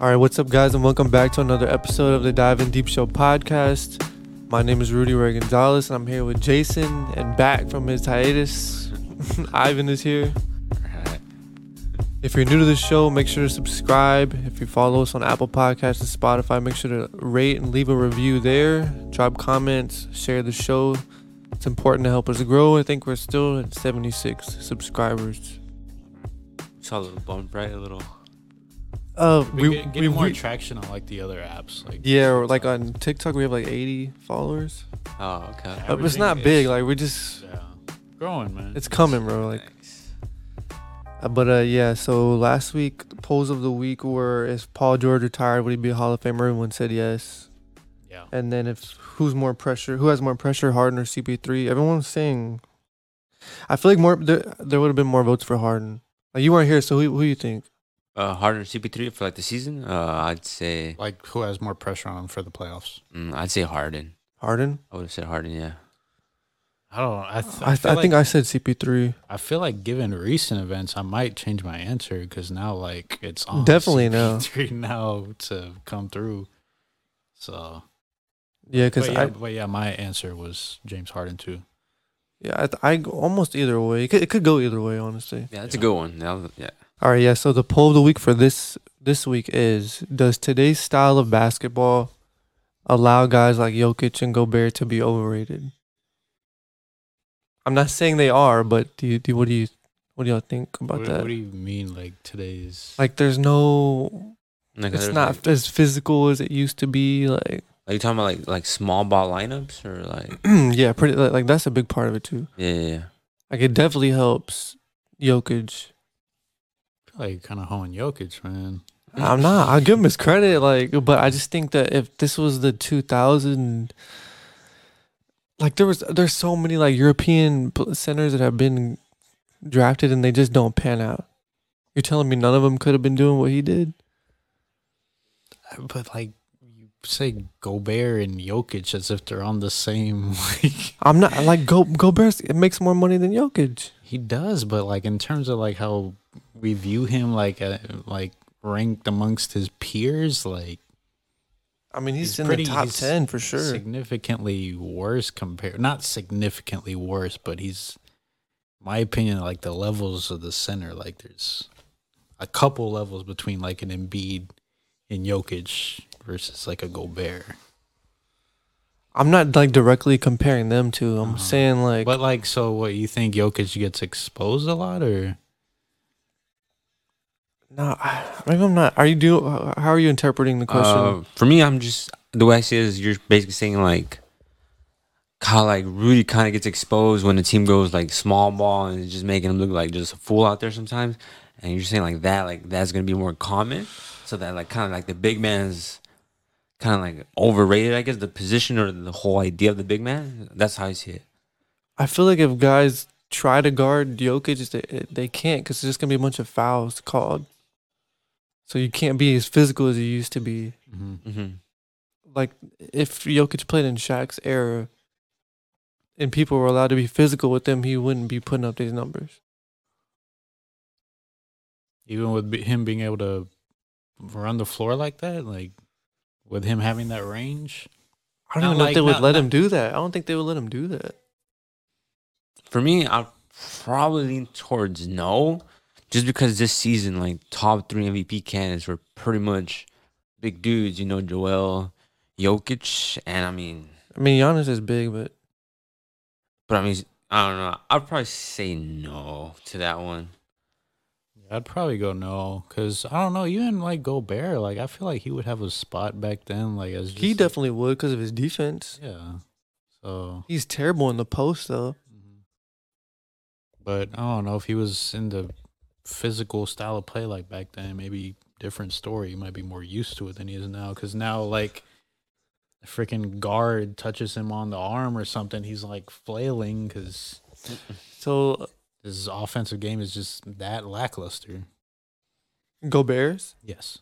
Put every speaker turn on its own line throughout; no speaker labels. All right, what's up, guys, and welcome back to another episode of the Dive in Deep Show podcast. My name is Rudy Ray Gonzalez, and I'm here with Jason and back from his hiatus. Ivan is here. If you're new to the show, make sure to subscribe. If you follow us on Apple Podcasts and Spotify, make sure to rate and leave a review there. Drop comments, share the show. It's important to help us grow. I think we're still at 76 subscribers.
Saw a little bump, right? A little.
Uh,
We, get, getting more traction on like the other apps. Like
yeah, or like on TikTok, we have like 80 followers.
Oh, okay.
Yeah.
Uh, but it's
Everything
not
is-
big. Like we just,
yeah, growing man.
it's coming, bro. Like,
Thanks.
uh, but uh, yeah. So last week, polls of the week were: Is Paul George retired? Would he be a Hall of Famer? Everyone said yes.
yeah.
And then if who's more pressure? Who has more pressure? Harden or CP3? Everyone was saying. I feel like more there, there would have been more votes for Harden. Like you weren't here, so who who you think?
Uh, Harden CP3 for like the season. Uh, I'd say,
Like who has more pressure on them for the playoffs?
mm, I'd say Harden.
Harden?
I would have said Harden. Yeah.
I don't. know. I th-
I, th- I think I said CP3.
I feel like given recent events, I might change my answer because now like it's on
Definitely no.
CP3 now to come through. So,
Yeah, because
but yeah,
I
but yeah, my answer was James Harden too.
yeah I, th- I go almost either way. It could, it could go either way, honestly.
Yeah, that's a
Yeah.
good one. That was- yeah.
All right, yeah. So the poll of the week for this this week is: Does today's style of basketball allow guys like Jokic and Gobert to be overrated? I'm not saying they are, but do you, do what do you what do y'all think about
What,
that?
what do you mean like today's?
like, there's no,
Like,
it's
there's,
not
Like,
as physical as it used to be. Like,
are you talking about like like small ball lineups or like?
yeah, pretty like, like that's a big part of it too.
Yeah, yeah. yeah.
Like, it definitely helps Jokic.
like kind of hoeing Jokic, man.
I'm not. I'll give him his credit. Like, but I just think that if this was the 2000, like there was, there's so many like European pl- centers that have been drafted and they just don't pan out. You're telling me none of them could have been doing what he did?
But like you say, Gobert and Jokic as if they're on the same. Like
I'm not like go Gobert it makes more money than Jokic.
he does, but like in terms of like how we view him, like uh, like ranked amongst his peers, like
I mean, he's,
He's
in
pretty-
the top
he's
ten for sure.
significantly worse compared. Not significantly worse, but he's, my opinion, like the levels of the center. Like there's a couple levels between like an Embiid and Jokic versus like a Gobert.
I'm not like directly comparing them to. I'm
Uh-huh.
saying like
But like, so what you think Jokic gets exposed a lot, or
no, I- maybe I'm not. Are you do? How are you interpreting the question?
Uh, for me, I'm just the way I see it is you're basically saying like how like Rudy kind of gets exposed when the team goes like small ball and it's just making him look like just a fool out there sometimes. And you're saying like that, like that's gonna be more common, so that like kind of like the big man's kind of like overrated, I guess, the position or the whole idea of the big man. That's how I see it.
I feel like if guys try to guard Jokic, they, they can't because it's just gonna be a bunch of fouls called. So you can't be as physical as you used to be.
Mm-hmm.
Like if Jokic played in Shaq's era, and people were allowed to be physical with him, he wouldn't be putting up these numbers.
even with be- him being able to run the floor like that, like with him having that range?
I don't
Not
even know if
like-
they would
not-
let
not-
him do that. I don't think they would let him do that.
For me, I'll probably lean towards no, just because this season, like top three MVP candidates were pretty much big dudes. You know, Joel, Jokic, and I mean,
I mean, Giannis is big, but
but I mean, I don't know. I'd probably say no to that one.
I'd probably go no, because I don't know. Even like Gobert, like I feel like he would have a spot back then. Like as
he
just,
definitely would because of his defense.
yeah. So,
He's terrible in the post though.
but I don't know if he was in the physical style of play like back then. Maybe different story. He might be more used to it than he is now, because now like. the Freaking guard touches him on the arm or something. He's like flailing because
So
his offensive game is just that lackluster.
Gobert's.
Yes.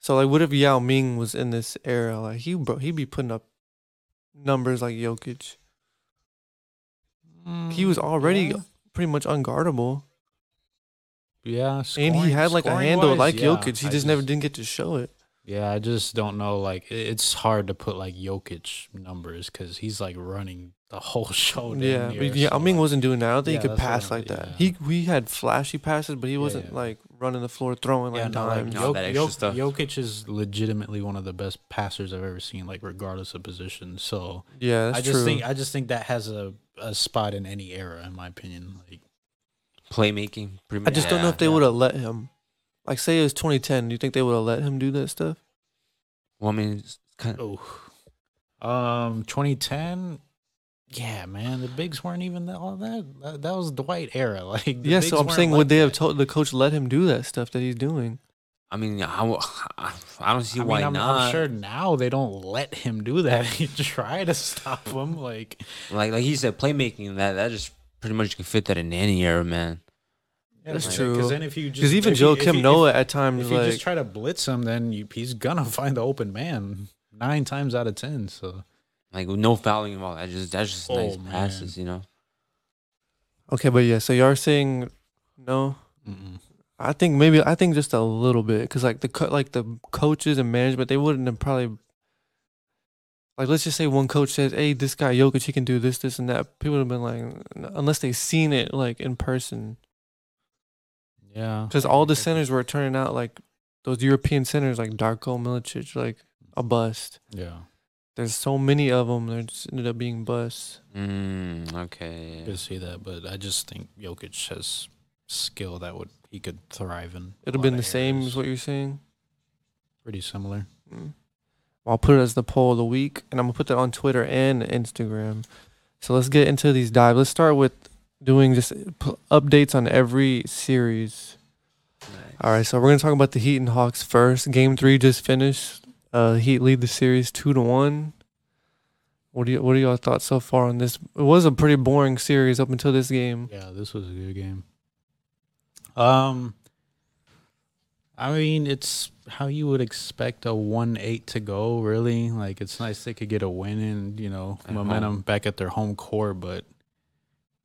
So like, what if Yao Ming was in this era? Like he bro, he'd be putting up numbers like Jokic. He was already
Mm, yeah.
pretty much unguardable,
Yeah,
and he
scoring-
had like a
scoring
handle
wise,
like
yeah,
Jokic. He
I
just never did not get to show it.
Yeah, I just don't know. Like, i- it's hard to put like Jokic numbers because he's like running the whole show. Oh, damn
Yeah,
near,
but yeah.
so,
I mean,
like,
wasn't doing that. I don't think
Yeah,
he could
that's what I
pass
don't-
like that.
yeah.
He we had flashy passes, but he wasn't
yeah.
like running the floor throwing like
yeah, no, like
dimes.
All that
Jok-
extra
Jok-
stuff.
Jokic is legitimately one of the best passers I've ever seen, like regardless of position. So
yeah, that's
I just
true.
think I just think that has a, a spot in any era, in my opinion. Like,
Playmaking. Pretty
I just don't know if they
yeah.
would have let him. Like, say it was 2010. Do you think they would have let him do that stuff?
Well, I mean, it's kind of,
oh, um, 2010. Yeah, man, the bigs weren't even that, all that. that. That was Dwight era. Like, the
yeah, so
bigs
I'm
weren't
saying,
like
would they have
that.
told the coach let him do that stuff that he's doing?
I mean, I, w- I don't see
I mean,
why
I'm,
not.
I'm sure now they don't let him do that. You try to stop him, like
Like like he said, playmaking that that just pretty much can fit that in any era, man.
That's
like,
true.
then if you just
Because even
if you-
Joe
if
Kim
you- if-
Noah at
if,
times
you
like
just try to blitz him, then you, he's gonna find the open man nine times out of ten. So
Like with no fouling involved. That just that's just nice
Oh, man.
passes, you know.
okay, but yeah. So you are saying no.
mm-mm.
I think maybe I think just a little bit because like the co- like the coaches and management they wouldn't have probably like let's just say one coach says hey this guy Jokic he can do this this and that people would have been like n- unless they seen it like in person
yeah,
because all the centers were turning out like those European centers like Darko Milicic like a bust
yeah,
there's so many of them they just ended up being busts
Mm, okay.
I could see that, but I just think Jokic has skill that would he could thrive in. a
it'd have
lot
been
of
the same
areas.
as what you're saying
Pretty similar.
Mm. I'll put it as the poll of the week, and I'm gonna put that on Twitter and Instagram. So let's get into these dives. Let's start with doing just p- updates on every series. All right, so we're gonna talk about the Heat and Hawks first. Game three just finished. Uh, Heat lead the series two to one. What do you What are y'all thoughts so far on this? It was a pretty boring series up until this game.
Yeah, this was a good game. Um, I mean, it's how you would expect a one eight to go. Really, like it's nice they could get a win and you know
At
momentum
home.
back at their home core, but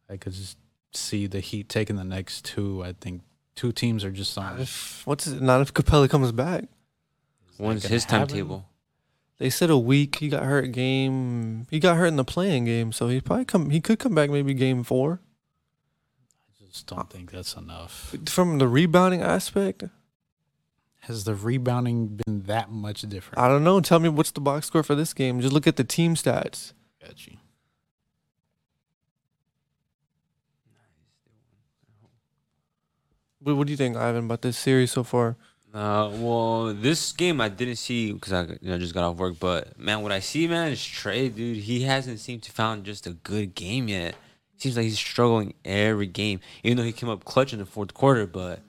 I could just see the Heat taking the next two. I think two teams are just
Not
on.
if- What's it, not if Capella comes back?
When's
gonna
his
happen?
timetable?
They said a week. He got hurt game. He got hurt in the playing game, so he probably come. He could come back maybe game four.
I just don't think that's enough.
From the rebounding aspect,
Has the rebounding been that much different?
I don't know. Tell me what's the box score for this game. Just look at the team stats.
Got you.
What, what do you think, Ivan, about this series so far?
Uh, well, this game I didn't see because I you know, just got off work. But man, what I see, man, is Trey, dude. He hasn't seemed to found just a good game yet. Seems like he's struggling every game, even though he came up clutch in the fourth quarter. But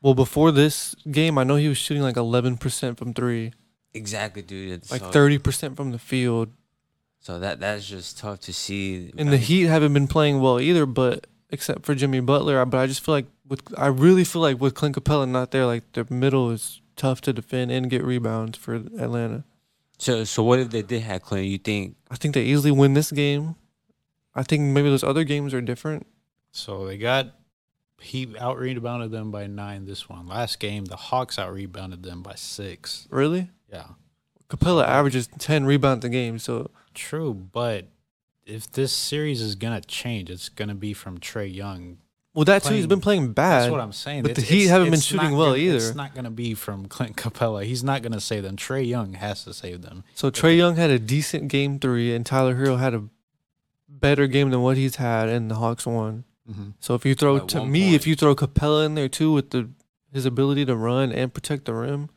Well, before this game, I know he was shooting like 11% from three,
exactly, dude. it's
like
so,
30% from the field.
So that that's just tough to see.
And the
I-
Heat haven't been playing well either, but except for Jimmy Butler. I- But I just feel like with I really feel like with Clint Capella not there, like the middle is tough to defend and get rebounds for Atlanta.
So so what if they did have Clint? You think
I think they easily win this game. I think maybe those other games are different.
So they got he out rebounded them by nine this one. Last game the Hawks out rebounded them by six.
Really,
Yeah.
Capella averages ten rebounds a game, so
True, but if this series is gonna change, it's gonna be from Trey Young.
well that too. He's
Playing-
been playing bad.
That's what I'm saying.
but the Heat haven't been shooting
not
well
gonna-
either.
It's not gonna be from Clint Capella. He's not gonna save them. Trey Young has to save them.
so Trey Young had a decent game three, and Tyler Hero had a better game than what he's had, and the Hawks won.
Mm-hmm.
So if you throw
By
to
one
me,
point.
if you throw Capella in there too with the his ability to run and protect the rim,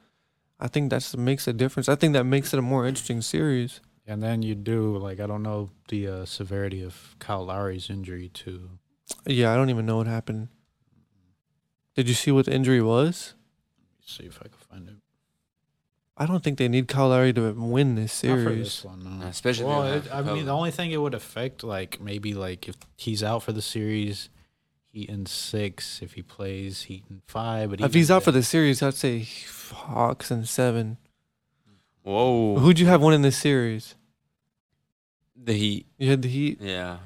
I think that's makes a difference. I think that makes it a more interesting series.
And then you do like I don't know the uh, severity of Kyle Lowry's injury too.
Yeah, I don't even know what happened. Did you see what the injury was?
Let's see if I can find it.
I don't think they need Kyle Lowry to win this
Not for
series.
this one, no.
Especially if they
Mm. Well,
don't have
it, I mean, the
Capella.
only thing it would affect, like maybe like if he's out for the series, he in six. If he plays, he in five. But
If
even
he's out for
then-
the series, I'd say Hawks and seven.
whoa
Who'd you have winning this series?
the Heat?
You had the Heat.
Yeah,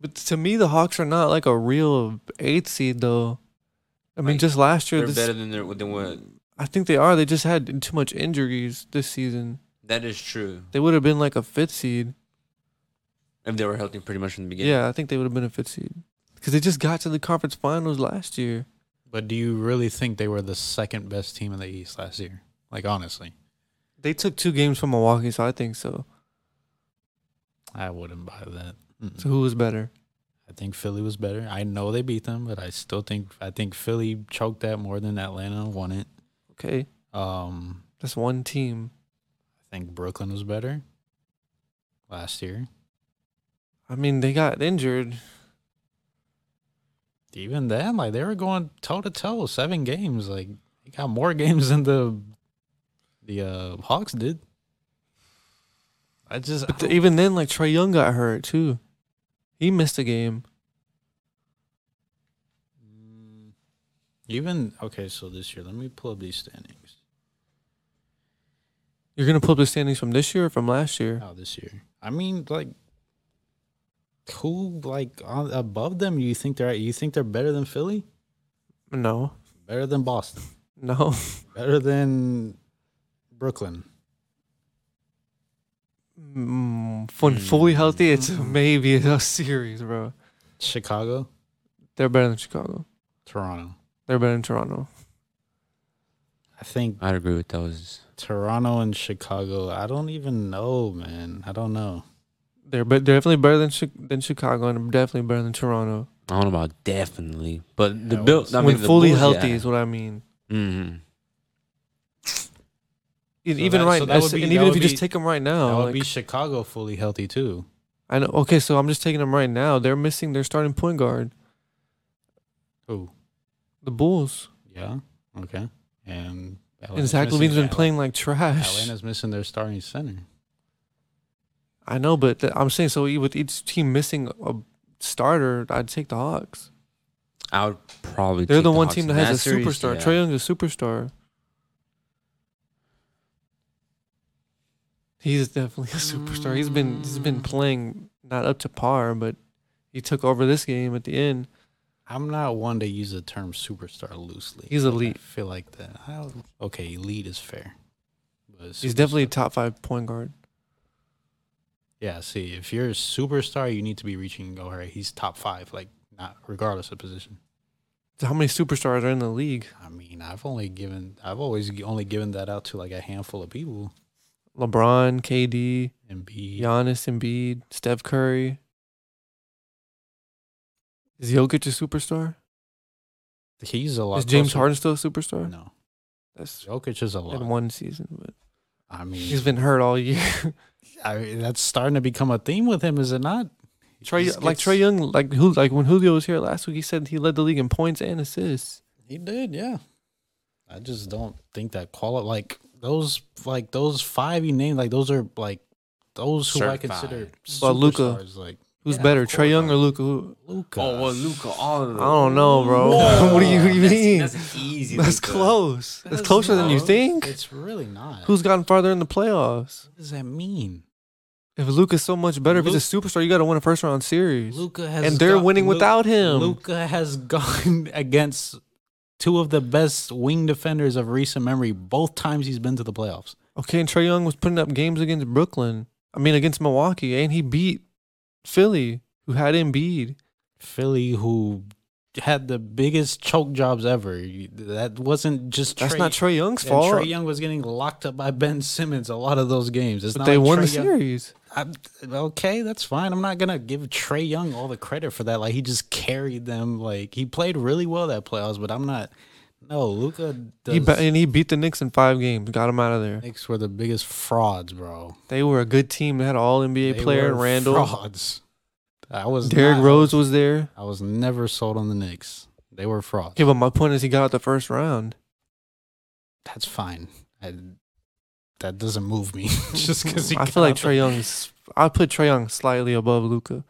But to me, the Hawks are not like a real eighth seed, though. I mean,
Like,
just last year,
they're
this,
better than they're than what
I think they are. They just had too much injuries this season.
That is true.
They would have been like a fifth seed.
If they were healthy pretty much from the
Yeah,
beginning.
I think they would have been a fifth seed because they just got to the conference finals last year.
But do you really think they were the second best team in the East last year? Like honestly,
They took two games from Milwaukee, so I think so.
I wouldn't buy that. Mm-mm.
So who was better?
I think Philly was better. I know they beat them, but I still think I think Philly choked that more than Atlanta won it.
Okay,
Um,
that's one team.
I think Brooklyn was better last year.
I mean, they got injured.
Even then, like they were going toe to toe, seven games. Like they got more games than the the uh, Hawks did. I just
But e-
I
th- even then, like Trey Young got hurt too. He missed a game.
Mm, Even okay, so this year, let me pull up these standings.
You're gonna pull up the standings from this year or from last year?
Oh, this year. I mean, like, who like on, above them? You think they're you think they're better than Philly,
No,
better than Boston,
no.
better than Brooklyn?
Mm, when fully healthy, it's maybe a series, bro.
Chicago,
They're better than Chicago.
Toronto.
They're better than Toronto.
I think
I'd agree with those.
Toronto and Chicago. I don't even know, man. I don't know.
They're but definitely better than Chi- than Chicago and definitely better than Toronto.
I don't know about definitely, but the
Yeah,
Bills.
well,
I mean,
when
the
fully
Bulls,
healthy
yeah.
is what I mean.
Mhm.
And
So
E, even
that-
right,
so that
now,
would be-
and
that
even if you
would
just
be-
take them right
that
now,
would
like,
be Chicago fully healthy too.
I know. Okay, so I'm just taking them right now. They're missing their starting point guard,
Oh,
the Bulls,
yeah, okay. And
and Zach
missing-
Levine's been
Atla-
playing like trash.
Atlanta's missing their starting center.
I know, but th- I'm saying so. e- With each team missing a starter, I'd take the Hawks.
I would probably.
They're
take
the, one
Hawks
team that
in
has a
series,
superstar.
yeah.
Trey Young's a superstar. He's definitely a superstar. He's been he's been playing not up to par, but he took over this game at the end.
I'm not one to use the term superstar loosely.
He's
Like,
elite.
I feel like that. I don't- okay, elite is fair. But
He's
superstar-
definitely a top five point guard.
yeah. See, if you're a superstar, you need to be reaching and go. All right, he's top five, like not regardless of position.
So How many superstars are in the league?
I mean, I've only given, I've always g- only given that out to like a handful of people.
LeBron, KD,
And B,
Giannis, Embiid, Steph Curry. Is Jokic a superstar?
he's a lot.
Is James
closer-
Harden still a superstar?
No,
That's
Jokic is a
in
lot.
one season, but
I mean,
he's been hurt all year.
I mean, that's starting to become a theme with him, is it not? He
Trey,
just
like
gets-
Trey Young, like who, like when Julio was here last week, he said he led the league in points and assists.
He did, yeah. I just don't think that quali like those like those five you named like those are like those who I consider
But Luka-
superstars, like
Who's
Yeah,
better,
of
Trey Young or
course.
Luca? Who?
Luca.
Oh well, Luca. All of them.
I don't know, bro.
Whoa.
What do you- what do you
That's-
mean?
That's easy.
That's
Luka.
close. That's
That's
closer than you
close.
think.
It's really not.
Who's gotten farther in the playoffs?
what does that mean?
If Luca's so much better, if he's a superstar, you got to win a first round series.
Luca has
And they're
gone-
winning
Lu-
without him.
Luca has gone against two of the best wing defenders of recent memory both times he's been to the playoffs.
Okay, and Trey Young was putting up games against Brooklyn. I mean, against Milwaukee, and he beat Philly, who had Embiid.
Philly who had the biggest choke jobs ever. You- That wasn't just
That's
Trey-
not Trey Young's
And
fault.
Trey Young was getting locked up by Ben Simmons a lot of those games. It's
but
not
they
like
won
Trae
the
Young-
series.
I'm- okay, that's fine. I'm not gonna give Trey Young all the credit for that. Like he just carried them. Like he played really well that playoffs, but I'm not. No, Luca.
He be-
The
and he beat the Knicks in five games, got him out of there.
Knicks were the biggest frauds, bro.
They were a good team. They had all NBA
They
player
were
Randall.
frauds. I was
Derrick
not-
Rose was there.
I was never sold on the Knicks. They were frauds.
Okay, but my point is he got out the first round.
that's fine. I, that doesn't move me. just because
I feel like Trey Young's. I put Trey Young slightly above Luca.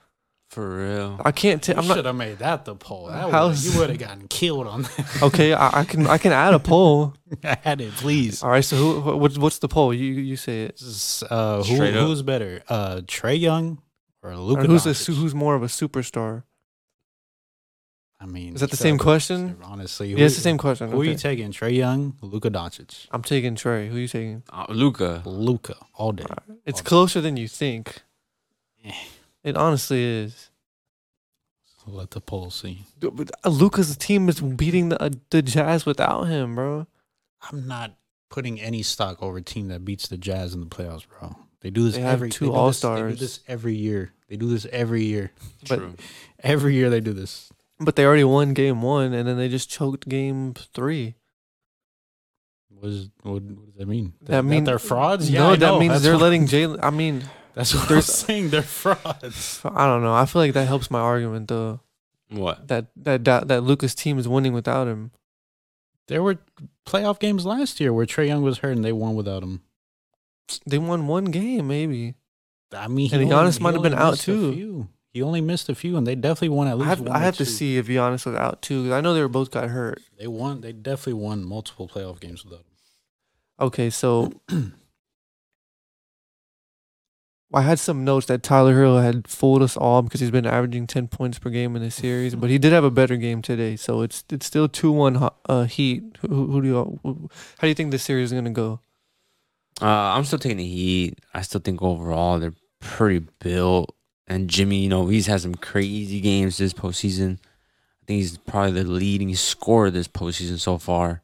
For real.
I can't. T- I'm
should
not
have made that the poll. That
How
would've-
is-
you would have gotten killed on that.
okay. I, I can. I can add a poll. Uh,
I had it, please.
All right. So who? who- What's what's the poll? You you say it.
This is, uh, who,
Straight up.
who's better, uh, Trey Young or
Or
Luka?
who's a
Doncic?
su- who's more of a superstar?
I mean,
Is that the same
Trevor,
question?
Honestly,
Yeah, it's the same question.
Who are you
Okay.
taking? Trey Young, Luka Doncic,
I'm taking Trey. Who you taking?
Uh, Luca.
Luka all day.
It's
I'll-
closer than you think.
Eh.
It honestly is.
Let the polls see.
Luca's team is beating the uh, the Jazz without him, bro.
I'm not putting any stock over a team that beats the Jazz in the playoffs, bro. They do this
They have
every
two
they do this- They
All-Stars.
do this every year. They do this every year.
But-
True.
Every year they do this.
But they already won game one, and then they just choked game three.
What, is, what, what does that mean?
That mean-
they're frauds?
no,
I
that
know.
means
That's
they're
what-
letting Jalen. I mean,
That's what
they're-
they're saying. They're frauds.
I don't know. I feel like that helps my argument though.
What?
That that that, that Luca's team is winning without him.
There were playoff games last year where Trey Young was hurt and they won without him.
They won one game, maybe.
I mean,
And
only-
Giannis might have
only
been out,
missed a
too.
few. He only missed a few, and they definitely won at
I
least
have,
one.
I
or
have to
two.
see if Giannis was out too, because I know they were both got hurt.
They won. They definitely won multiple playoff games without him.
Okay, so I had some notes that Tyler Hero had fooled us all because he's been averaging ten points per game in this series, but he did have a better game today. So it's it's still two one uh, Heat. Who, who do you all- who, how do you think this series is gonna go?
Uh, I'm still taking the Heat. I still think overall they're pretty built. And Jimmy, you know, he's had some crazy games this postseason. I think he's probably the leading scorer this postseason so far.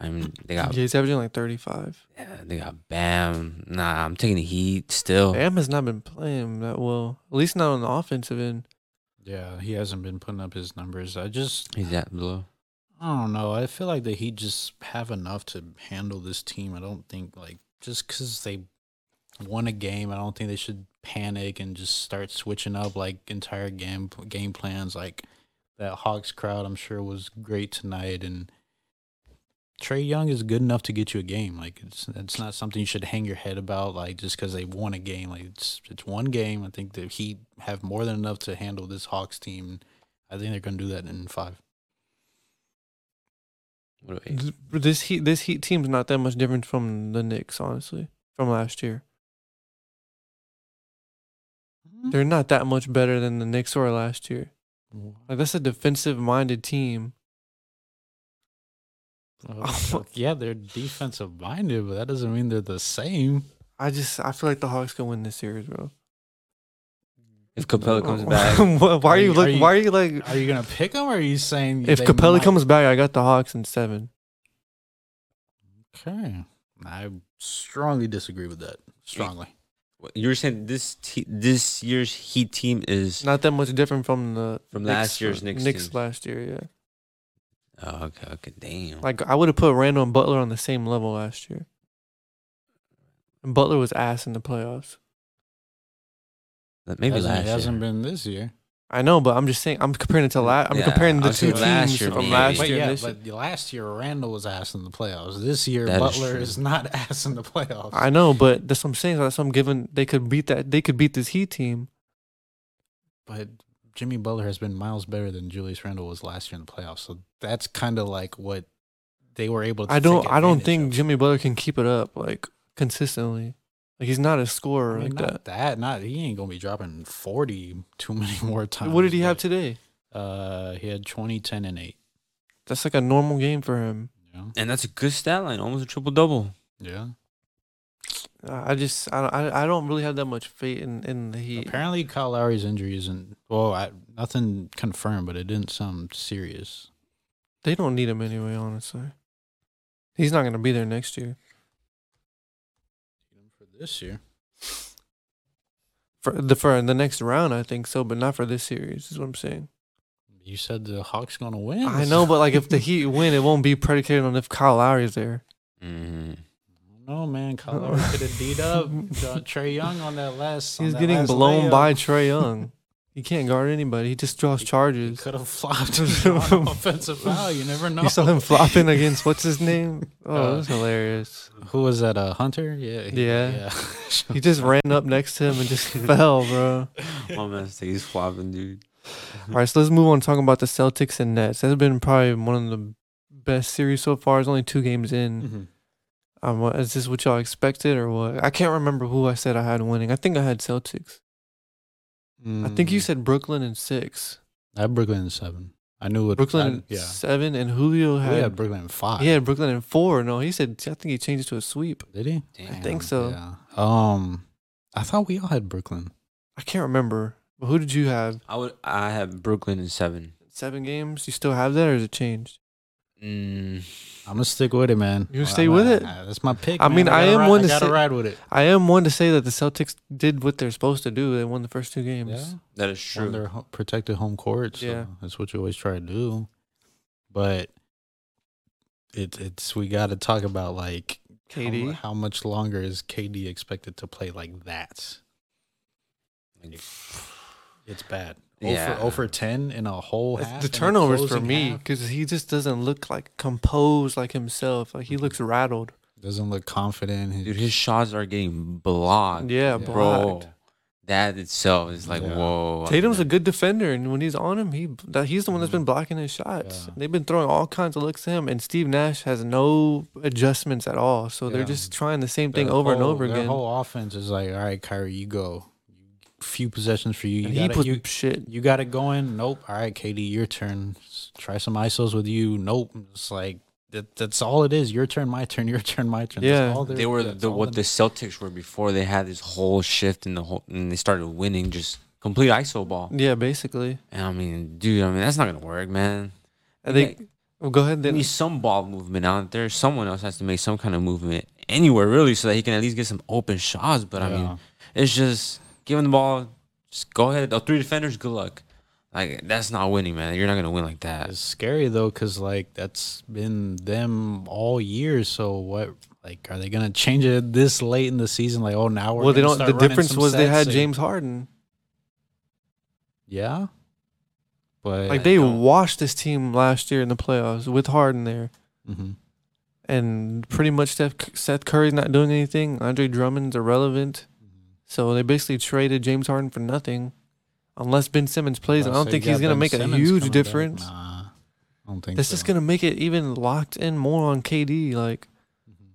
I mean, they
Yeah,
got
he's averaging like thirty five.
yeah, they got Bam. Nah, I'm taking the Heat still.
Bam has not been playing that well, at least not on the offensive end.
Yeah, he hasn't been putting up his numbers. I just,
He's that low.
I don't know. I feel like that he just have enough to handle this team. I don't think like just because they won a game, I don't think they should panic and just start switching up like entire game game plans. Like that Hawks crowd, I'm sure was great tonight, and Trey Young is good enough to get you a game. Like it's it's not something you should hang your head about. Like just because they won a game, like it's it's one game. I think the Heat have more than enough to handle this Hawks team. I think they're gonna do that in five.
What do I-
Th- This Heat this Heat team's not that much different from the Knicks, honestly, from last year.
Mm-hmm.
They're not that much better than the Knicks were last year. Like that's a defensive minded team.
Well, Oh, yeah, they're defensive minded, but that doesn't mean they're the same.
I just I feel like the Hawks can win this series, bro.
If Capella comes
Why-
back,
why are
Are
you
you- are
looking?
you-
Why are you like?
Are you gonna pick them? Or are you saying
If
they
Capella
might-
comes back, I got the Hawks in seven.
okay, I strongly disagree with that. Strongly,
you were saying this te- this year's Heat team is.
Not that much different from the
From last year's Knicks team.
last year, yeah.
Oh, okay, okay, damn.
Like I would have put Randall and Butler on the same level last year. And Butler was ass in the playoffs.
maybe
hasn't,
last
it
year.
hasn't been this year.
I know, but I'm just saying I'm comparing it to last. I'm
Yeah,
comparing
I
the
was
two
thinking last
teams
year,
from
maybe.
last
But
year. and
yeah,
this year.
but last year Randall was ass in the playoffs. This year
That is
Butler
true.
is, not ass in the playoffs.
I know, but that's what I'm saying. That's what I'm giving. They could beat that. They could beat this Heat team.
but Jimmy Butler has been miles better than Julius Randle was last year in the playoffs. So that's kind of like what they were able. to
I don't.
take
I don't
advantage
think
of.
Jimmy Butler can keep it up like consistently. Like he's not a scorer
I mean,
like that.
not that. Not he ain't gonna be dropping forty too many more times.
What did he have
but,
today?
Uh, he had 20, 10, and eight.
That's like a normal game for him.
Yeah,
and that's a good stat line, almost a triple double.
yeah.
Uh, I I just. I. don't- I, I don't really have that much faith in in the Heat.
Apparently, Kyle Lowry's injury isn't well. I, nothing confirmed, but it didn't sound serious.
They don't need him anyway. Honestly, he's not gonna be there next year.
For this year,
For the for the next round, I think so, but not for this series. Is what I'm saying.
you said the Hawks gonna win.
I know, but like if the Heat win, it won't be predicated on if Kyle Lowry's there.
Mm-hmm.
No man, Kyle Lowry could have D'd up Jo- Trey Young on that last. on
He's
that
getting
last
blown
layup.
by Trey Young. he can't guard anybody. He just draws charges.
Could have flopped on offensive foul. You never know.
You saw him flopping against what's his name? Oh,
Uh,
it was hilarious.
Who was that? Uh, Hunter? Yeah. he-
Yeah.
yeah.
He just ran up next to him and just fell, bro.
My man say he's flopping, dude.
All right, so let's move on talking about the Celtics and Nets. That's been probably one of the best series so far. It's only two games in.
Mhm.
Um, what- is this what y'all expected or what? I can't remember who I said I had winning. I think I had Celtics. I think you
Mm.
said Brooklyn and six.
I had Brooklyn in seven. I knew what
Brooklyn
I, yeah,
seven and Julio
we
had,
had Brooklyn at five.
he had Brooklyn in four. No, he said I think he changed it to a sweep.
did he?
Damn.
I think so.
Yeah. Um, I thought we all had Brooklyn.
I can't remember. But who did you have?
I would. I have Brooklyn in seven.
Seven games. You still have that, or is it changed?
Mm,
I'm gonna stick with it, man.
You
I'm
stay with it?
not- uh, That's my pick.
I
man.
mean, I
gotta
am
ride,
one to
gotta
say-
ride with it.
I am one to say that the Celtics did what they're supposed to do. They won the first two games.
Yeah,
that is
True.
true.
on their ho- protected home court. So
Yeah.
that's what you always try to do. But it, it's we got to talk about like how mu-
KD.
How, much longer is KD expected to play like that?
Like,
It's bad.
Yeah.
Yeah. Over, ten in a whole
It's
half. in
the
a
turnovers for
closing
me
half.
because he just doesn't look like composed like himself. Like he looks rattled.
Doesn't look confident. His-
dude, his shots are getting blocked.
Yeah,
Yeah.
bro.
bro. That itself is like
Yeah. Mm-hmm.
whoa.
Tatum's a good defender, and when he's on him, he that, he's the one that's been blocking his shots.
Yeah.
They've been throwing all kinds of looks at him, and Steve Nash has no adjustments at all. So they're
Yeah.
just trying the same
their
thing over and
whole-
over
their
again.
whole offense is like, all right, Kyrie, you go. Few possessions for you. You
and
got
he
it.
puts
you,
shit.
You got it going. Nope. All right, KD, your turn. S- Try some ISOs with you. Nope. It's like that, that's all it is. Your turn, my turn, your turn, my turn. That's
Yeah.
all there-
They were
that's
the
all
what
it
the Celtics were before they had this whole shift in the whole, and they started winning just complete ISO ball.
Yeah, basically.
And I mean, dude, I mean that's not gonna work, man.
I think. well, go ahead.
There
Then
needs some ball movement out there. Someone else has to make some kind of movement anywhere, really, so that he can at least get some open shots. But I
Yeah.
mean, it's just giving the ball. Just go ahead. Oh, three defenders. Good luck. Like that's not winning, man. You're not gonna win like that.
It's scary though, because like that's been them all year. So what? Like, are they gonna change it this late in the season? Like, oh, now we're
well, they
gonna
don't.
start
The
running
difference
some
was they
sets
had
and-
James Harden.
Yeah, but
Like they
don't-
washed this team last year in the playoffs with Harden there,
Mhm.
and pretty much Steph, Seth Curry's not doing anything. Andre Drummond's irrelevant, so they basically traded James Harden for nothing, unless Ben Simmons plays. and I
Unless
don't
they
think
got
he's gonna
Ben
make a
Simmons
huge
coming back.
difference.
Nah, I don't think
That's
so.
just gonna make it even locked in more on KD, like
Mm-hmm.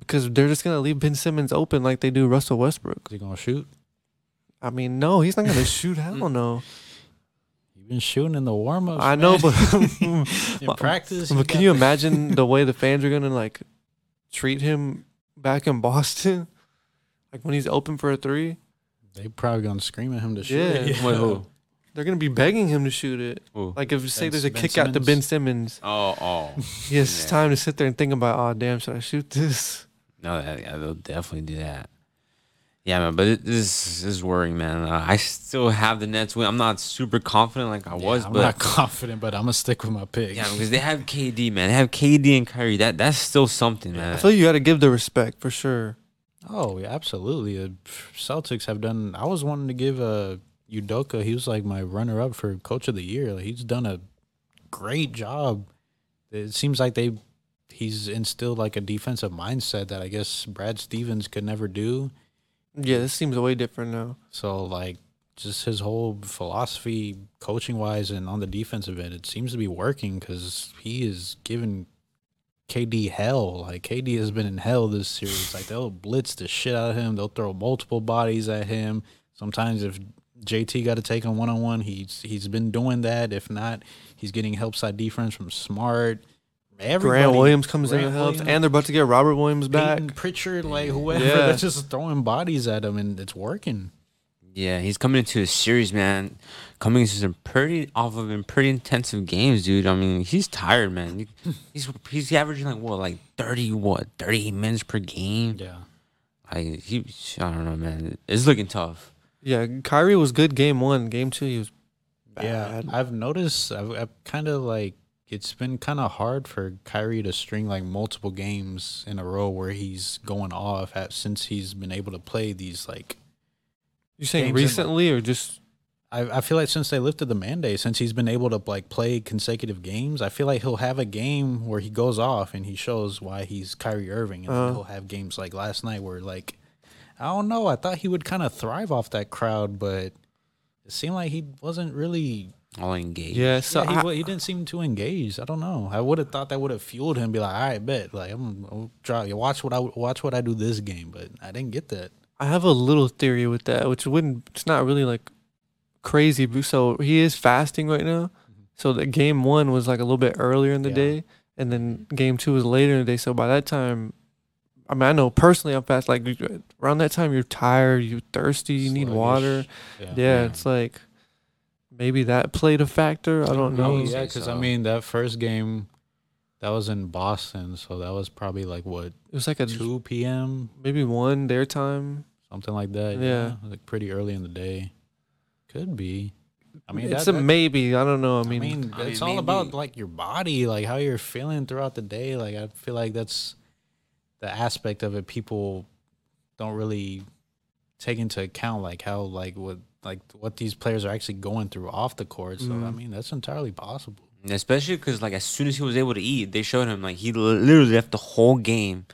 because they're just gonna leave Ben Simmons open like they do Russell Westbrook.
Is he gonna shoot?
I mean, no, he's not gonna shoot. Hell
Mm.
no.
You've been shooting in the warm ups.
I know, but
in practice.
But can
got
you
the-
imagine the way the fans are gonna like treat him back in Boston? Like when he's open for a three,
They probably gonna scream at him to shoot.
Yeah.
it.
Wait, who?
they're gonna be begging him to shoot it.
Who?
Like if say
Ben-
there's a
Ben
kick out to
Simmons?
Ben Simmons,
Oh, oh.
he has
Yeah.
time to sit there and think about, oh damn, should I shoot this?
No, that, yeah, they'll definitely do that. Yeah, man, but it, this is worrying, man. Uh, I still have the Nets win. I'm not super confident like I
Yeah,
was,
I'm
but
not confident, but I'm gonna stick with my pick.
yeah, because they have KD, man. They have KD and Kyrie. That that's still something, man.
I feel you got to give the respect for sure.
Oh, yeah, absolutely. The Celtics have done. I was wanting to give uh, Udoka. He was like my runner-up for Coach of the Year. Like, he's done a great job. It seems like they he's instilled like a defensive mindset that I guess Brad Stevens could never do.
Yeah, this seems way different now.
So like just his whole philosophy, coaching wise, and on the defensive end, it seems to be working because he is giving KD hell. Like KD has been in hell this series. Like they'll blitz the shit out of him. They'll throw multiple bodies at him. Sometimes if JT got to take him one on one, he's he's been doing that. If not, he's getting help side defense from Smart. Everybody,
Grant Williams comes in
Grant
and helps,
Williams.
and they're about to get Robert Williams back.
Peyton Pritchard, like whoever,
Yeah.
they're just throwing bodies at him, and it's working.
yeah, he's coming into a series, man. Coming into some pretty off of in pretty intensive games, dude. I mean, he's tired, man. He's he's averaging like what, like thirty what, thirty minutes per game.
Yeah.
Like he, I don't know, man. It's looking tough.
Yeah, Kyrie was good game one, game two he was bad.
Yeah, I've noticed. I've, I've kind of like it's been kind of hard for Kyrie to string like multiple games in a row where he's going off at, since he's been able to play these like.
You saying
Games in-
recently or just
I, I feel like since they lifted the mandate, since he's been able to like play consecutive games, I feel like he'll have a game where he goes off and he shows why he's Kyrie Irving, and
Uh-huh.
then he'll have games like last night where like, I don't know, I thought he would kind of thrive off that crowd, but it seemed like he wasn't really
All engaged.
yeah? So
yeah, he,
I-
wa- he didn't seem too engaged. I don't know. I would have thought that would have fueled him. Be like, all right, bet. Like I'm, I'll try. You watch what I watch what I do this game, but I didn't get that.
I have a little theory with that, which wouldn't. It's not really like crazy. but So he is fasting right now, So the game one was like a little bit earlier in the
Mm-hmm. Yeah.
day, and then game two was later in the day. So by that time, I mean I know personally I'm fast. Like you- around that time, you're tired, you're thirsty, you need water.
Yeah.
Yeah, it's like maybe that played a factor. I don't
Oh,
know.
yeah, because I
So-
mean that first game, that was in Boston, so that was probably like what
It was like a
two p.m.
maybe one their time.
something like that.
Yeah.
like pretty early in the day. Could be. I mean,
it's
that-
a
that-
maybe. I don't know. I
I
mean,
mean,
I mean,
it's all about
maybe-
like your body, like how you're feeling throughout the day. Like I feel like that's the aspect of it people don't really take into account, like how like what like what these players are actually going through off the court. So I
Mm-hmm.
Mhm.
mean, that's entirely possible.
Especially because like as soon as he was able to eat, they showed him like he li- literally left the whole game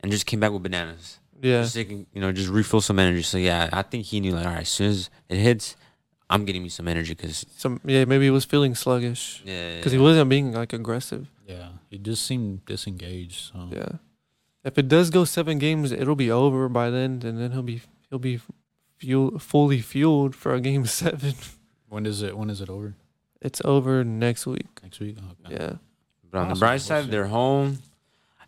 and just came back with bananas.
yeah.
Just so he can, you know, just refill some energy. So yeah, I think he knew like all right, as soon as it hits, I'm getting me some energy because
Some yeah, maybe he was feeling sluggish
yeah,
because he wasn't being like aggressive.
Yeah, you just seem disengaged. So
Yeah. If it does go seven games, it'll be over by then, and then he'll be he'll be fuel fully fueled for a game seven.
when is it? When is it over?
It's over next week.
Next week? Oh, okay.
Yeah.
But on the
Awesome.
bright
We'll
side,
see.
they're home.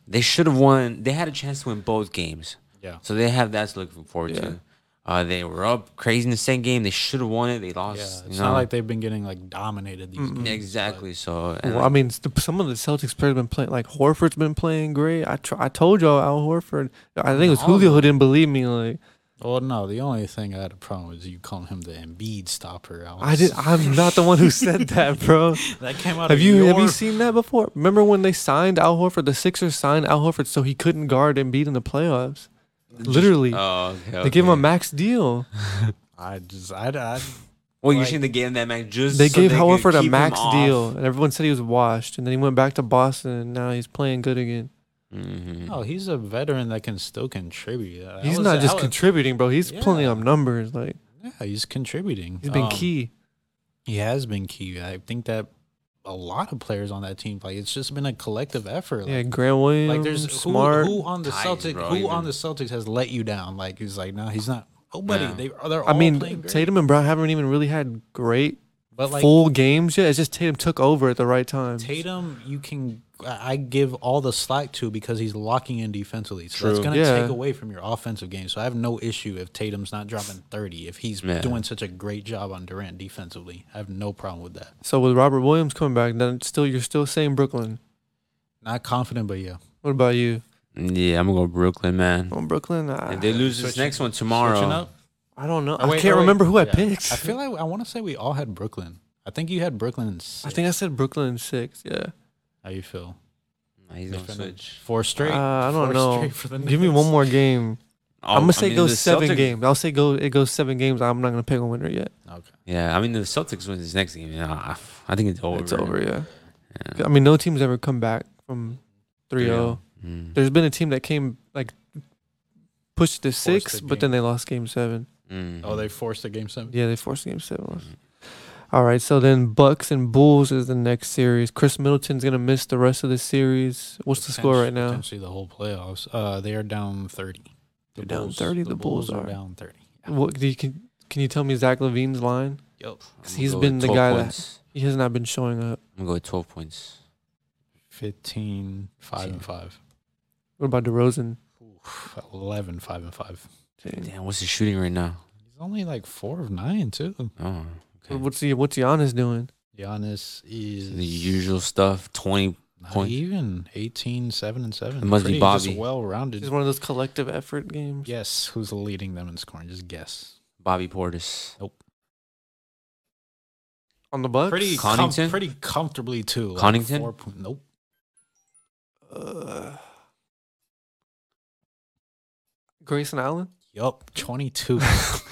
They should have won. They had a chance to win both games,
yeah.
so they have that to look forward
Yeah.
to. Uh, they were up crazy in the second game. They should have won it. They
Yeah,
lost.
it's
you
not
know?
like they've been getting like dominated these
Mm-mm.
games.
exactly. So and
Well, I
like,
mean, s- the, some of the Celtics players been playing like Horford's been playing great. I tr- I told y'all Al Horford. I think it was
All of
Julio who didn't believe me. Like
But, well, no, the only thing I had a problem with is you calling him the Embiid stopper.
I did. I'm not the one who said that, bro.
that came out.
Have
of
you
your,
have you seen that before? Remember when they signed Al Horford? The Sixers signed Al Horford so he couldn't guard and beat in the playoffs. Literally,
oh, okay,
they gave him a
okay.
max deal.
I just I, I
Well, you
like-
shouldn't have given that max. Just
They
so
gave
could
Horford
keep
a
him
max
off.
deal, and everyone said he was washed. And then he went back to Boston, and now he's playing good again.
Mhm.
Oh.
no, Oh, he's a veteran that can still contribute. That
he's
was-
not just
that was-
contributing, bro. He's pulling
Yeah.
up numbers. Like
yeah, he's contributing.
he's been
Um,
key.
He has been key. I think that a lot of players on that team, like it's just been a collective effort. Like,
Yeah, Grant Williams.
Like there's
smart.
Who, who on the
Tyson,
Celtics?
bro,
who
even-
on the Celtics has let you down? Like he's like, no, he's not. Nobody.
Yeah.
They they're all
I
playing
mean,
great.
Tatum and Brown haven't even really had great
but like
full games yet. It's just Tatum took over at the right time.
Tatum, you can I I give all the slack to because he's locking in defensively. So that's
True.
gonna
Yeah.
take away from your offensive game. So I have no issue if Tatum's not dropping thirty. If he's
Yeah.
doing such a great job on Durant defensively, I have no problem with that.
So with Robert Williams coming back, then still you're still saying Brooklyn.
Not confident, but yeah.
What about you?
Yeah, I'm gonna go Brooklyn, man.
On Brooklyn, I,
If Mm. they lose this
Switching-
next one
Switching
tomorrow,
up?
I don't know.
Oh,
I
wait,
can't
oh, wait.
remember who I
Yeah.
picked.
I feel like I want to say we all had Brooklyn. I think you had Brooklyn. in
I
six.
think I said Brooklyn in six. Yeah.
How you feel?
he's gonna
Defending
switch.
Four straight.
Uh, I don't
Four
know.
straight for the
Give me
Knicks.
one more game.
Oh,
I'm gonna say
I mean,
it goes
the
seven
Celtics-
games. I'll say go it goes seven games. I'm not gonna pick a winner yet.
Okay.
Yeah, I mean the Celtics win this next game. Yeah, I- I think it's over.
It's over, yeah.
Yeah.
I mean, no team's ever come back from 3-0.
3-0. Mm.
There's been a team that came like pushed to six,
the
but then they lost game seven.
Mm.
Oh, they forced a game
Mm-hmm.
seven.
Yeah, they forced game seven. Loss. All right, so then Bucks and Bulls is the next series. Chris Middleton's gonna miss the rest of the series. What's the score
Potent-
right now?
Potentially the whole playoffs. Uh, they are down thirty. The
They're down 30? The Bulls are.
down thirty.
What do you can? Can you tell me Zach Levine's line?
Yep.
I'm
he's
gonna go
been
with
the
12
guy that-
points.
He has not been showing up.
I'm gonna go with 12 points.
15, 5 and 5.
What about DeRozan?
Oof, 11, 5 and 5.
Dang.
Damn, what's he shooting right now?
He's only like 4 of 9, too.
Oh, okay.
What's he? What's Giannis doing?
Giannis is
the usual stuff. 20.
not
point.
even 18, 7 and 7.
It must be
Pretty just
Bobby.
It's
well-rounded.
one of those collective effort games.
Guess who's leading them in scoring. Just guess.
Bobby Portis.
On the Bucks.
Pretty com-
Connington?
pretty comfortably, too. Like
Connington?
four point- nope.
Uh, Grayson Allen?
Yup. 22.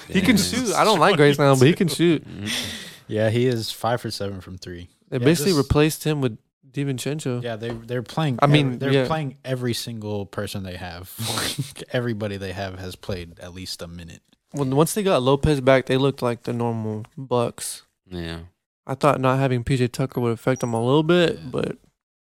He can
Damn.
shoot. I don't like Grayson Allen, but he can shoot.
Mm.
yeah, he is 5 for 7 from 3.
They
Yeah,
basically
this-
replaced him with DiVincenzo.
Yeah, they they're playing.
I
I
mean,
mean, they're
yeah.
playing every single person they have. Everybody they have has played at least a minute.
When once they got Lopez back, they looked like the normal Bucks.
Yeah.
I thought not having PJ Tucker would affect them a little bit, but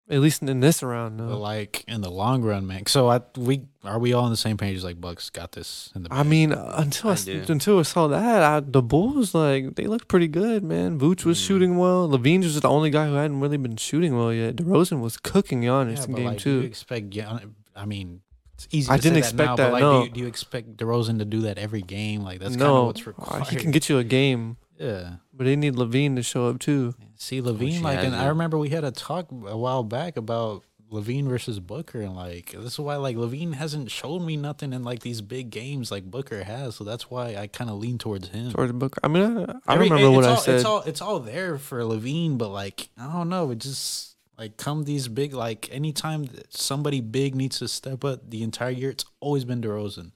At least in this round,
But
no.
like in the long run, man. So I we are we all on the same page? Like Bucks got this in the.
I
bag.
mean, until I,
I
s-
do.
until I saw that, I, the Bulls like they looked pretty good, man. Vooch was
Mm.
Mhm.
shooting well. Levine was the only guy who hadn't really been shooting well yet. DeRozan was cooking Giannis in
but,
game
like, do You
two.
expect Gian- I mean, it's easy.
I
to say
didn't
that
expect
now,
that,
But like,
no.
do, you, do you expect DeRozan to do that every game? Like that's kind of
No,
what's
uh,
required.
he can get you a game,
yeah.
but they need Levine to show up too.
See Levine,
she
like, and I
hasn't.
remember we had a talk a while back about Levine versus Booker, and like, this is why like Levine hasn't shown me nothing in like these big games like Booker has, so that's why I kind of lean towards him.
Towards Booker, I mean, I, I
Every-
remember
it-
what
it's
I
all,
said.
It's all it's all there for Levine, but like, I don't know, it just like come these big like anytime that somebody big needs to step up the entire year, it's always been DeRozan.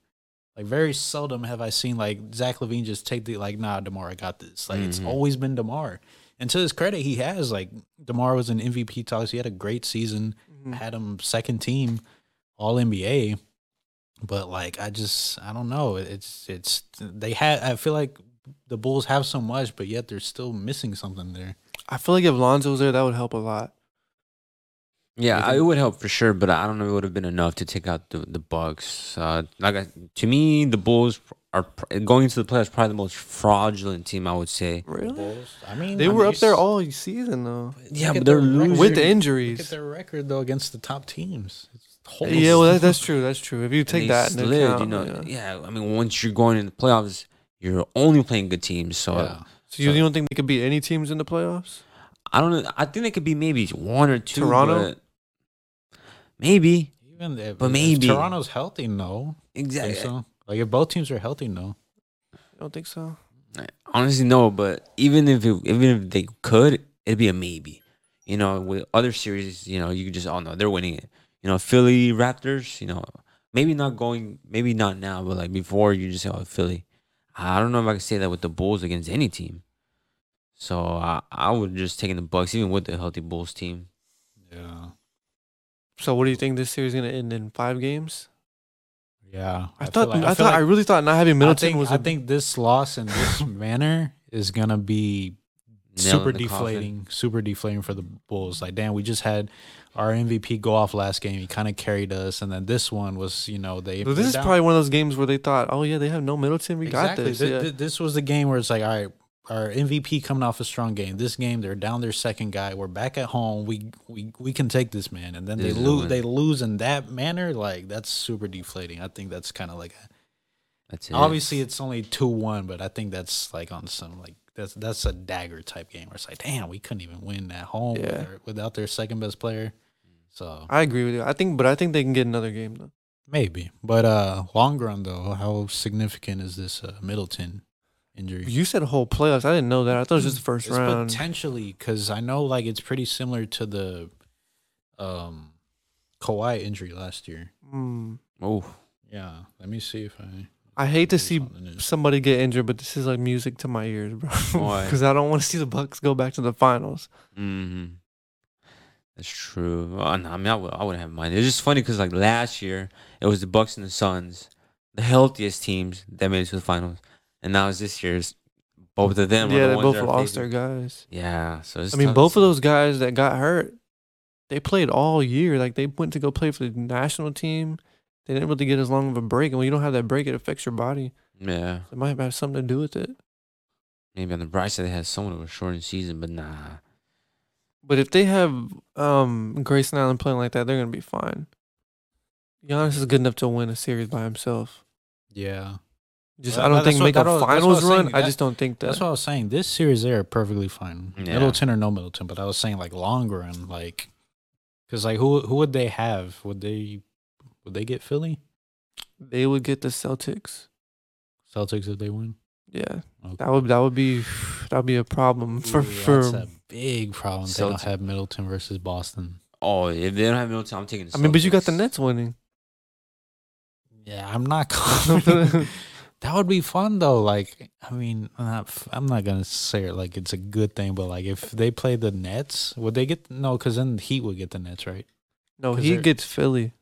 Like very seldom have I seen like Zach Levine just take the like, nah, Demar, I got this. Like it's
Mm-hmm.
Mhm.
always been Demar. And to his credit, he has like Demar was an MVP talks. He had a great season,
Mhm.
had him second team All NBA. But like, I just I don't know. It's it's they had. I feel like the Bulls have so much, but yet they're still missing something there.
I feel like if Lonzo was there, that would help a lot.
Yeah,
Isn't-
it would help for sure, but I don't know if it would have been enough to take out the the Bucks. Uh, like I, to me, the Bulls are pr- going into the playoffs probably the most fraudulent team I would say.
Really?
Bulls. I mean,
They
I
were
mean,
up there all season though,
Yeah,
Look
but
at
they're
their record.
losing.
with the
Look at
injuries.
their record though against the top teams. It's horrible.
Yeah, well, that, that's true. That's true. If you take
they
that, into
slid,
account,
you know.
yeah.
Yeah. I mean, once you're going in the playoffs, you're only playing good teams. So
Yeah.
So you
So-
don't think they could beat any teams in the playoffs?
I don't know. I think it could be maybe one or two.
Toronto?
but maybe
Even if,
But
if
maybe.
Toronto's healthy, no.
exactly.
Think so? Like if both teams are healthy, no.
I don't think so.
Honestly, no. But even if it, even if they could, it'd be a maybe. You know, with other series, you know, you could just oh no, they're winning it. You know, Philly Raptors. You know, maybe not going, maybe not now, but like before, you just say oh Philly. I don't know if I can say that with the Bulls against any team. So I, I would just taking the Bucks, even with the healthy Bulls team.
Yeah.
So what do you think this series is gonna end in five games?
Yeah.
I,
feel
thought
like-
I,
feel
thought
like-
I really thought not having
I
Middleton
think,
was.
I
a-
think this loss in this manner is gonna be
Nail in
super
the coffin.
deflating, super deflating for the Bulls. Like, damn, we just had our MVP go off last game. He kind of carried us, and then this one was, you know, they.
But this
they're
is
down-
probably one of those games where they thought, oh yeah, they have no Middleton, we got this.
Thi-
yeah.
thi- this was the game where it's like, all right, our MVP coming off a strong game. This game, they're down their second guy. We're back at home. We we we can take this man, and then they
This is the
lose.
one.
They lose in that manner. Like that's super deflating. I think that's kind of like
That's it.
obviously it's only two one, but I think that's like on some like that's that's a dagger type game where it's like, damn, we couldn't even win at home with
Yeah.
our- without their second best player. So
I agree with you. I think, but I think they can get another game though.
maybe, but uh, long run though, how significant is this uh, Middleton injury?
You said whole playoffs. I didn't know that. I thought it was just the first
It's
round.
potentially because I know like it's pretty similar to the um Kawhi injury last year.
Mm.
Oh,
Yeah, let me see if I.
I hate to
it's
see
on the news.
somebody get injured, but this is like music to my ears, bro.
Why?
Because I don't want to see the Bucks go back to the finals.
hmm That's true. Well, no, I mean, I would, I wouldn't have mine. It's just funny because like last year, it was the Bucks and the Suns, the healthiest teams that made it to the finals, and now it's this year's. Both of them.
yeah,
are the
they
ones
both
that are
lost their
facing-
guys.
Yeah, so it's
I mean,
tough
both
to
of
see.
those guys that got hurt, they played all year. Like they went to go play for the national team. They didn't really get as long of a break, and when you don't have that break, it affects your body.
Yeah,
It might have something to do with it.
maybe on the bright side they had someone of a shortened season, but nah.
But if they have um, Grayson Allen playing like that, they're gonna be fine. Giannis is good enough to win a series by himself.
Yeah,
Just
Well,
I don't
that's
think
what-
make a
that's what- that's what I
finals
was saying.
run. I
That-
just don't think that.
That's what I was saying. This series they are perfectly fine.
Yeah.
Middleton or no Middleton, but I was saying like long run, like because like who who would they have? Would they would they get Philly
they would get the Celtics.
Celtics if they win?
Yeah,
Okay.
that would that would be that would be a problem for
Ooh,
for.
that's a big problem. if They don't
Celtics.
have Middleton versus Boston.
Oh, if they don't have no time, I'm taking. The
I mean, but you got the
Celtics.
Nets winning.
Yeah, I'm not confident. that would be fun though. Like I mean, I'm not f- I'm not gonna say it like it's a good thing, but like if they play the Nets, would they get no? Because then the Heat would get the Nets, right?
No,
'Cause
he
they're-
gets Philly.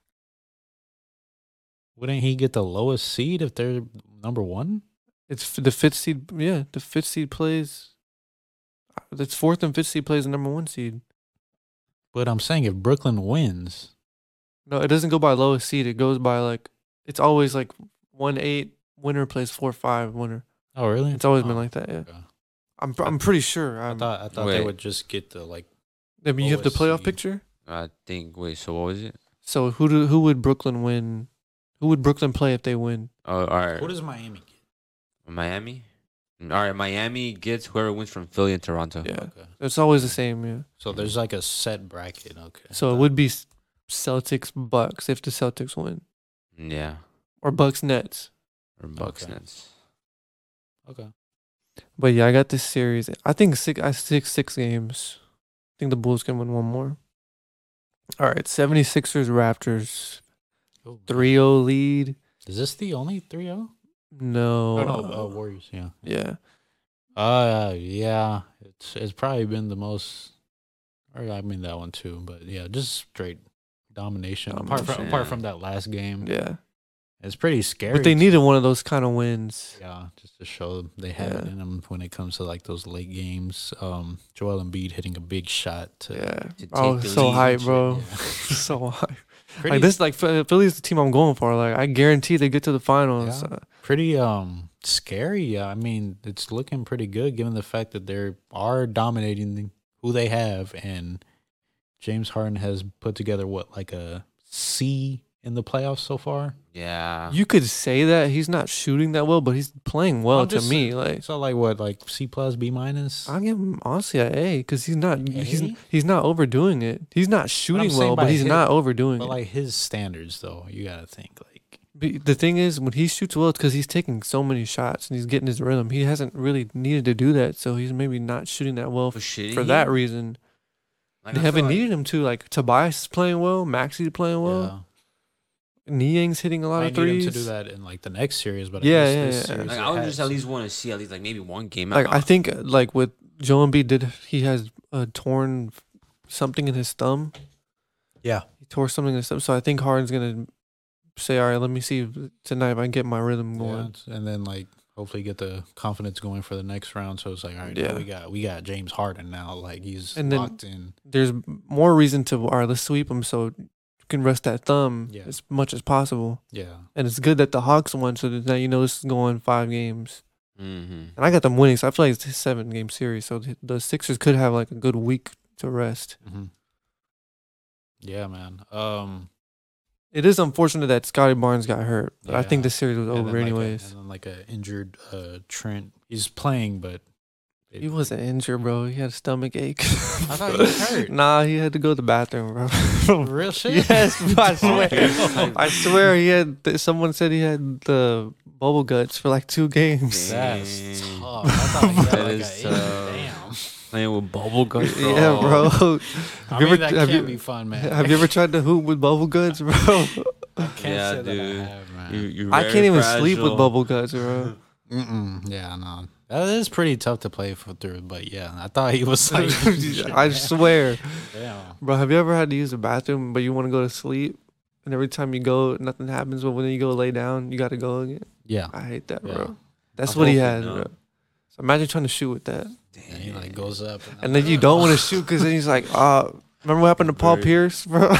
Wouldn't he get the lowest seed if they're number one?
It's f- the fifth seed. uh, Yeah, the fifth seed plays. That's fourth and fifth seed plays the number one seed.
But I'm saying if Brooklyn wins,
No, it doesn't go by lowest seed. It goes by like it's always like one eight winner plays four five winner.
oh really?
It's always
Oh,
been like that. Yeah,
okay.
I'm pr- I'm pretty sure.
I
I'm,
thought I thought they
Wait.
would just get the like
I mean, you have the
lowest
playoff
seed.
picture.
I think. Wait. So what was it?
So who do who would Brooklyn win? Who would Brooklyn play if they win?
Oh, all right.
what does Miami get?
Miami. All right. Miami gets whoever wins from Philly and Toronto.
Yeah,
Okay.
it's always the same. Yeah.
So there's like a set bracket. Okay.
So it would be S- Celtics Bucks if the Celtics win,
Yeah.
or Bucks Nets.
Or Bucks
Okay.
Nets.
Okay.
But yeah, I got this series. I think six. I six six games. I think the Bulls can win one more. All right, 76ers Raptors
Oh,
3-0 lead.
Is this the only 3-0?
No.
Oh, no,
uh,
uh, Warriors. Yeah.
yeah.
Uh yeah, it's it's probably been the most, or I mean that one too, but yeah, just straight domination. Apart from
Domination,
apart
yeah.
from that last game,
Yeah.
it's pretty scary.
But they
to-
needed one of those kind of wins.
yeah, just to show they have it
Yeah.
in them when it comes to like those late games. Um, Joel Embiid hitting a big shot. To,
Yeah.
To
I was
take the
Oh, so
lead and
hype,
shit,
bro.
yeah.
so hype.
pretty,
Like this, like Phil- Philly's the team I'm going for. Like I guarantee they get to the finals.
Yeah.
Uh,
pretty um scary. Yeah, I mean it's looking pretty good given the fact that they are dominating the, who they have, and James Harden has put together what like a C in the playoffs so far.
Yeah.
Uh, You could say that he's not shooting that well, but he's playing well
I'm
to
just-
me. Like
So like what like C plus B minus.
I give him honestly an A because he's not he's
A?
he's not overdoing it. He's not shooting
saying
well,
by
but he's
hit-
not overdoing
But
it.
like his standards though, you gotta think like
Be- the thing is, when he shoots well, it's because he's taking so many shots and he's getting his rhythm. He hasn't really needed to do that, so he's maybe not shooting that well
But shit,
for
he-
that reason.
like,
they
I feel
haven't
like-
needed him to. Like Tobias is playing well, Maxi's playing well, Niang's hitting a
yeah.
lot
I
of
need
threes.
him to do that in like the next series, but
Yeah,
I guess
yeah,
this
yeah.
series
Like,
it
I would
had
just at
to.
least want to see at least like maybe one game.
Like
out.
I think, uh, like with Joel Embiid, did he has a torn f- something in his thumb?
yeah.
He tore something in his thumb, so I think Harden's gonna say, "All right, let me see if tonight if I can get my rhythm
Yeah,
going."
it's- and then like hopefully get the confidence going for the next round. So it's like, all right,
Yeah.
now we got we got James Harden now. Like he's
And then-
locked in.
There's more reason to all right, let's sweep him so you can rest that thumb
Yeah.
as much as possible.
Yeah,
And it's good that the Hawks won, so that now you know this is going five games.
Mm-hmm.
And I got them winning, so I feel like it's a seven game series. So the, the Sixers could have like a good week to rest.
Mm-hmm. yeah, man. Um,
It is unfortunate that Scotty Barnes got hurt, but I think
Yeah.
the series was
and
over
then,
Oh, anyways.
Like a, and then like a injured uh Trent. He's playing, but it-
He wasn't injured, bro. He had a stomach ache.
I thought he was hurt.
nah, he had to go to the bathroom, bro.
Real shit.
yes, bro, I swear.
Okay.
I swear he had. th- Someone said he had the bubble guts for like two games.
That's
Dang.
tough. I thought he had
That
like a
is,
eight.
uh,
damn.
Playing with bubble gum.
Yeah, bro.
I
you
mean,
ever-
that
have you-
can't be fun, man.
Have you ever tried to hoop with bubble guts, bro?
I can't
Yeah,
say
dude.
that I have, man.
You, you're
I
very
can't even sleep with
fragile.
bubble guts, bro.
Mm-mm. Yeah, no, that is pretty tough to play for, through. But yeah, I thought he was like,
I swear,
damn.
bro. Have you ever had to use the bathroom, but you want to go to sleep, and every time you go, nothing happens, but when you go lay down, you got to go again.
Yeah,
I hate that,
Yeah.
bro. That's
I'm
what he
hoping
has,
not.
bro. So imagine trying to shoot with that,
and he like goes up,
and then you don't want to shoot because then he's like, "Ah, remember what happened to Paul
Right.
Pierce, bro?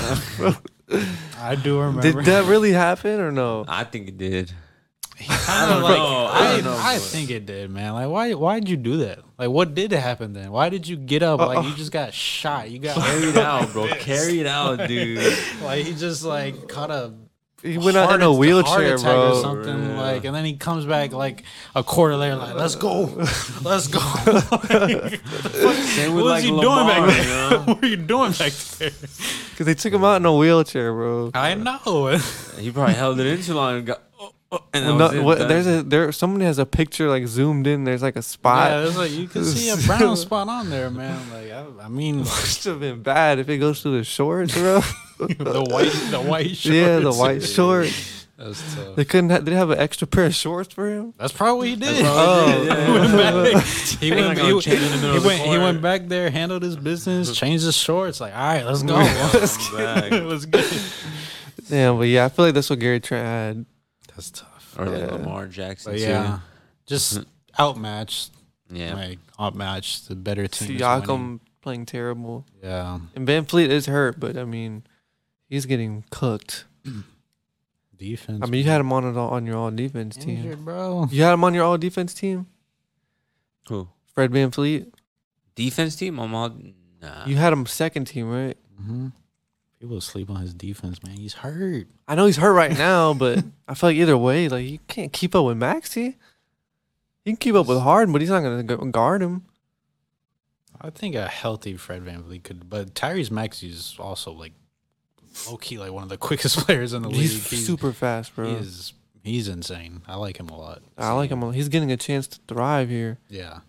I do remember.
Did that really happen or no?"
I think it did.
I
I
don't
don't know. I
I,
don't know,
I
but-
think it did, man. Like, why? Why did you do that? Like, what did happen then? Why did you get up? Like, you just got shot. You got
Carried out, bro. Carried out, dude.
like he just like caught a
He went out in
heart-
a
heart
wheelchair,
attack or
bro.
something
Yeah.
like, and then he comes back like a quarter later, like, let's go, let's go.
Same
What was he doing back there?
you know?
what are you doing back there?
Because they took him out in a wheelchair, bro.
I know.
He probably held it in too long and got. Oh, oh, and that
Well,
was
no,
it,
what,
done.
there's a there. Someone has a picture like zoomed in. There's like a spot.
Yeah, it's like you can see a brown spot on there, man. Like I, I mean,
Must have been bad if it goes through the shorts, bro.
the white, the white shorts.
yeah, the white shorts.
That's tough.
They couldn't. Ha- they have an extra pair of shorts for him.
That's probably what he did.
Oh, yeah,
He went back- he
Ain't
went.
like I'm
He,
changing in the middle
he
of the
went. He
court.
went back there, handled his business, changed his shorts. Like, all right, let's go.
Oh,
let's
Back.
get, let's get.
Damn, but yeah, I feel like that's what Gary Trent had.
That's tough.
Or like
Yeah.
Lamar Jackson.
But
too.
yeah, just outmatched.
Yeah.
Like outmatched the better team. is winning.
Siakam playing terrible.
Yeah.
And Van Fleet is hurt, but I mean, he's getting cooked.
Defense.
I mean, you had him on it all, on your all defense team.
injured, bro.
You had him on your all defense team,
Who?
Fred Van Fleet.
Defense team? I'm all.
Uh.
Nah.
You had him second team, right?
hmm People sleep on his defense, man. He's hurt.
I know he's hurt right now, but I feel like either way, like you can't keep up with Maxi. You can keep up with Harden, but he's not going to guard him.
I think a healthy Fred Van Vliet could, but Tyrese Maxey is also like low key, like one of the quickest players in the league.
He's, super fast, bro.
He is, he's insane. I like him a lot.
I like him. a- He's getting a chance to thrive here.
Yeah.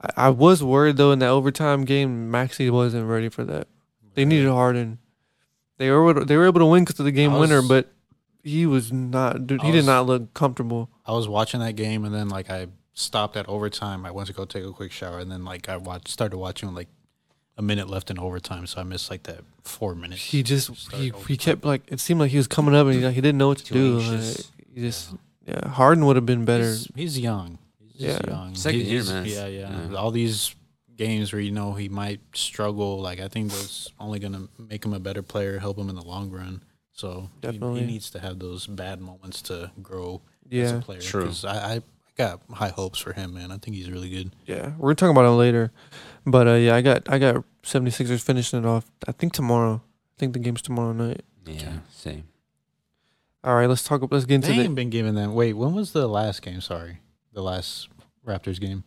I, I was worried though in that overtime game, Maxi wasn't ready for that. They needed Harden. They were they were able to win because of the game
I
winner,
was-
but he was not. Dude,
I
he did
was-
not look comfortable.
I was watching that game and then like I stopped at overtime. I went to go take a quick shower and then like I watched started watching with, like a minute left in overtime, so I missed like that four minutes.
He just
Start
he, he
overtime.
kept like it seemed like he was coming up and he, like, he didn't know what to
Too
do.
anxious.
Like, he just yeah, Harden would have been better.
He's, he's young. He's just
Yeah.
young.
Second
He's-
year,
he's-
man.
Yeah, yeah,
Yeah.
All these games where you know he might struggle, like I think that's only gonna make him a better player, help him in the long run. So he-
Definitely.
he, needs to have those bad moments to grow as a
Yeah,
player.
True.
'Cause I, I got high hopes for him, man. I think he's really good.
yeah. We're talking about him later, but uh, yeah, I got I got 76ers finishing it off. I think tomorrow. I think the game's tomorrow night.
Yeah, same.
All right, let's talk. Let's get into
They
the
ain't been giving them. Wait, when was the last game? Sorry, the last Raptors game.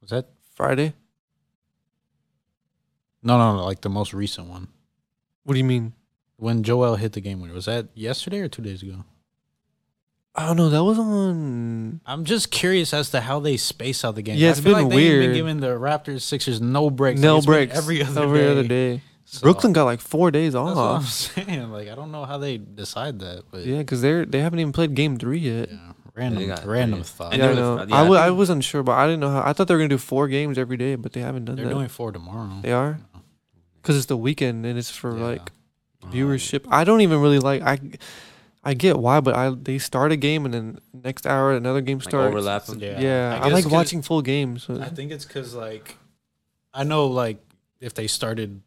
Was that
Friday.
no, no, no? Like the most recent one
What do you mean?
when Joel hit the game winner. Was that yesterday or two days ago?
I don't know. That was on.
I'm just curious as to how they space out the game.
Yeah, it's been
they ain't
weird.
Been giving the Raptors Sixers no breaks.
no
Like, it's been
breaks.
every other
every
day.
other day.
So,
Brooklyn got like four days
That's what I'm
off.
saying. Like I don't know how they decide that, but
Yeah, because they're they haven't even played game three yet.
yeah, random,
got-
random
yeah.
thought.
And
Yeah, I
they're the-
know.
yeah,
I
I
wa- I
think-
was unsure, but I didn't know how. I thought they were gonna do four games every day, but they haven't done
They're
that.
doing four tomorrow.
they are because it's the weekend and it's for
Yeah.
like
Um,
viewership. I don't even really like. I I get why, but I they start a game and then next hour another game
Like
starts.
overlap 'em.
Yeah,
I
I,
guess
like
'cause-
watching full games. so-
I think it's because like I know like if they started.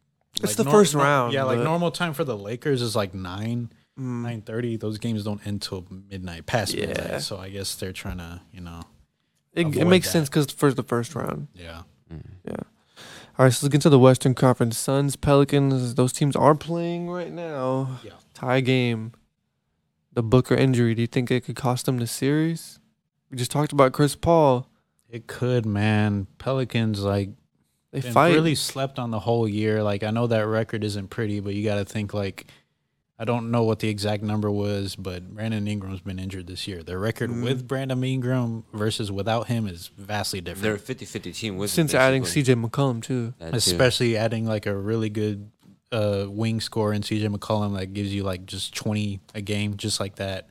It's
like,
the first round,
Yeah, like
but-
normal time for the Lakers is like nine,
Mm.
nine thirty. Those games don't end till midnight, past
Yeah.
midnight. So I guess they're trying to, you know,
It, it
avoid
makes
that.
sense because for the first round.
yeah.
All right, so let's get to the Western Conference. Suns, Pelicans, those teams are playing right now.
Yeah.
Tie game. The Booker injury, do you think it could cost them the series? We just talked about Chris Paul.
It could, man. Pelicans like
They
been
fight.
really slept on the whole year. Like I know that record isn't pretty, but you got to think like I don't know what the exact number was, but Brandon Ingram's been injured this year. Their record
Mm.
with Brandon Ingram versus without him is vastly different.
They're a 50 50 team with
since adding CJ McCollum too.
especially adding like a really good uh, wing score in CJ McCollum that gives you like just 20 a game, just like that.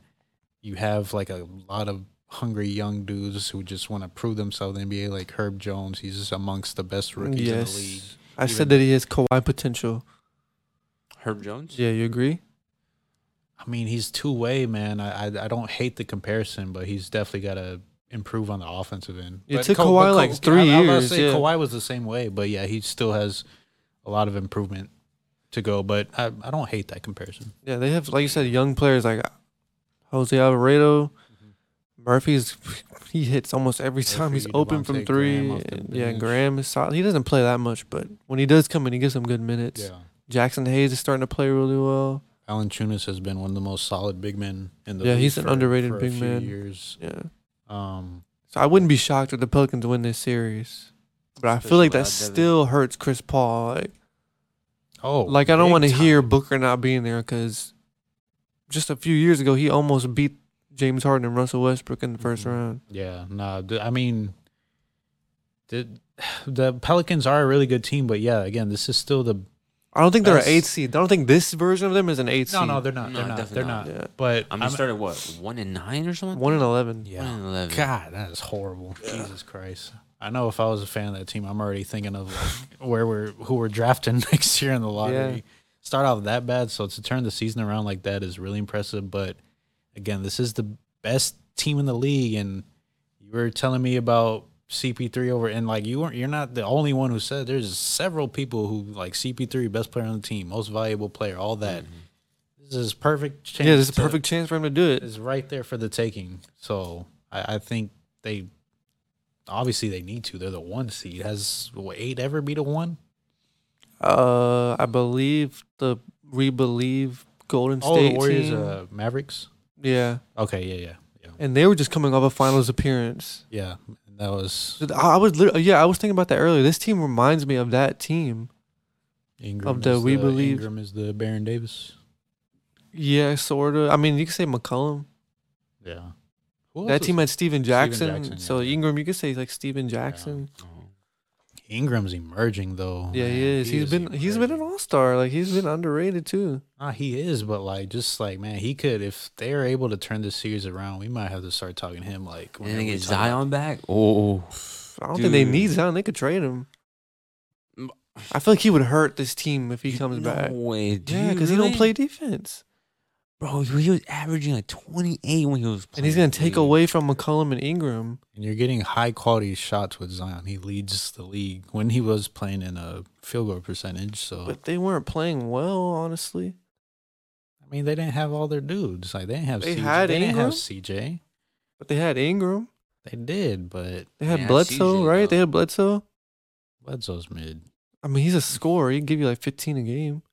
You have like a lot of hungry young dudes who just want to prove themselves in the NBA, like Herb Jones. He's just amongst the best rookies in the league.
Yes. I said
Even-
that he has Kawhi potential.
Herb Jones?
Yeah, you agree?
I mean, he's two way, man. I, I I don't hate the comparison, but he's definitely got to improve on the offensive end.
It
But
took
Ka-
Kawhi
but Ka-
like three
I, I was about to
years,
say
yeah.
Kawhi was the same way, but yeah, he still has a lot of improvement to go. But I, I don't hate that comparison.
Yeah, they have like you said, young players like Jose Alvarado. Murphy's he hits almost every time he's
Mm-hmm. Murphy,
open from
Devontae
three.
Graham off the
and- yeah,
bench.
Graham is solid. He doesn't play that much, but when he does come in, he gets some good minutes. Jackson Hayes is starting to play really well.
Valanciunas has been one of the most solid big men in the
Yeah,
league
he's an
for-
underrated
for a
big
few
man.
Years,
Yeah.
um,
So I wouldn't be shocked if the Pelicans win this series. But I feel
Especially
like that
without Devin.
still hurts Chris Paul. Like,
oh,
like I don't
big
want to
time.
hear Booker not being there because just a few years ago, he almost beat James Harden and Russell Westbrook in the 1st
Mhm.
round.
Yeah, no, th- I mean, the the Pelicans are a really good team, but yeah, again, this is still the
I don't think they're an
That's-
eight seed. I don't think this version of them is an eight
no,
seed.
no, they're not,
No,
they're not,
definitely
they're
not.
not.
yeah.
But
I mean,
I'm-
started what? 1 and 9 or something?
One and eleven.
yeah,
1 and 11.
God, that is horrible. Jesus Christ. I know if I was a fan of that team, I'm already thinking of like where we're who we're drafting next year in the lottery.
Yeah.
Start off that bad, so to turn the season around like that is really impressive. But again, this is the best team in the league, and you were telling me about CP3 over and like you weren't you're not the only one who said it. there's several people who like CP3 best player on the team, most valuable player, all that. This is perfect chance.
Mm-hmm. yeah, this is a
to-
perfect chance for him to do it.
is right there for the taking. So I, I think they obviously they need to. They're the one seed. Has what, eight ever beat a one?
Uh, I believe the we believe Golden
Oh, the
State
Warriors,
team.
uh, Mavericks.
yeah,
Okay, yeah, yeah, yeah,
and they were just coming off a finals appearance.
yeah. That was
I I was lit- yeah, I was thinking about that earlier. This team reminds me of that team.
Ingram.
the
is
We Believe-
Ingram is the Baron Davis.
Yeah, sort of. I mean, you could say McCollum.
Yeah. Who else
That
was-
team had Steven Jackson.
Jackson,
so
yeah.
Ingram, you could say like Steven Jackson.
Oh.
Ingram's emerging though.
Yeah, he
Oh, man.
is.
He
he's been he's been an
emerging.
all star. Like he's been underrated too.
Ah, he is, but like, just like, man, he could. If they're able to turn this series around, we might have to start talking him. Like,
And
whenever
they
we
get
talk about-
Zion back. Oh,
I don't think they
Dude.
need Zion. They could trade him.
M-
I feel like he would hurt this team if he comes
no
back.
Way, dude,
Yeah, because he don't play defense,
Bro, he was averaging like 28 when he was. Playing,
and he's gonna take
dude.
away from McCollum and Ingram.
And you're getting high quality shots with Zion. He leads the league when he was playing in a field goal percentage. So
But they weren't playing well, honestly.
I mean, they didn't have all their dudes. Like they didn't have.
They
CJ.
had
They didn't have
Ingram?
CJ.
But they had Ingram.
They did, but
They had
Yeah,
Bledsoe,
CJ,
right?
though.
They had Bledsoe.
Bledsoe's mid.
I mean, he's a scorer. He can give you like 15 a game.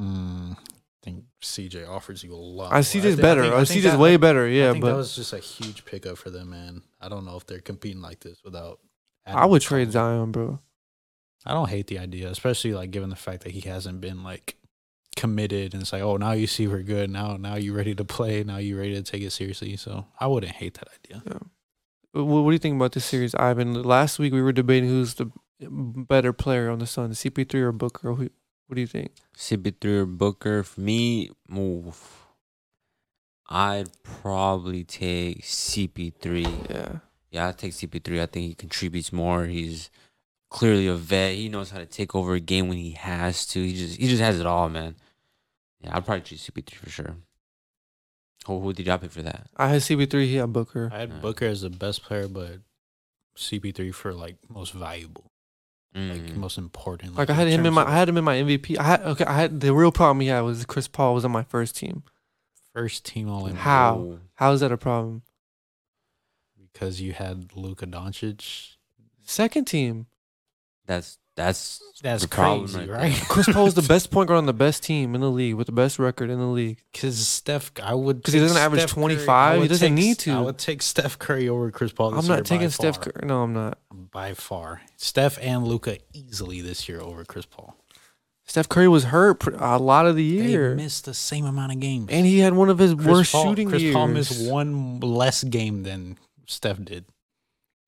Mm, I think CJ offers you a lot.
I
more.
see this
thi-
Uh, better.
Oh, think-
I, see
think
this
that-
way better.
I
Yeah,
think
but
that was just a huge pickup for them, man. I don't know if they're competing like this without.
I would trade
Zion.
Zion, bro.
I don't hate the idea, especially like given the fact that he hasn't been like committed and it's like, oh, now you see we're good. Now, now you ready to play. Now you ready to take it seriously. So I wouldn't hate that idea.
What, what do you think about this series, Ivan? Last week we were debating who's the better player on the Suns, CP3 or Booker. Who, what do you think?
CP3 or Booker. For me, oof, I'd probably take CP3.
Yeah.
Yeah, I'd take CP3. I think he contributes more. He's clearly a vet. He knows how to take over a game when he has to. He just he just has it all, man. Yeah, I'd probably choose CP3 for sure. Who, who did y'all pick for that?
I had CP3, he had Booker.
I had
Mm.
Booker as the best player, but CP3 for like most valuable, like
Mm.
most important.
Mm-hmm. Like I had him in
terms
my
of
I had him in my MVP. I had okay, I had the real problem he had was Chris Paul was on my first team.
first team all in
How?
Oh,
How is that a problem?
because you had Luka Doncic.
Second team.
That's that's
That's
The problem
crazy,
right
right?
Chris Paul was the best point guard on the best team in the league with the best record in the league.
Because Steph, I would
'Cause he
take
doesn't average
Steph Curry-
25.
I
He
would
doesn't
take-
need to.
I would take Steph Curry over Chris Paul. Oh, This
I'm
year
not
by
taking Steph
far.
Curry. No, I'm not.
by far. Steph and Luca easily this year over Chris Paul.
Steph Curry was hurt pr- a lot of the year.
They missed the same amount of games.
and he had one of his worst shooting
Chris
years.
Paul missed one less game than Steph did.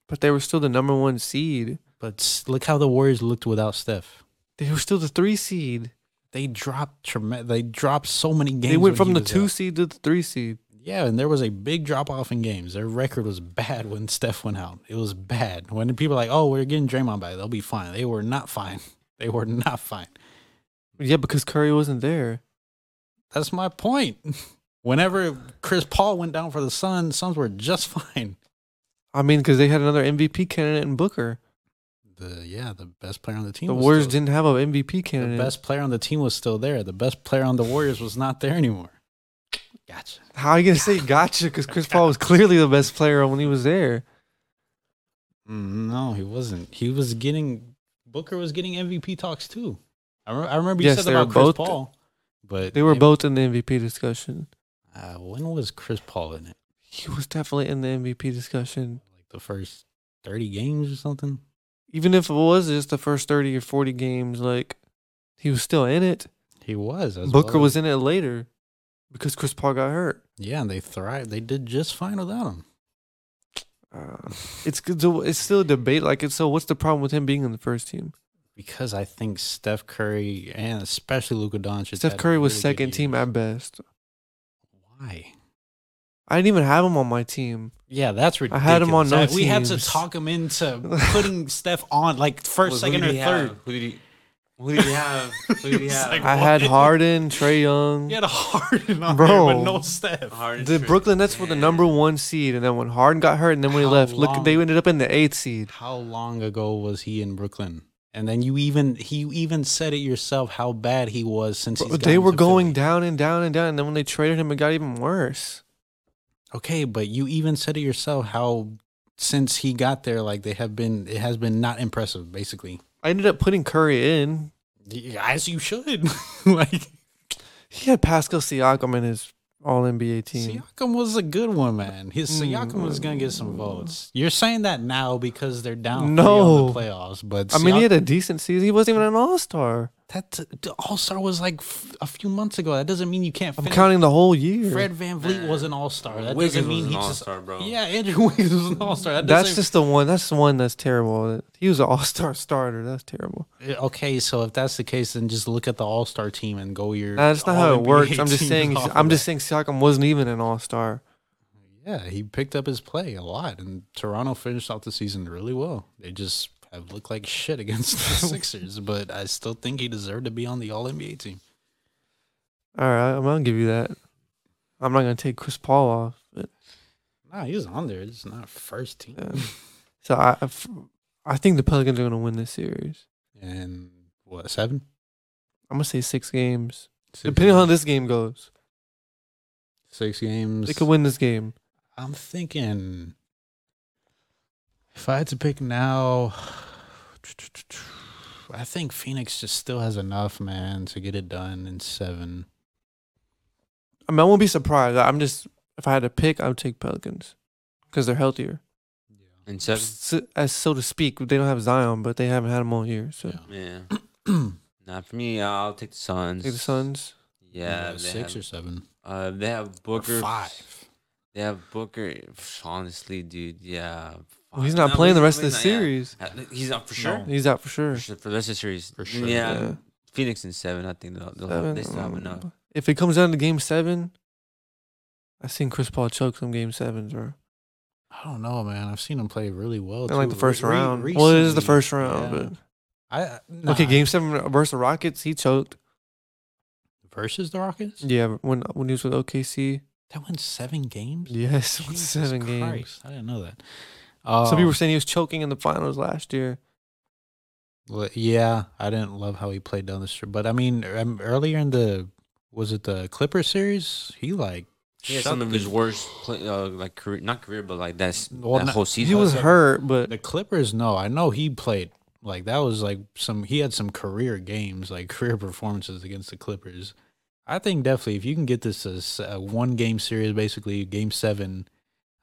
but they were still the number one seed.
But s- look how the Warriors looked without Steph.
They were still the three seed.
They dropped trem- They dropped so many games.
they
when
went from
he
the
was
two
out.
seed to the three seed.
Yeah, and there was a big drop off in games. Their record was bad when Steph went out. It was bad. When people were like, "Oh, we're getting Draymond back. They'll be fine." They were not fine. They were not fine.
Yeah, because Curry wasn't there.
That's my point. Whenever Chris Paul went down for the Suns, Suns were just fine.
I mean, because they had another MVP candidate in Booker.
The yeah, the best player on the team.
The
was
Warriors
still-
didn't have an MVP candidate.
The best player on the team was still there. The best player on the Warriors was not there anymore. Gotcha.
How are you gonna say gotcha? Because Chris Paul was clearly the best player when he was there.
Mm, No, he wasn't. He was getting Booker was getting MVP talks too. I, re- I remember you
Yes,
said
they were
about Chris
both-
Paul, but
They were
it-
both in the MVP discussion.
Uh, when was Chris Paul in it?
He was definitely in the MVP discussion.
Like the first thirty games or something.
Even if it was just the first thirty or forty games, like he was still in it.
He was. as
Booker
well.
was in it later because Chris Paul got hurt.
Yeah, and they thrived. They did just fine without him.
Uh, it's good. So it's still a debate. Like, it's, so what's the problem with him being in the first team?
because I think Steph Curry and especially Luka Doncic.
Steph
had
Curry was
really good
second team
years.
at best.
Why?
I didn't even have him on my team.
Yeah, that's
I
ridiculous.
had him on no
we had to
teams.
talk him into putting Steph on like first,
Who
second, or
did he have?
third.
Who did he? Who did you have? Who did you
It's
have?
like-
I had
What?
Harden, Trey Young.
He had a Harden on
Bro.
there, but no Steph.
Harden,
The
Trey-
Brooklyn Nets were the number one seed, and then when Harden got hurt, and then when he
How
left, look,
long?
they ended up in the eighth seed.
How long ago was he in Brooklyn? And then you even he you even said it yourself how bad he was since
Bro,
he's
they
gotten
were
to
going
Philly.
down and down and down, and then when they traded him, it got even worse.
Okay, but you even said it yourself how since he got there, like they have been, it has been not impressive. Basically,
I ended up putting Curry in.
as you should. like
He had Pascal Siakam in his All NBA team.
Siakam was a good one, man. His
Mm.
Siakam was gonna get some votes. You're saying that now because they're down
No.
three on the playoffs, but
I mean, he
Siak-
had a decent season. He wasn't even an All Star.
that the All Star was like f- a few months ago. That doesn't mean you can't.
I'm
finish.
counting the whole year.
Fred Van Vliet was an All Star. That
Wiggins
doesn't
was
mean
an
he just.
all-star, bro.
Yeah, Andrew Wiggins was an All Star. That
that's
doesn't.
just the one. That's the one that's terrible. He was an All Star starter. That's terrible.
okay, so if that's the case, then just look at the All Star team and go your.
Nah, that's not how it
All-NBA
works. I'm just
teams
saying.
off of
I'm
that.
just saying Siakam wasn't even an All Star.
Yeah, he picked up his play a lot, and Toronto finished off the season really well. They just have looked like shit against the Sixers, but I still think he deserved to be on the All NBA team.
All right, I'm gonna give you that. I'm not gonna take Chris Paul off. But,
Nah, he was on there. It's not first team.
yeah. So I, I f- I think the Pelicans are gonna win this series.
And what seven?
I'm gonna say six games, depending on how this game goes.
six games.
They could win this game.
I'm thinking if I had to pick now, I think Phoenix just still has enough, man, to get it done in seven.
I mean, I won't be surprised. I'm just if I had to pick, I would take Pelicans because they're healthier,
and seven.
S- as so to speak. They don't have Zion, but they haven't had him all year. So
Yeah.
Yeah. Not for me. I'll take the Suns.
take the Suns.
Yeah. they
six
have,
or seven.
uh, they have
Or
Booker.
five.
They have Booker. pff, Honestly, dude. Yeah.
Well, he's
five.
not
No,
playing the rest
he's-
of the
he's not- yeah.
series.
Uh, He's not for sure.
He's out for sure.
For sure. For the rest of the series.
For sure.
Yeah.
Yeah.
Phoenix and seven. I think they'll, they'll
Seven,
have, they still have
um,
enough.
If it comes down to game seven, I seen Chris Paul choke some game sevens, bro.
I don't know, man. I've seen him play really well.
And like
too.
the first
Re- re-
round. Well, it is the
recently.
first round,
Yeah. I I-
but okay,
nah.
game seven versus the Rockets, he choked.
versus the Rockets.
Yeah, when when he was with OKC,
That went seven games.
yes, with
Jesus
seven games.
Christ, I didn't know that. Uh,
Some people were saying he was choking in the finals last year.
Well, Oh, Yeah, I didn't love how he played down the street, but I mean, um, earlier in the was it the Clipper series? He like
He had
shut
some of
the-
his worst, play, uh, like career, not career, but like that's
Well,
that
not-
whole season.
He was hurt, but
The Clippers, no, I know he played like that was like some. He had some career games, like career performances against the Clippers. I think definitely if you can get this as a one game series, basically game seven,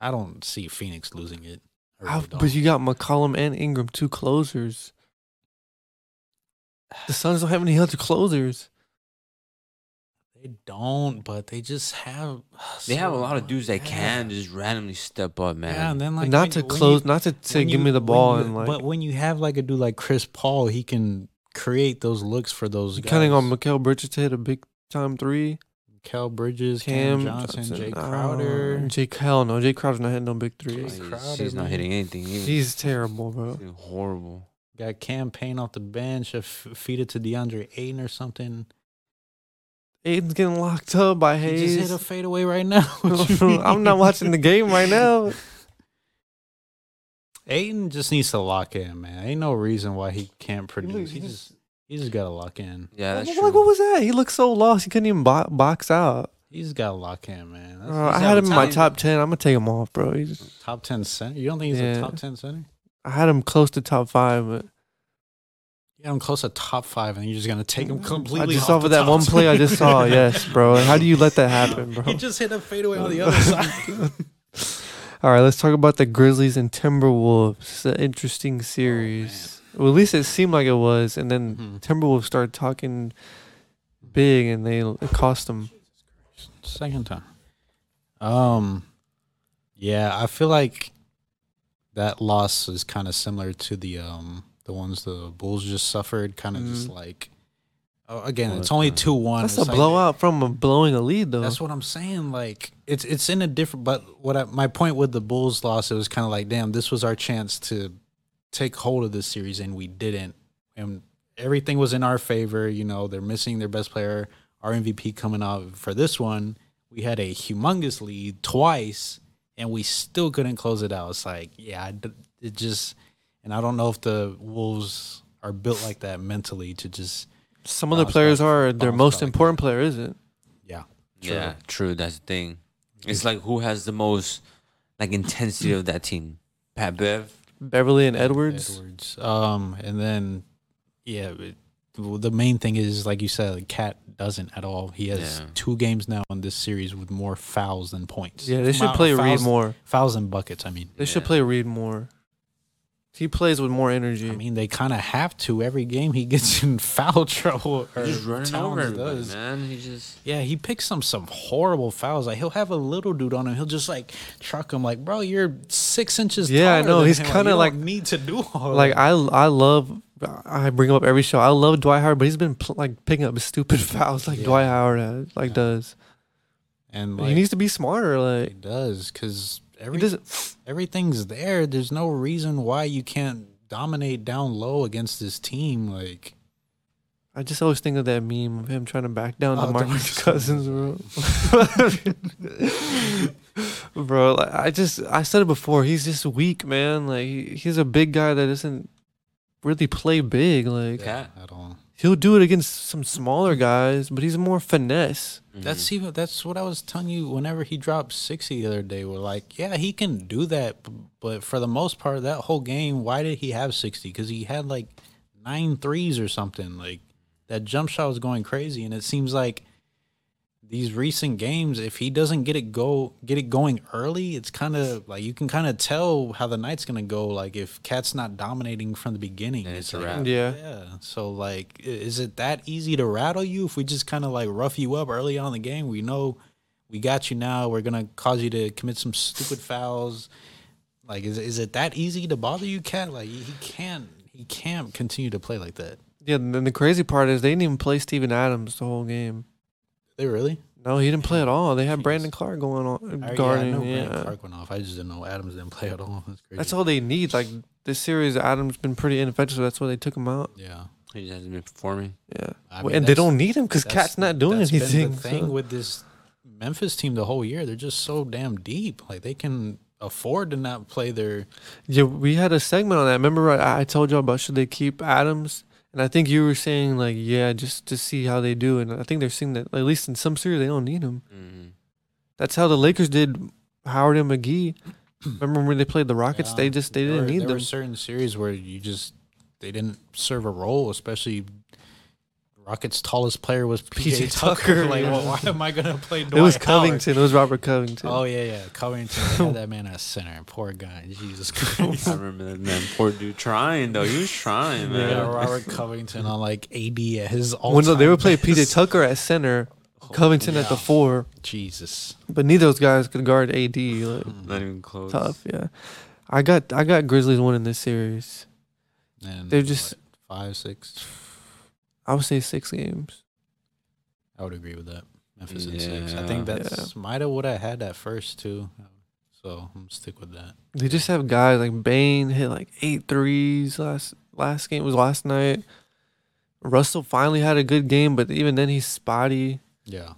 I don't see Phoenix losing it. I really
I-
don't.
but you got McCollum and Ingram, two closers. The Suns don't have any other closers.
they don't, but they just have.
They have a lot of
so-
dudes that can
Yeah.
just randomly step up, man.
Yeah, and then like when
not to
you- when you-
close, not to say,
when
give
you-
me the
when
ball
you-
and like
But when you have like a dude like Chris Paul, he can create those looks for those guys.
counting on Mikael Bridges to hit a big time three.
Cal Bridges, Cam,
Cam Oh,
Johnson, Jay
no.
Crowder.
Jay hell no, Jay Crowder's not hitting no big
Like,
threes.
Jay-
he's-
Crowder,
he's not
man.
hitting anything. He was-
He's terrible,
he's
bro.
been horrible.
Got Cam Payne off the bench. I f- feed it to DeAndre Ayton or something.
Aiden's getting locked up by
He
Hayes.
just hit a fadeaway right now. What you mean?
I'm not watching the game right now.
Ayton just needs to lock in, man. Ain't no reason why he can't produce.
looks-
He
he
just he just gotta lock in.
Yeah, that's
like,
true.
what was that? He looked so lost. He couldn't even bo- box out.
He's gotta lock in, man. That's
Bro, I
he's
had
having
him in my
time.
top ten. I'm gonna take him off, bro. He just,
top ten center. You don't think he's
Yeah.
a top ten center?
I had him close to top five, but
Yeah, I'm close to top five, and you're just gonna take him
I
completely.
just
off
saw for
the
that
top
one play I just saw.
20.
Yes, bro. How do you let that happen, bro?
He just hit a fadeaway on the other side.
All right, let's talk about the Grizzlies and Timberwolves. It's an
Oh,
interesting series. well, at least it seemed like it was, and then
Mhm.
Mm-hmm.
Timberwolves started talking big, and they it cost them.
Second time. Um, yeah, I feel like that loss is kind of similar to the um the ones the Bulls just suffered. Kind of just
Mhm.
like, oh, again,
Well,
it's only
it's
two one.
That's a blowout from a blowing a lead, though.
That's what I'm saying. Like it's it's in a different. But what I, my point with the Bulls loss, it was kind of like, damn, this was our chance to take hold of this series, and we didn't. And everything was in our favor. You know, they're missing their best player, our MVP coming out for this one. We had a humongous lead twice, and we still couldn't close it out. It's like, yeah, I d- it just, and I don't know if the Wolves are built like that mentally to just,
Some of the
Bounce
players
back.
are their
Bounce
most
back.
important player, is it?
yeah,
Yeah, true. That's the thing. It's like who has the most like intensity of that team? Pat Bev.
Beverly and Edwards.
Edwards. Um, and then, yeah, it- well, the main thing is, like you said, Cat doesn't at all. He has
Yeah.
two games now in this series with more fouls than points.
Yeah, they should
Mo-
play Reed
fouls-
more.
Fouls and buckets. I mean,
They should
Yeah.
play Reed more. He plays with more energy.
I mean, they kind of have to. Every game he gets in foul trouble. Or
He's just running
Towns
over everybody,
does.
man. He just
Yeah, he picks some some horrible fouls. Like he'll have a little dude on him. He'll just like truck him. Like, bro, you're six inches.
Yeah, I
taller
know.
than
He's
him.
kinda
you
like-
don't need to do all
like
that."
I, I love. I bring him up every show. I love Dwight Howard, but he's been pl- like picking up stupid fouls like
Yeah.
Dwight Howard uh, like
Yeah.
does.
and like,
he needs to be smarter. Like
he does because
he
every
doesn't.
everything's there. There's no reason why you can't dominate down low against this team. Like,
I just always think of that meme of him trying to back down
Oh,
to
don't
Marcus
just-
Cousins, bro. bro, like, I just I said it before. He's just weak, man. Like he, he's a big guy that doesn't really play big. Like
Cat.
I don't.
he'll do it against some smaller guys, but he's more finesse.
That's
Mm-hmm.
even that's what I was telling you. Whenever he dropped sixty the other day, we're like, yeah, he can do that. b- But for the most part, that whole game, why did he have sixty? Because he had like nine threes or something. Like that jump shot was going crazy, and it seems like these recent games, if he doesn't get it go get it going early, it's kind of like you can kind of tell how the night's gonna go. Like if Cat's not dominating from the beginning,
Then it's a
like,
wrap.
Yeah.
yeah. So like, i- is it that easy to rattle you if we just kind of like rough you up early on in the game? We know we got you now. We're gonna cause you to commit some stupid fouls. Like, is is it that easy to bother you, Cat? Like, he he can't he can't continue to play like that.
Yeah, and then the crazy part is they didn't even play Steven Adams the whole game.
They really
No, he didn't play at all. They had
Jeez.
Brandon Clark going on
I- yeah, I know
guarding. Yeah,
Brandon Clark went off. I just didn't know Adams didn't play at all. That's crazy.
that's all they need. Like this series, Adams been pretty ineffective. So that's why they took him out.
Yeah.
He just hasn't been performing.
Yeah,
I
Well,
mean,
and they
that's-
don't need him because
That's-
Cat's not doing
that's been
anything.
the thing
so-
with this Memphis team the whole year, they're just so damn deep. Like they can afford to not play their.
Yeah, we had a segment on that. Remember, I, I told y'all about should they keep Adams, and I think you were saying like, yeah, just to see how they do. And I think they're seeing that at least in some series they don't need him.
Mm-hmm.
That's how the Lakers did Howard and McGee. Remember when they played the Rockets?
Yeah,
they just they
there
didn't
were-
need
there
them.
were certain series where you just they didn't serve a role, especially. Rocket's tallest player was PJ,
PJ
Tucker.
Tucker,
Like,
yeah.
well, why am I gonna play? Dwight
it was
Howard?
Covington. It was Robert Covington.
Oh yeah, yeah, Covington. They had that man at center. Poor guy. Jesus Christ.
I remember that man, poor dude, trying though. He was trying,
Yeah,
man.
Robert Covington on like AD at his all.
when they were playing PJ Tucker at center, Covington at the
Oh, yeah.
four,
Jesus.
but neither of those guys could guard AD. Like,
Not even close.
tough, yeah. I got I got Grizzlies winning this series.
And
They're just-
what, five, six.
I would say six games.
I would agree with that. Memphis in six. I
Yeah.
think that's might have what I had at first too. So I'm gonna stick with that.
They just have guys like Bain hit like eight threes last last game was last night. Russell finally had a good game, but even then he's spotty,
Yeah,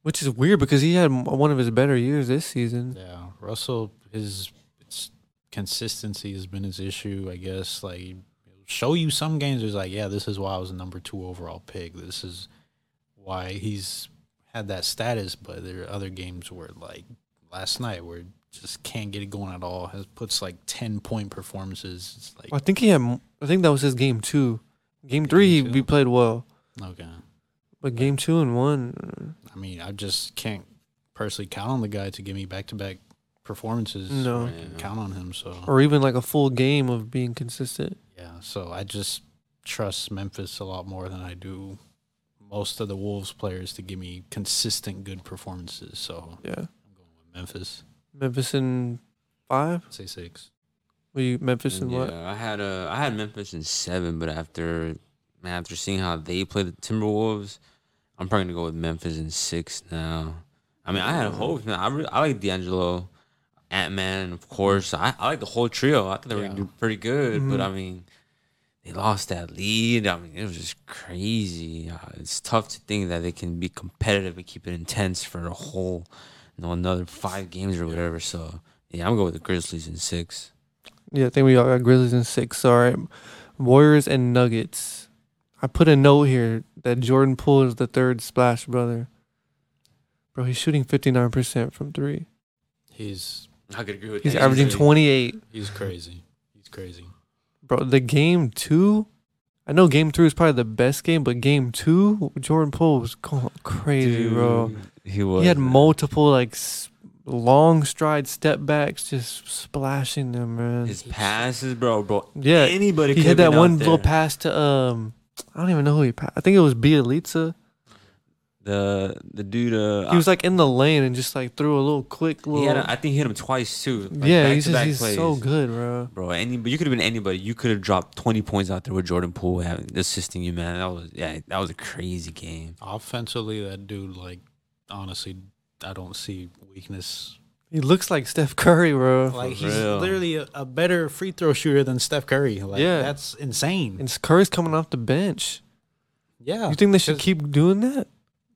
which is weird because he had m- one of his better years this season.
yeah. Russell, his it's, consistency has been his issue, I guess. Like he'll show you some games. He's like, yeah, this is why I was the number two overall pick. This is why he's had that status. But there are other games where, like last night, where just can't get it going at all. Has puts like ten point performances. It's like
I think he had. m- I think that was his game two. Game three,
Game
he we
two.
played well,
okay.
but game two and one,
I mean, I just can't personally count on the guy to give me back to back performances.
No.
I can count on him.
uh,
So
or even like a full game of being consistent.
yeah, so I just trust Memphis a lot more than I do most of the Wolves players to give me consistent good performances. So
Yeah,
I'm going with Memphis.
Memphis in five.
I'd say six.
We Memphis in
yeah,
what?
I had uh, I had Memphis in seven, but after man, after seeing how they played the Timberwolves, I'm probably gonna go with Memphis in six now. I mean, I had hopes, man. I really, I like D'Angelo, Ant Man, of course. I, I like the whole trio. I thought they were
Yeah.
gonna do pretty good, but
Mhm.
I mean, they lost that lead. I mean, it was just crazy. Uh, it's tough to think that they can be competitive and keep it intense for a whole, you know, another five games or whatever. So yeah, I'm gonna go with the Grizzlies in six.
Yeah, I think we all got Grizzlies in six. All right, Warriors and Nuggets. I put a note here that Jordan Poole is the third splash brother. Bro, he's shooting 59% from three.
He's
I could agree with
He's
Yeah,
averaging
he's-
28.
he's crazy. He's crazy.
Bro, the game two, I know game three is probably the best game, but game two, Jordan Poole was going crazy, bro.
He was.
He had
man.
multiple like s- long stride step backs, just splashing them, man.
His passes, bro, bro.
yeah,
Anybody
he
could
had
have
that
been out
one little
there.
pass to um, I don't even know who he passed. I think it was Bielitsa.
The the dude. Uh,
Ah.
He was like in the lane and just like threw a little quick
he
little.
had. A, I think he hit him twice too. Like,
yeah, he's just
back-to-back
he's so
plays.
good, bro.
Bro, any but you could have been anybody. You could have dropped twenty points out there with Jordan Poole having, assisting you, man. That was yeah, that was a crazy game.
Offensively, that dude, like, honestly, I don't see weakness.
He looks like Steph Curry, bro.
Like, he's
real.
literally a, a better free throw shooter than Steph Curry. Like,
Yeah.
that's insane.
And Curry's coming off the bench.
yeah.
You think they should
Just-
keep doing that,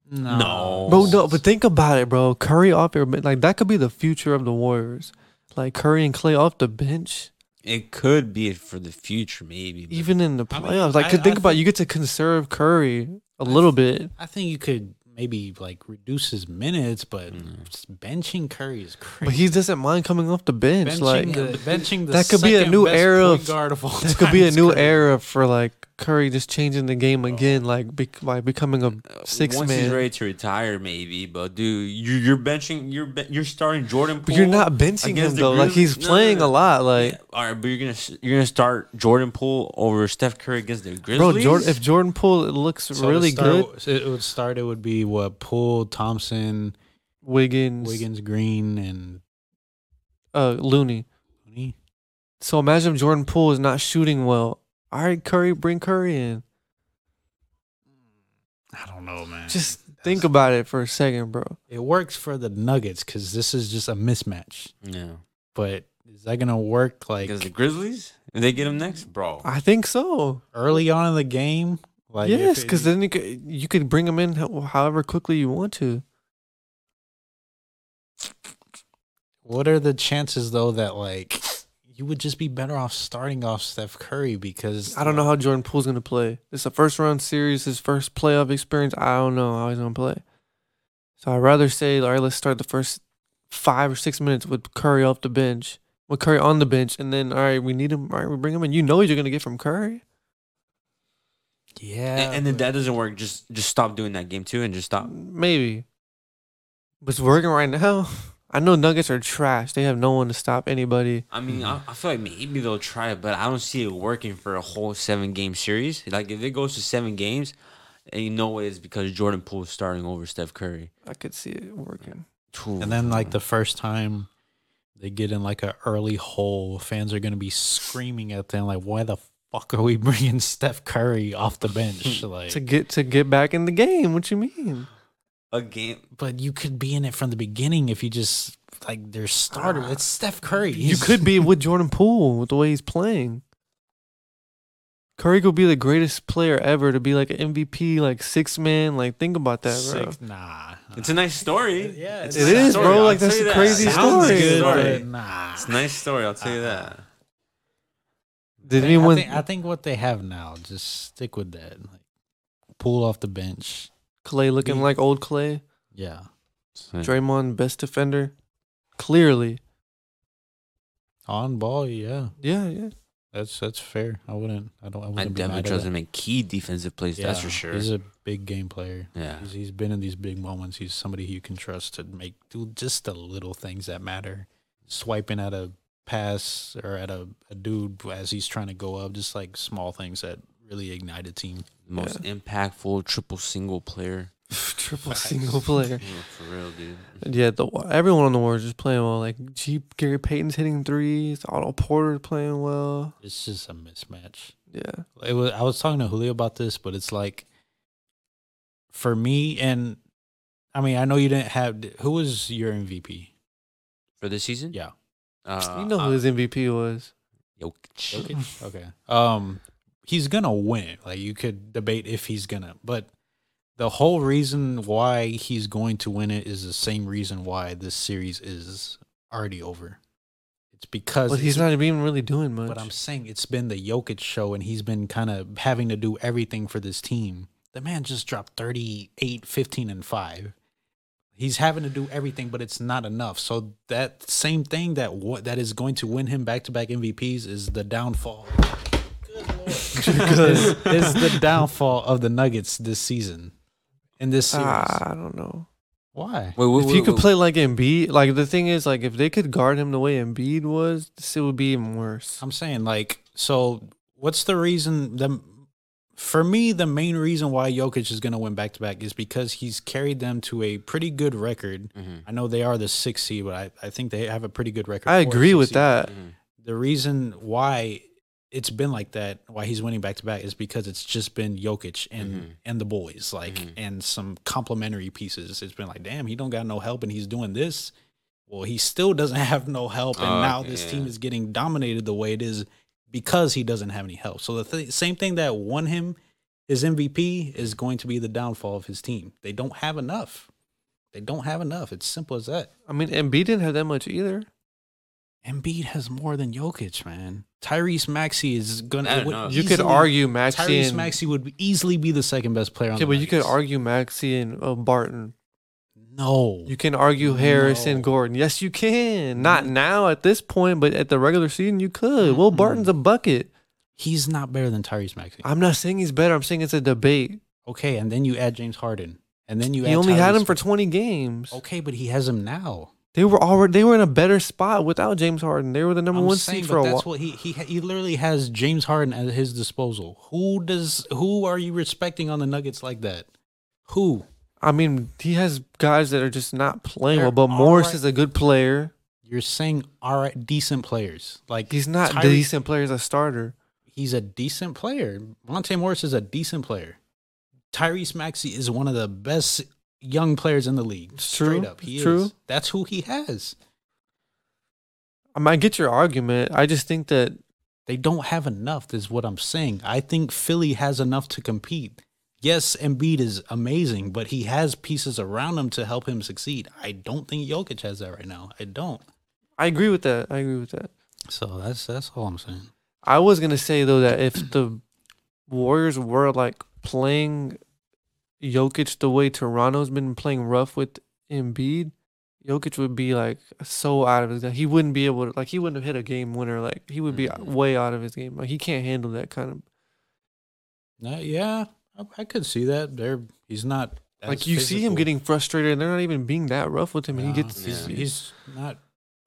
No.
No.
bro? No, but think about it, bro. Curry off your bench, like that could be the future of the Warriors. Like Curry and Clay off the bench.
It could be for the future, maybe. but-
even in the
I mean,
playoffs. like,
I-
'cause
I
think about it,
think-
you get to conserve Curry a little bit.
I think you could maybe, like, reduce his minutes, but just benching Curry is
Mm.
crazy.
But he doesn't mind coming off the bench.
benching,
like
the, benching the
that could be a
second
new
best
era
point
of-
guard of all
this could be a
time is
new
Curry.
era for like Curry just changing the game again, like be, by becoming a
Oh. Uh,
six
Once he's
man.
ready to retire, maybe. But dude, you, you're benching. You're ben- you're starting Jordan.
But you're
Poole
not benching
against
him
the
though. Like
Grizzlies?
he's
No, no,
playing
no.
a lot. Like
Yeah, all right, but you're gonna s- you're gonna start Jordan Poole over Steph Curry against the Grizzlies.
bro, Jordan, if Jordan Poole looks
So to
really
start,
good,
so It would start. It would be what Poole, Thompson,
Wiggins,
Wiggins, Green, and
uh, Looney.
Looney.
So imagine if Jordan Poole is not shooting well. All right, Curry, bring Curry in.
I don't know, man.
Just
That's-
think about it for a second, bro.
it works for the Nuggets because this is just a mismatch.
yeah,
But is that gonna work like
against the Grizzlies, if they get him next, bro.
I think so.
early on in the game? Like if
yes,
it-
because then you could you could bring them in ho- however quickly you want to.
what are the chances though that like you would just be better off starting off Steph Curry because
I don't know how Jordan Poole's gonna play. It's a first round series, his first playoff experience. I don't know how he's gonna play. So I'd rather say, all right, let's start the first five or six minutes with Curry off the bench, with Curry on the bench, and then all right, we need him. All right, we bring him in. You know what you're gonna get from Curry.
Yeah,
and, and if
but-
that doesn't work, just just stop doing that game too, and just stop.
Maybe, but it's working right now. I know Nuggets are trash. They have no one to stop anybody.
I mean, I, I feel like maybe they'll try it, but I don't see it working for a whole seven game series. Like if it goes to seven games, and you know it's because Jordan Poole is starting over Steph Curry.
I could see it working.
And then like the first time they get in like a early hole, fans are gonna be screaming at them like, "Why the fuck are we bringing Steph Curry off the bench?" like,
To get to get back in the game. What you mean?
a game,
but you could be in it from the beginning if you just like their starter. It's Steph Curry.
You could be with Jordan Poole with the way he's playing. Curry could be the greatest player ever to be like an MVP, like six man. Like think about that, bro.
Six- nah.
it's a nice story.
Yeah,
it's
it
a nice
is,
story,
bro,
I'll
like, that's
tell you
a
that.
crazy
It's a
story.
Sounds
nice
good,
story.
but nah.
It's a nice story. I'll tell you that.
Did
I think-
anyone?
I think, I think what they have now, just stick with that. Like, pull off the bench.
Clay looking
Be-
like old Clay.
Yeah.
Draymond best defender, clearly.
On ball, yeah.
Yeah, yeah.
That's that's fair. I wouldn't. I don't. I
I
wouldn't. be
definitely
mad at
trust
that.
him in key defensive plays. That's
Yeah,
for sure.
He's a big game player.
yeah.
He's, he's been in these big moments. He's somebody who you can trust to make do just the little things that matter. Swiping at a pass or at a, a dude as he's trying to go up, just like small things that really ignite a team.
The most impactful triple single player.
Triple single player.
Yeah, for real, dude.
Yeah, the everyone on the Warriors is playing well. Like Jeep, Gary Payton's hitting threes. Otto Porter playing well.
It's just a mismatch.
Yeah,
it was I was talking to Julio about this, but it's like for me and I mean I know you didn't have who was your MVP?
For this season?
Yeah.
Uh,
you know who his MVP was.
Jokic.
Jokic? okay. Um he's gonna win it. Like you could debate if he's gonna, but the whole reason why he's going to win it is the same reason why this series is already over. It's because
But he's
he-
not even really doing much.
But I'm saying it's been the Jokic show, and he's been kind of having to do everything for this team. The man just dropped 38, 15, and 5. He's having to do everything, but it's not enough. So that same thing that what that is going to win him back to back MVPs is the downfall. Good is, is the downfall of the Nuggets this season in this series.
Ah, I don't know.
Why?
Wait, wait,
if you
wait,
could
wait.
play like Embiid, like the thing is, like if they could guard him the way Embiid was, this it would be even worse.
I'm saying like so what's the reason the for me the main reason why Jokic is going to win back to back is because he's carried them to a pretty good record.
Mhm,
I know they are the 6 seed, but I, I think they have a pretty good record.
I
for a
agree
sixth
with
seed.
that.
mhm.
The reason why it's been like that, why he's winning back to back is because it's just been Jokic and
Mhm.
and the boys like
Mhm.
and some complimentary pieces. It's been like, "Damn, he don't got no help and he's doing this." Well, he still doesn't have no help, and
Oh,
now
okay,
this
yeah.
team is getting dominated the way it is because he doesn't have any help. So the th- same thing that won him his MVP is going to be the downfall of his team. They don't have enough. They don't have enough. It's simple as that.
I mean, Embiid didn't have that much either.
Embiid has more than Jokic, man. Tyrese Maxey is gonna.
I don't
would
know.
You could
easily-
argue Maxi
Tyrese
and
Maxey would easily be the second best player on
okay,
the
but you could
Nuggets.
argue Maxi and uh, Barton.
No.
You can argue Harris
No.
and Gordon. Yes, you can. Not now at this point, but at the regular season, you could. Will
Mm-mm.
Barton's a bucket.
He's not better than Tyrese Maxey.
I'm not saying he's better. I'm saying it's a debate.
Okay, and then you add James Harden, and then you
he
add
only had
Tyrese
him for
Maxey.
20 games.
Okay, but he has him now.
They were already they were in a better spot without James Harden. They were the number
I'm
one
saying,
seed
but
for a
that's
while.
what he he ha- he literally has James Harden at his disposal. Who does who are you respecting on the Nuggets like that? Who?
I mean, he has guys that are just not playing well.
They're
But Morris
alright.
is a good player.
You're saying are decent players. Like
He's not
Tyrese-
a decent player as a starter.
He's a decent player. Monte Morris is a decent player. Tyrese Maxey is one of the best young players in the league.
It's
Straight
true.
up,
It's
he is.
true.
That's who he has.
I mean, I get your argument. I just think that
They don't have enough, is what I'm saying. I think Philly has enough to compete. Yes, Embiid is amazing, but he has pieces around him to help him succeed. I don't think Jokic has that right now. I don't.
I agree with that. I agree with that.
So that's that's all I'm saying.
I was gonna say though that if the Warriors were like playing Jokic the way Toronto's been playing rough with Embiid, Jokic would be like so out of his game. He wouldn't be able to like he wouldn't have hit a game winner. Like he would be
Mhm.
way out of his game. Like he can't handle that kind of
Uh, yeah, I, I could see that. There, he's not as
like you see him
physical.
getting frustrated and they're not even being that rough with him and he
Yeah,
gets
he's,
Yeah.
he's not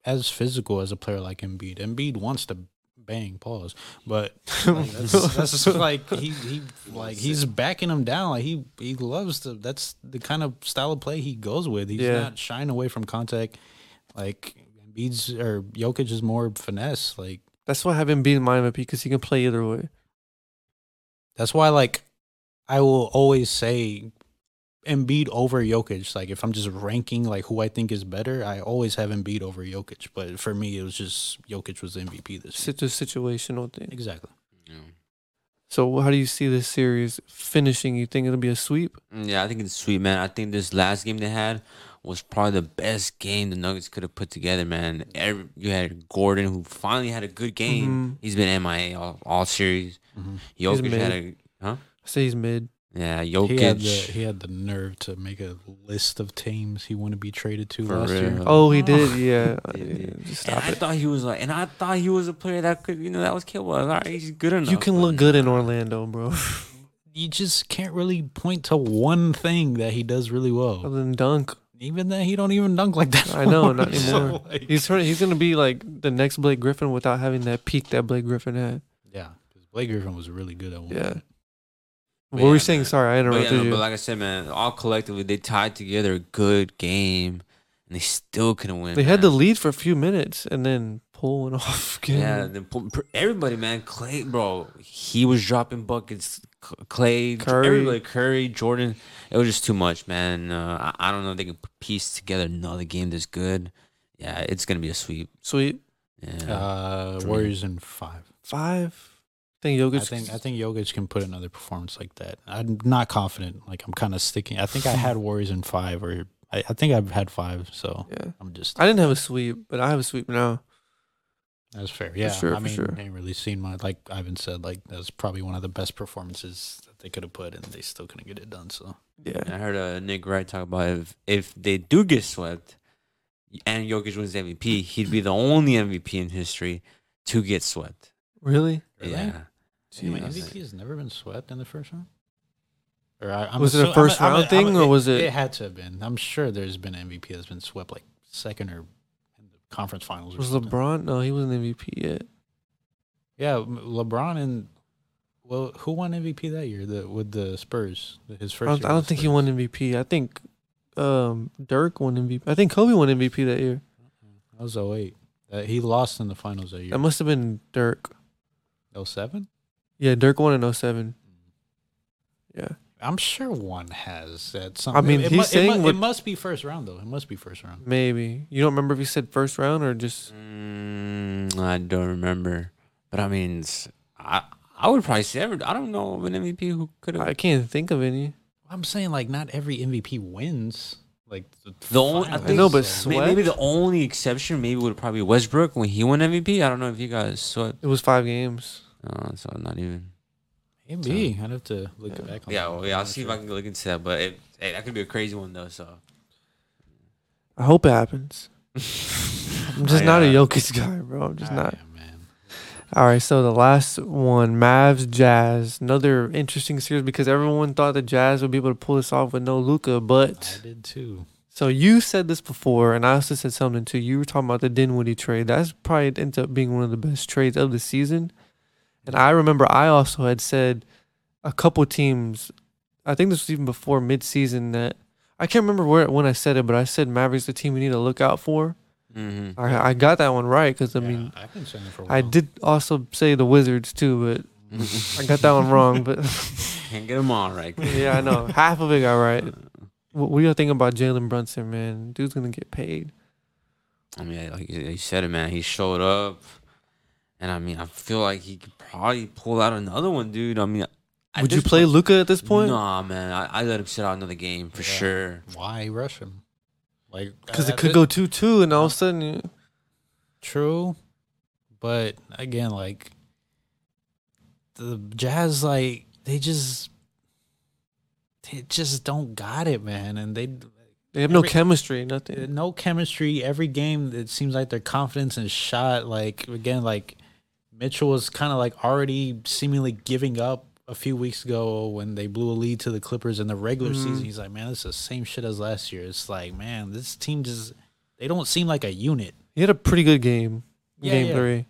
as physical as a player like Embiid. Embiid wants to bang pause, but like, that's, that's just like he he like he's backing him down. Like he he loves to. That's the kind of style of play he goes with. He's
Yeah.
not shying away from contact. Like Embiid's or Jokic is more finesse. Like
that's why I have Embiid in my MVP because he can play either way.
that's why like I will always say. Embiid over Jokic. Like if I'm just ranking like who I think is better, I always have Embiid over Jokic. But for me, it was just Jokic was the MVP this
It's
year.
just a situational thing.
Exactly.
Yeah.
So how do you see this series finishing? You think it'll be a sweep?
Mm-hmm. Yeah, I think it's sweet, man. I think this last game they had was probably the best game the Nuggets could have put together, man. Every, you had Gordon, who finally had a good game.
Mm-hmm.
Mhm.
He's been MIA all, all series.
Mm-hmm.
Jokic had a huh?
I say he's mid.
Yeah,
He had, the,
Jokic.
he had the nerve to make a list of teams he wanted to be traded to
For
last
real.
year.
Oh, he did. Yeah.
Yeah,
Yeah,
yeah.
Just
And
stop
I
it.
thought he was like, and I thought he was a player that could, you know, that was capable. All right, he's good enough.
You can
but-
look good in Orlando, bro.
You just can't really point to one thing that he does really well.
Other than dunk,
Even that he don't even dunk like that.
I know not
So,
anymore.
like-
He's turn- he's gonna be like the next Blake Griffin without having that peak that Blake Griffin had.
yeah, 'cause Blake Griffin was really good at one.
Yeah.
point.
What
But
were you
yeah,
saying?
man.
Sorry, I
But, yeah,
interrupted
no,
you.
but like I said, man, all collectively they tied together a good game, and they still couldn't win.
they had the
man.
lead for a few minutes and then pull went off again.
Yeah, then pu- pr- everybody, man. Clay, bro, he was dropping buckets. C- Clay, J-
Curry.
everybody, Curry, Jordan. It was just too much, man. Uh, I, I don't know if they can p- piece together another game that's good. Yeah, it's gonna be a sweep.
Sweet
Yeah,
Uh,
For me.
Warriors in five.
five. think Jokic.
I think I think Jokic can put another performance like that. I'm not confident. Like I'm kind of sticking. I think I had Warriors in five, or I, I think I've had five. So
yeah.
I'm just
I didn't have a sweep, but I have a sweep now.
that's fair. Yeah,
sure,
I
for
mean,
sure.
I ain't really seen my like Ivan said. Like that's probably one of the best performances that they could have put, and they still couldn't get it done. So
And
Yeah.
I heard uh, Nick Wright talk about if, if they do get swept and Jokic wins the MVP, he'd be the only MVP in history to get swept.
Really?
Really?
Yeah.
Hey, my
Jeez.
MVP has never been swept in the first round. Or I, I'm
Was it a
assu- I'm
first
I'm
round thing, or was it-
It had to have been. I'm sure there's been MVP that's been swept like second or in the conference finals. Or
Was
something.
LeBron? No, he wasn't MVP yet.
Yeah, M- LeBron and well, who won MVP that year? The with the Spurs, The- his
I
first.
don't,
year
I
with
don't think
Spurs.
he won MVP. I think um, Dirk won MVP. I think Kobe won MVP that year.
That was 08. Uh, he lost in the finals that
That
year.
must have been Dirk.
07?
Yeah, Dirk won in 07. Yeah.
I'm sure one has at some.
mean,
it,
he's
mu-
saying
it, mu-
what-
it must be first round though. It must be first round.
Maybe. You don't remember if he said first round or just
Mm, I don't remember. But I mean, s- I, I would probably say, every- I don't know of an MVP who could
I
have.
can't think of any.
I'm saying like not every MVP wins. Like the,
The only- I
finals,
think-
I know, but
so-
Swept?
Maybe the only exception maybe would probably be Westbrook when he won MVP. I don't know if he got swept.
It was five games.
Uh, so not even.
maybe I'd have to look back. on
Yeah,
that.
well, yeah. I'll
I'm not
see if
sure.
I can look into that. But it, hey, that could be a crazy one though. So
I hope it happens. I'm just
I,
not a
uh,
Jokic guy, bro. I'm just
Ah,
not.
yeah, man.
All right, so the last one, Mavs Jazz, another interesting series because everyone thought the Jazz would be able to pull this off with no Luca,
I
but
did too.
so you said this before, and I also said something too. You were talking about the Dinwiddie trade. That's probably ends up being one of the best trades of the season, and I remember I also had said a couple teams. I think this was even before midseason that I can't remember where when I said it, but I said Mavericks the team we need to look out for.
mm-hmm.
I I got that one right because I
Yeah, Oh,
mean
I've been saying it for a while.
I did also say the Wizards too, but. I got that one wrong, but
Can't get them all right.
yeah, I know half of it got right. What, what do y'all think about Jalen Brunson, man? Dude's gonna get paid.
I mean, like you you said it, man. He showed up, and I mean, I feel like he could probably pull out another one, dude. I mean, at
Would you
this
play
point-
Luca at this point?
Nah, man. I, I let him sit out another game for
Yeah.
sure.
Why rush him? Like uh,
Because
I-
it could
I-
go two two, and all of a sudden, you-
True, but again, like the Jazz, like they just they just don't got it, man, and they
they have no
Every-
chemistry, nothing.
no chemistry. Every game, it seems like their confidence is shot. Like again, like Mitchell was kind of like already seemingly giving up a few weeks ago when they blew a lead to the Clippers in the regular
Mhm.
season. He's like, man, it's the same shit as last year. It's like, man, this team just they don't seem like a unit.
He had a pretty good game,
Yeah,
game
yeah.
three.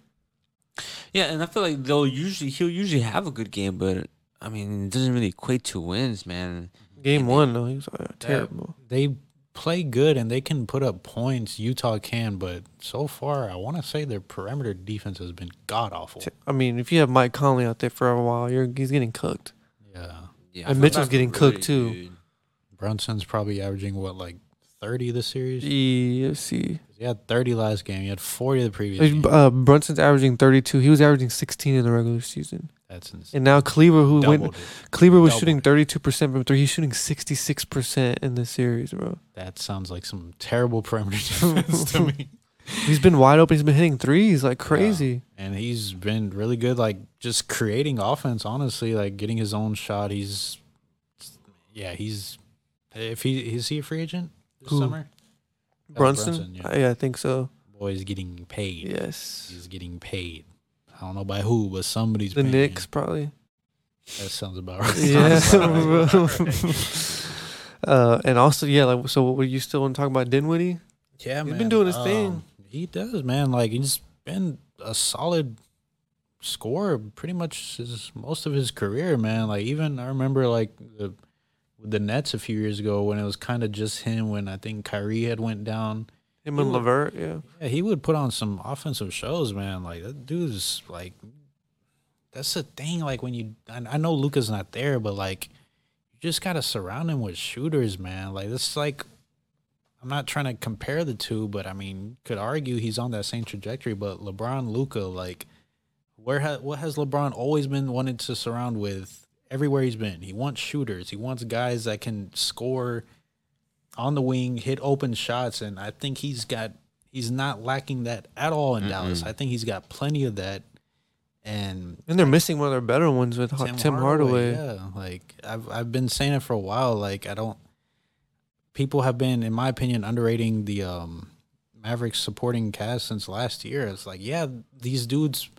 Yeah, and I feel like they'll usually he'll usually have a good game, but I mean, it doesn't really equate to wins, man.
Game one, though, he was uh, terrible.
They play good and they can put up points. Utah can, but so far, I want to say their perimeter defense has been god awful.
Te- I mean, if you have Mike Conley out there for a while, you're he's getting cooked.
Yeah,
Yeah, I
And
feel
Mitchell's
bad for
getting
Rudy,
cooked, too.
dude.
Brunson's probably averaging what like. 30 this series.
Yeah, see,
He had 30 last game. He had 40 the previous game.
uh, Brunson's averaging 32. He was averaging 16 in the regular season,
That's insane.
and now Cleaver, who went
Doubled it.
Kleber was
Doubled
shooting
it.
32% from three. He's shooting 66% in this series, bro.
That sounds like some terrible perimeter defense to me.
He's been wide open. He's been hitting threes like crazy.
And he's been really good, like just creating offense. Honestly, like getting his own shot. He's, yeah, he's. If he is he a free agent this
Who?
summer? That's
Brunson?
yeah.
Uh, yeah, I think so.
boy is getting paid.
Yes.
He's getting paid. I don't know by who, but somebody's
The
paying
Knicks, probably.
him. That sounds about right.
Yeah.
Sounds about right.
uh, and also, yeah, like, so what were you still want to talk about Dinwiddie?
Yeah,
He's
man. Um,
been doing his thing.
He does, man. Like he's been a solid scorer pretty much his, most of his career, man. Like even I remember like the with the Nets a few years ago when it was kind of just him. When I think Kyrie had went down,
Him and
Ooh.
Levert, yeah.
yeah, he would put on some offensive shows, man. Like that dude's like that's the thing. Like when you, I, I know Luca's not there, but like you just gotta surround him with shooters, man. Like this, is like I'm not trying to compare the two, but I mean, could argue he's on that same trajectory. But LeBron, Luca, like Where ha- what has LeBron always been wanted to surround with? Everywhere he's been, he wants shooters. He wants guys that can score on the wing, hit open shots, and I think he's got. He's not lacking that at all in Dallas. I think he's got plenty of that, and
And they're missing one of their better ones with Ho- Tim, Hardaway.
yeah, like I've I've been saying it for a while. Like I don't. People have been, in my opinion, underrating the um, Mavericks supporting cast since last year. It's like, yeah, these dudes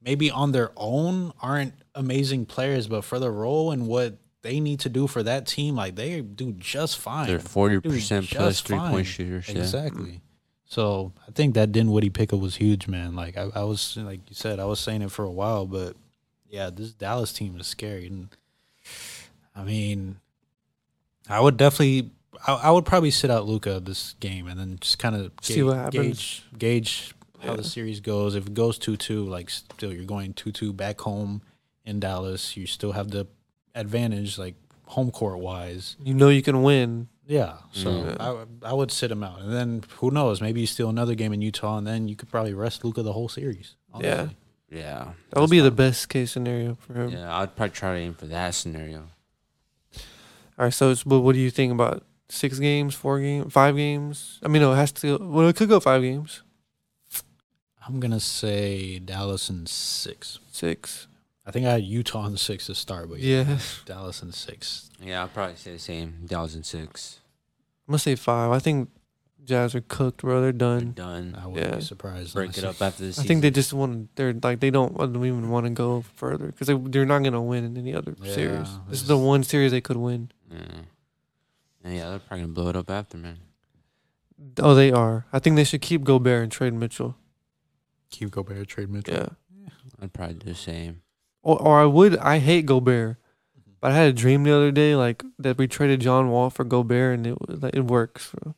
maybe on their own aren't amazing players, but for the role and what they need to do for that team, like they do just fine.
They're 40%
Do
plus
just
three
fine.
point shooters. yeah.
Exactly. So I think that Dinwiddie pickup was huge, man. Like I, I was, like you said, I was saying it for a while, but yeah, this Dallas team is scary. And I mean, I would definitely, I, I would probably sit out Luca this game and then just kind of
See what happens.
Gauge, gauge how the series goes. If it goes two two, like still you're going two two back home in Dallas, you still have the advantage, like home court wise.
You know you can win.
Yeah, so
Mm-hmm.
I would- I would sit him out, and then who knows? Maybe you steal another game in Utah, and then you could probably rest Luca the whole series.
Yeah.
Yeah.
That'll be the best case scenario for him.
Yeah, I'd probably try to aim for that scenario.
All right. So, it's, but what do you think about six games, four games, five games? I mean, no, it has to. Well, it could go five games,
I'm gonna say Dallas in six.
six.
I think I had Utah in six to start, but yeah,
Yeah, I'm
Dallas in six.
Yeah, I'd probably say the same. Dallas and six.
gonna say five. I think Jazz are cooked, bro. They're
We're
done.
done.
I wouldn't
Yeah.
be surprised.
Break
unless-
it up after this.
I think they just want. They're like they don't want- don't even want to go further because they, they're not gonna win in any other series.
Yeah,
This is
it's-
the one series they could win.
Yeah. And yeah, they're probably gonna blow it up after, man.
Oh, they are. I think they should keep Gobert and trade Mitchell.
Keep Gobert trade Mitchell.
Yeah.
I'd probably do the same.
Or, or I would. I hate Gobert,
Mm-hmm.
but I had a dream the other day like that we traded John Wall for Gobert and it was- like, it works. Bro.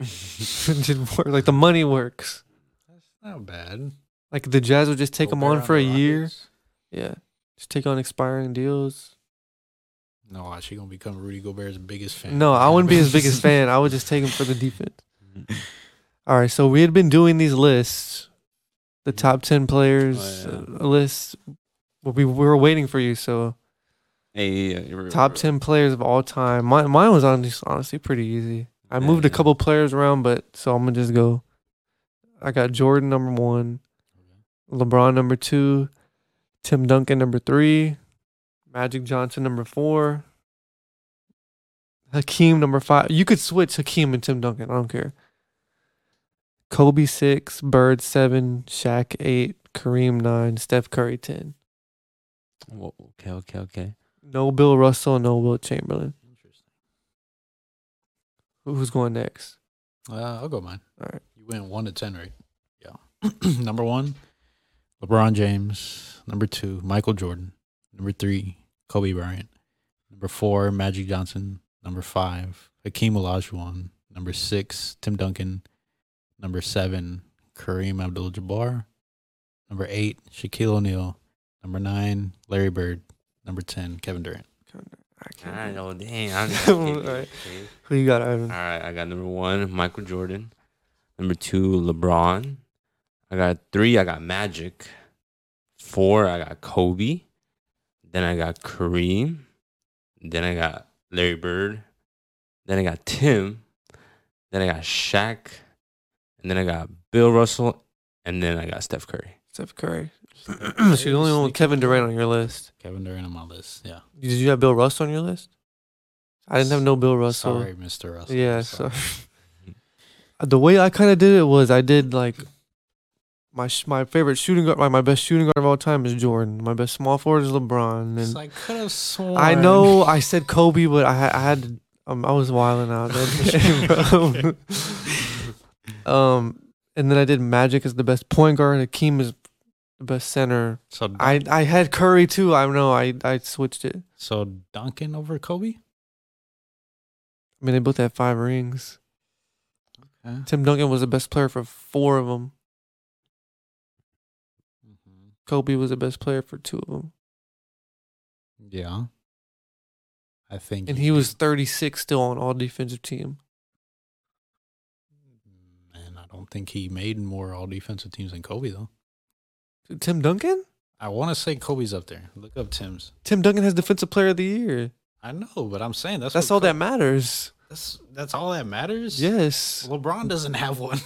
it didn't work. Like the money works.
Not bad.
Like the Jazz would just take him
Gobert
on for a
the
year.
Rockets?
Yeah. Just take on expiring deals.
No, she gonna become Rudy Gobert's biggest fan.
No, I wouldn't be his biggest fan. I would just take him for the defense. All right, so we had been doing these lists, the top ten players
Oh,
uh, list. Well, we, we were waiting for you, so
Hey, uh, you're-
top ten players of all time. Mine, mine was honestly, honestly pretty easy. I moved a
Yeah.
couple players around, but so I'm gonna just go. I got Jordan number one, LeBron number two, Tim Duncan number three, Magic Johnson number four, Hakeem number five. You could switch Hakeem and Tim Duncan. I don't care. Kobe six, Bird seven, Shaq eight, Kareem nine, Steph Curry ten.
Whoa, okay, okay, okay.
No Bill Russell, no Will Chamberlain.
Interesting.
Who- Who's going next?
Uh, I'll go mine.
All right.
You went one to ten, right? Yeah. Number one, LeBron James. Number two, Michael Jordan. Number three, Kobe Bryant. Number four, Magic Johnson. Number five, Hakeem Olajuwon. Number six, Tim Duncan. Number seven, Kareem Abdul-Jabbar. Number eight, Shaquille O'Neal. Number nine, Larry Bird. Number ten, Kevin Durant.
I can't
I
do-
know, dang. I'm
All right. Who you got, Ivan?
All right, I got number one, Michael Jordan. Number two, LeBron. I got three, I got Magic. Four, I got Kobe. Then I got Kareem. Then I got Larry Bird. Then I got Tim. Then I got Shaq. And then I got Bill Russell. And then I got Steph Curry.
Steph Curry. so you're the only one with Kevin Durant on your list.
Kevin Durant on my list. Yeah.
Did you have Bill Russell on your list? I didn't have no Bill Russell.
Sorry, Mr. Russell.
Yeah, sorry. the way I kind of did it was I did like my sh- my favorite shooting guard, my, my best shooting guard of all time is Jordan. My best small forward is LeBron.
It's
And
like, I could have sworn.
I know I said Kobe, but I ha- I had to- um, I was wilding out. That day, bro. um, and then I did Magic as the best point guard. Hakeem is the best center.
So
I I had Curry too. I know I I switched it.
So Duncan over Kobe?
I mean, they both had five rings. Tim Duncan was the best player for four of them.
Mm-hmm.
Kobe was the best player for two of them,
Yeah. I think
and he was 36 still on all defensive team.
man, I don't think he made more all defensive teams than Kobe though.
Tim Duncan?
I want to say Kobe's up there. Look up Tim's.
Tim Duncan has defensive player of the year.
I know, but I'm saying that's
That's
what
all
Ko-
that matters.
That's that's all that matters.
Yes.
LeBron doesn't have one.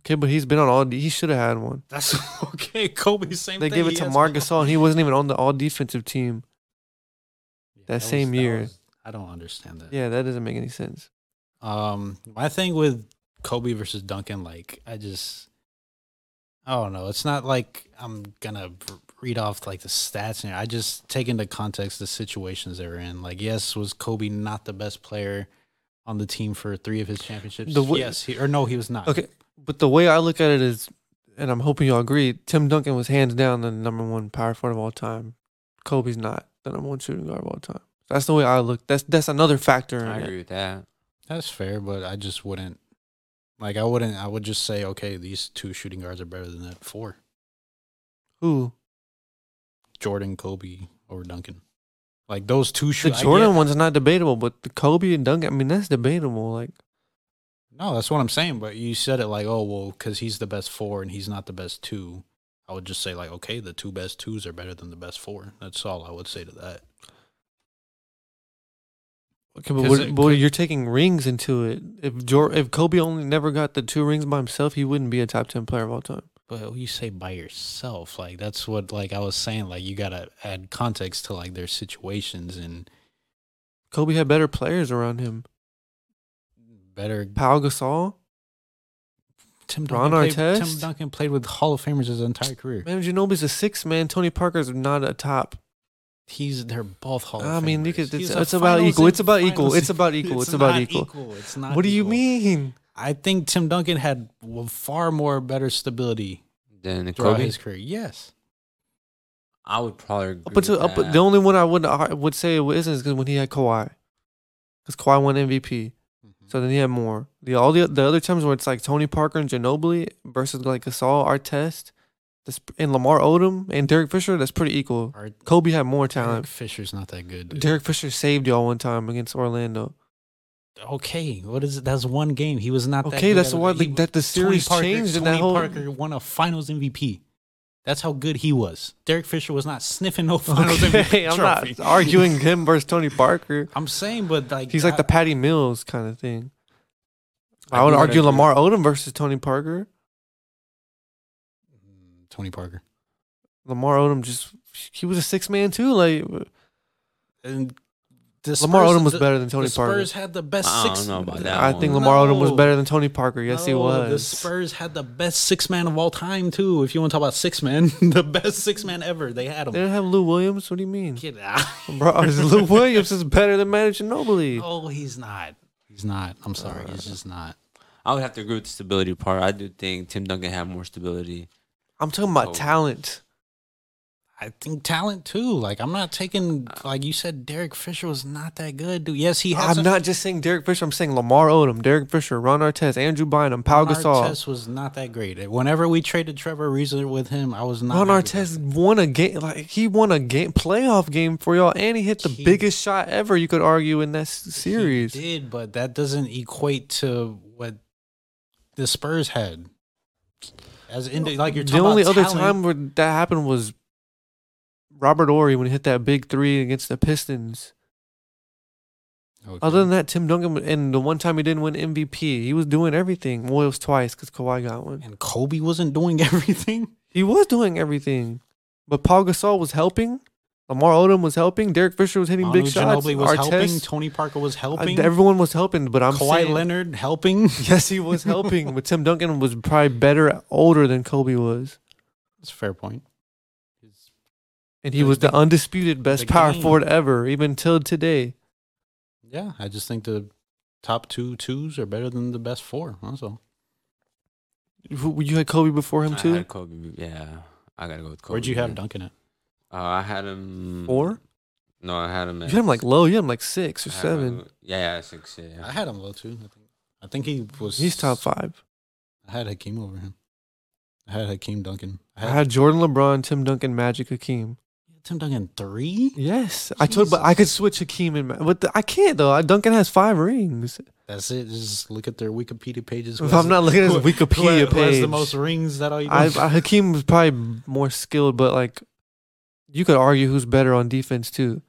Okay, but he's been on all. He should have had one.
That's okay. Kobe same.
They
thing.
gave
He
it to
has
Marc
one.
Gasol, and he wasn't even on the all defensive team.
Yeah,
that same year.
was- I don't understand that.
Yeah, that doesn't make any sense.
Um, my thing with Kobe versus Duncan, like I just, I don't know. It's not like I'm gonna b- read off like the stats, and I just take into context the situations they were in. Like, yes, was Kobe not the best player on the team for three of his championships?
The w-
yes, he, or no, he was not.
Okay, but the way I look at it is, and I'm hoping y'all agree. Tim Duncan was hands down the number one power forward of all time. Kobe's not the number one shooting guard of all time. That's the way I look. That's that's another factor. In
I
it.
agree with that.
That's fair, but I just wouldn't. Like I wouldn't. I would just say, okay, these two shooting guards are better than that four.
Who
Jordan, Kobe, over Duncan. Like those two
the
shoot. I
Jordan
get-
one's not debatable, but the Kobe and Duncan. I mean, that's debatable. Like,
No, that's what I'm saying. But you said it like, oh well, because he's the best four and he's not the best two. I would just say like, okay, the two best twos are better than the best four. That's all I would say to that.
okay, but
'Cause
what,
it
but
could-
you're taking rings into it. If Jor- if Kobe only never got the two rings by himself, he wouldn't be a top ten player of all time.
But you say by yourself, like that's what like I was saying. Like you gotta add context to like their situations and
Kobe had better players around him.
better.
Pau Gasol.
Tim
Ron
Duncan, played,
Artest?
Tim Duncan played with Hall of Famers his entire career.
Man, Ginobili's a six man. Tony Parker's not a top.
He's they're both Hall.
I
of
mean,
Famers.
look at-
He's
it's-
a
it's about
finals
equal.
and
It's about equal.
finals-
It's about equal. It's about
not
equal.
It's not.
What do you
equal.
mean?
I think Tim Duncan had w- far more better stability
Then
throughout
Kobe,
his career. Yes.
I would probably agree
Up until
with
up,
that.
the only one I would I would say it isn't is 'cause when he had Kawhi, because Kawhi won MVP. So then he had more. The all the, the other times where it's like Tony Parker and Ginobili versus like Gasol, Artest, that's, and Lamar Odom and Derek Fisher. That's pretty equal.
Our
Kobe had more
Derek
talent.
Fisher's not that good. dude.
Derek Fisher saved y'all one time against Orlando.
okay, what is it? That's one game. He was not. that
Okay,
good
that's
at-
why
he
like,
was-
that the
Tony
series
Parker-
changed in
Tony
that whole.
Parker won a Finals MVP. That's how good he was. Derek Fisher was not sniffing no Finals
Okay,
MVP
I'm
trophy.
not arguing him versus Tony Parker.
I'm saying, but like
He's like the
I-
Patty Mills kind of thing. I,
I
would
do
argue
agree.
Lamar Odom versus Tony Parker.
Tony Parker.
Lamar Odom just he was a six man too. Like
And the
Lamar
Spurs-
Odom was
the-
better than Tony
the
Parker.
Spurs had the best
I don't
six.
know about that
I think
one.
Lamar Odom was
No.
better than Tony Parker. Yes, he
No,
was.
Oh, The Spurs had the best six man of all time too. If you want to talk about six man, the best six man ever. They had him.
They didn't have Lou Williams. What do you mean,
Get out.
bro? Lou Williams is better than Manu Ginobili.
Oh, he's not. He's not. I'm sorry. he's
Uh.
just not.
I would have to agree with the stability part. I do think Tim Duncan had more stability.
I'm talking about
Oh.
talent.
I think talent too. Like I'm not taking. Like you said, Derek Fisher was not that good, dude. Yes, he had.
I'm
some-
not just saying Derek Fisher. I'm saying Lamar Odom, Derek Fisher, Ron Artest, Andrew Bynum, Pau
Ron
Gasol.
Artest was not that great. Whenever we traded Trevor Reason with him, I was not.
Ron
happy with
Artest won a game, like he won a game, playoff game for y'all, and he hit the
He-
biggest shot ever. You could argue in that s-
He
series.
did, but that doesn't equate to what the Spurs had. As in, like you're
the
talking
only
about
other
talent.
time where that happened was Robert Ory when he hit that big three against the Pistons.
Okay.
Other than that, Tim Duncan and the one time he didn't win MVP, he was doing everything. Well, it was twice because Kawhi got one.
and Kobe wasn't doing everything.
He was doing everything, but Paul Gasol was helping. Lamar Odom was helping. Derek Fisher was hitting
Manu
big shots.
Ginobili was helping.
Artest,
Tony Parker was
uh,
helping.
everyone was helping, but I'm
Kawhi
saying
Leonard helping.
yes, he was helping. but Tim Duncan was probably better, older than Kobe was,
That's a fair point.
and he
The-
was the, undisputed best
the
power
game.
forward ever, even till today.
Yeah, I just think the top two twos are better than the best four. That's all.
Who- You had Kobe before him
I
too.
had Kobe. Yeah, I gotta go with Kobe.
Where'd you have
man.
Duncan at?
Uh, I had him
Four?
No, I had him.
You
At,
had him like low. You had him like six or
I had him
seven.
at- Yeah, yeah, six. Yeah,
I
yeah.
had him low too. I think. I think he was.
He's top five.
I had Hakeem over him. I had Hakeem Duncan. I
I
had,
had Jordan, LeBron, Tim Duncan, Magic, Hakeem.
Tim Duncan three.
Yes, I told. But I could switch Hakeem and. Ma- But the, I can't though. I- Duncan has five rings.
That's it. Just look at their Wikipedia pages. Who
If
has
I'm
the-
not looking at his
who- who has-
Wikipedia
who has
page,
the most rings that all you
I, I, Hakeem was probably more skilled, but like you could argue who's better on defense too.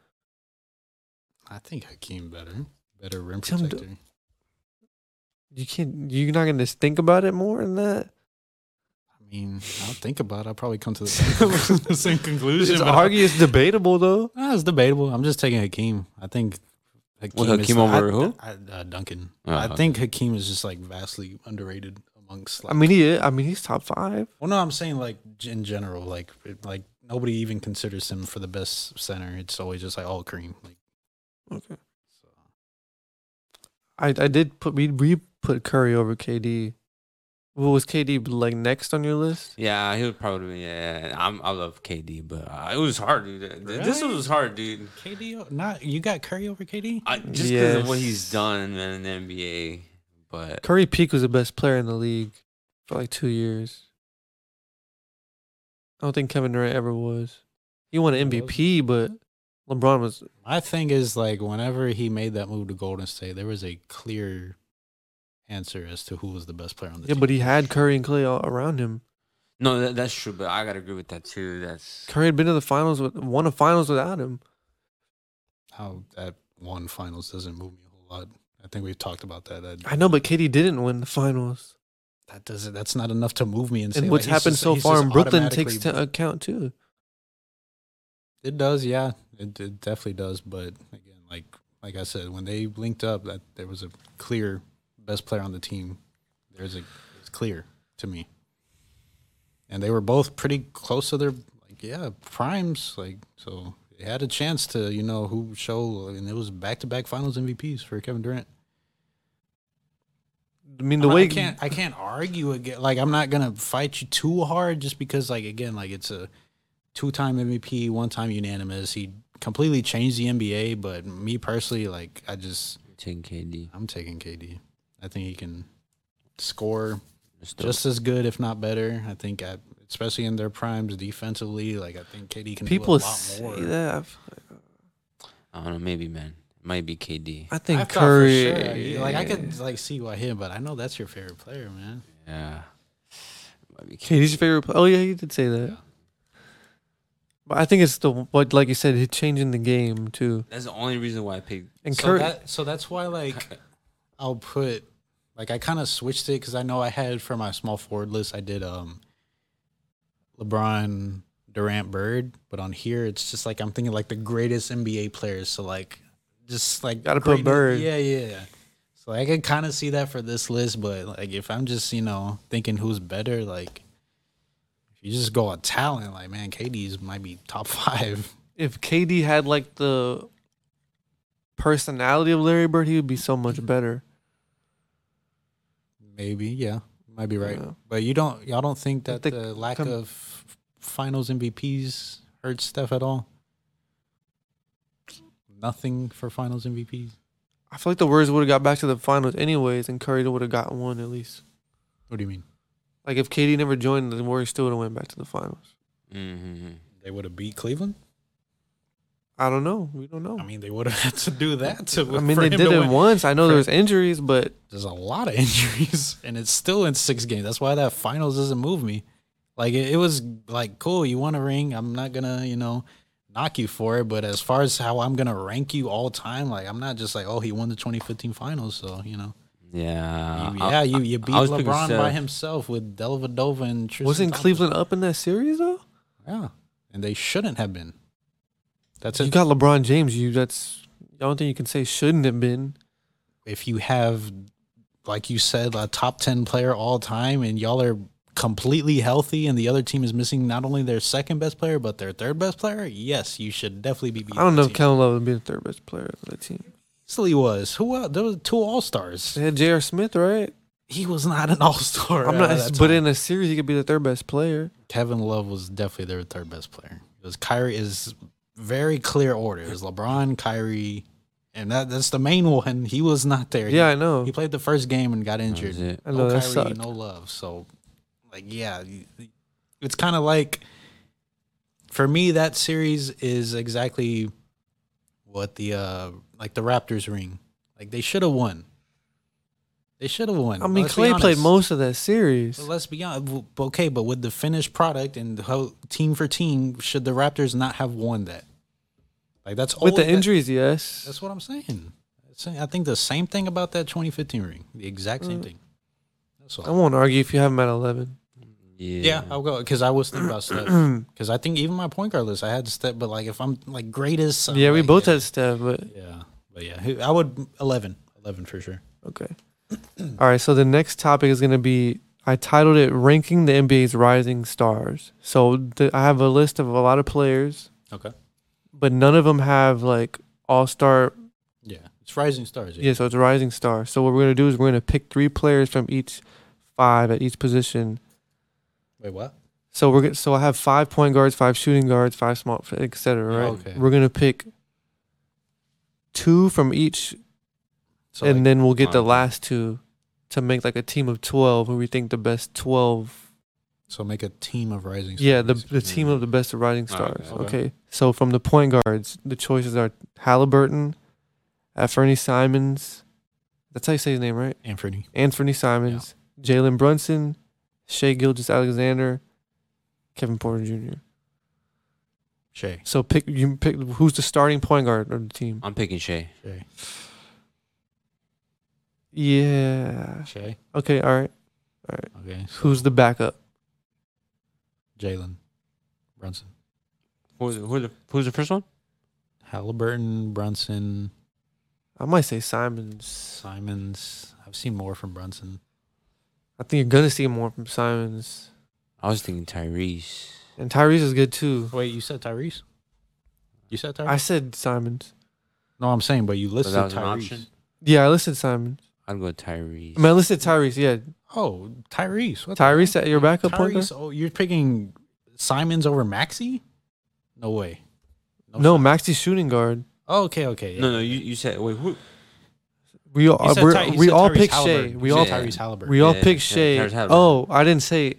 I think Hakeem better, better rim
Tim do-
protector.
You can't. You're not gonna just think about it more than that.
I mean, I'll think about. it. I'll probably come to the same, the same conclusion.
It's
but I-
argue. It's debatable though.
Nah, it's debatable. I'm just taking Hakeem. I think Hakeem,
Hakeem over
I,
who?
I, uh, Duncan.
Oh,
I
okay.
think Hakeem is just like vastly underrated amongst. Like,
I mean, he. I mean, he's top five.
well, no, I'm saying like g- in general, like it, like nobody even considers him for the best center. It's always just like all cream. Like,
Okay.
so.
I I did put we we put Curry over KD. Well, was KD like next on your list?
Yeah, he would probably. Yeah, I'm. I love KD, but uh, it was hard, dude. Th- th- This
Really?
was hard, dude.
KD, o- not you got Curry over KD.
I, just because of what he's
Yes.
done man, in the NBA. But
Curry peak was the best player in the league for like two years. I don't think Kevin Durant ever was. He won an
He
MVP, but LeBron was
My thing is like whenever he made that move to Golden State, there was a clear answer as to who was the best player on the
yeah,
team.
but he had Curry and Clay all around him.
no, that, that's true. But I gotta agree with that too. That's
Curry had been to the finals with won a finals without him.
how that one finals doesn't move me a whole lot. I think we've talked about that. That,
I know, but KD didn't win the finals.
that doesn't. That's not enough to move me. And, say,
And what's
like, he's
happened
just-
so
he's
far
just
in Brooklyn takes
automatically-
to account too.
It does, yeah. It, it definitely does. But again, like like I said, when they linked up, that there was a clear best player on the team. There's a it's clear to me, and they were both pretty close to their like yeah primes. Like so, they had a chance to you know who show, and it was back to back Finals MVPs for Kevin Durant.
I mean, the
I
way
can't I can't argue again. Like I'm not gonna fight you too hard just because like again like it's a two time MVP, one time unanimous. He completely changed the NBA, but me personally, like I just
taking KD.
I'm taking KD. I think he can score
It's dope.
just as good, if not better. I think I, especially in their primes defensively, like I think KD can do a
people
lot
say
more.
that, I feel like-
I don't know. Maybe man, it might be KD.
I
I
think
thought for
Curry.
sure, you- like I could like see why him, but I know that's your favorite player, man.
Yeah, might be
KD's your favorite. Play- oh yeah, you did say that.
Yeah.
But I think it's the what, like you said, he's changing the game too.
That's the only reason why I picked.
And
so
Curry,
that so that's why like I'll put like I kind of switched it because I know I had for my small forward list I did um LeBron Durant Bird, but on here it's just like I'm thinking like the greatest NBA players, so like just like
Gotta put
greatness-
Bird.
yeah, yeah. So I can kind of see that for this list, but like if I'm just you know thinking who's better, like if you just go on talent, like man, KD's might be top five.
if KD had like the personality of Larry Bird, he would be so
Mm-hmm.
much better.
Maybe, yeah, might be right.
Yeah.
But you don't, y'all don't think that
think
the lack
com-
of Finals MVPs hurts Steph at all? Nothing for Finals MVPs.
I feel like the Warriors would have got back to the finals anyways, and Curry would have got one at least.
What do you mean?
Like if KD never joined, the Warriors still would have went back to the finals.
Mm-hmm.
They would have beat Cleveland.
I don't know. We don't know.
I mean, they would have had to do that. To,
I mean, they did it once. I know
for-
there was injuries, but
There's a lot of injuries, and it's still in six games. That's why that Finals doesn't move me. Like it, it was like cool. You want a ring? I'm not gonna, you know, knock you for it. But as far as how I'm gonna rank you all time, like I'm not just like, oh, he won the 2015 Finals, so you know.
Yeah.
You-
Uh, I-
yeah, you, you beat
was picking
LeBron by
Steph.
himself with Dellavedova and Tristan.
wasn't
Thompson.
Cleveland up in that series though?
Yeah, and they shouldn't have been. That's
You
it.
got LeBron James. You that's. I don't think you can say shouldn't have been.
if you have, like you said, a top ten player all time, and y'all are completely healthy, and the other team is missing not only their second best player but their third best player. Yes, you should definitely be. beating
I don't know
that
if
team.
Kevin Love would be the third best player of the team.
Easily was who else? There was two all stars.
They had J.R. Smith, right?
He was not an all star.
I'm not, but in a series, he could be the third best player.
Kevin Love was definitely their third best player. It was Kyrie is very clear order. It was LeBron, Kyrie, and that that's the main one. He was not there.
Yeah, I
He,
know.
he played the first game and got
That
injured.
was it.
I know
no
that
Kyrie,
sucked.
no love. So like yeah, you- it's kind of like for me that series is exactly what the uh like the Raptors ring. Like they should have won. They should have won.
I mean,
Let's be
Clay played
honest.
most of that series.
But let's be honest. Okay, but with the finished product and the whole team for team, should the Raptors not have won that? Like that's all
With the
that-
injuries, yes.
That's what I'm saying. That's- I think the same thing about that 2015 ring. The exact same thing. That's
Mm. I
all.
won't argue if you have him at 11.
Yeah, I'll go because I was thinking about Steph. Because I think even my point guard list, I had Steph. But like, if I'm like greatest, I'm
yeah, we
like,
both
yeah,
had Steph, but
Yeah, but yeah, who- I would 11, 11 for sure.
okay. All right, so the next topic is going to be I titled it Ranking the NBA's Rising Stars. So the, I have a list of a lot of players,
Okay.
but none of them have like all star.
Yeah, it's rising stars.
Yeah, so it's Rising Star. So what we're going to do is we're going to pick three players from each five at each position
Wait, what?
So we're go- so I have five point guards, five shooting guards, five small, et cetera. Right.
Okay.
We're gonna pick two from each,
So
and
like,
then we'll get the
five.
last two to make like a team of twelve who we think the best twelve.
so make a team of rising. stars.
Yeah, the the team of the best rising
Okay.
stars.
Ah, Okay.
okay. So from the point guards, the choices are Halliburton, uh, Fernie Simons. That's how you say his name, right?
Anthony.
Anthony Simons, Jalen Brunson, Shea Gilgis Alexander, Kevin Porter Jr.
Shay.
So pick you pick who's the starting point guard of the team.
I'm picking Shay.
Shay.
Yeah.
Shay.
Okay. All right.
Okay.
Who's the backup?
Jalen Brunson.
Who's the, who's the, who's the first one?
Halliburton, Brunson,
I might say Simons.
Simons. I've seen more from Brunson.
I think you're gonna see more from Simons,
I was thinking Tyrese.
and Tyrese is good too.
Wait, you said Tyrese? You said Tyrese?
I said Simons.
no, I'm saying, but you listed
that was an
Tyrese.
option?
Yeah, I listed Simons.
I'd go Tyrese.
I, mean, I listed Tyrese. Yeah,
Oh, Tyrese. What the-
Tyrese at your backup point guard.
Tyrese. Oh, you're picking Simons over Maxi? No way.
No,
shot.
Maxi's shooting guard.
Oh, okay, okay. yeah.
No, no, you, you said wait who?
We all
You said
we're,
Ty- you
we
said
all
Tyrese
pick Shea.
Halliburton.
We
You
all
said
Yeah.
Tyrese Halliburton.
we all
Yeah,
pick
yeah,
Shea.
Tyrese Halliburton.
oh, I didn't say.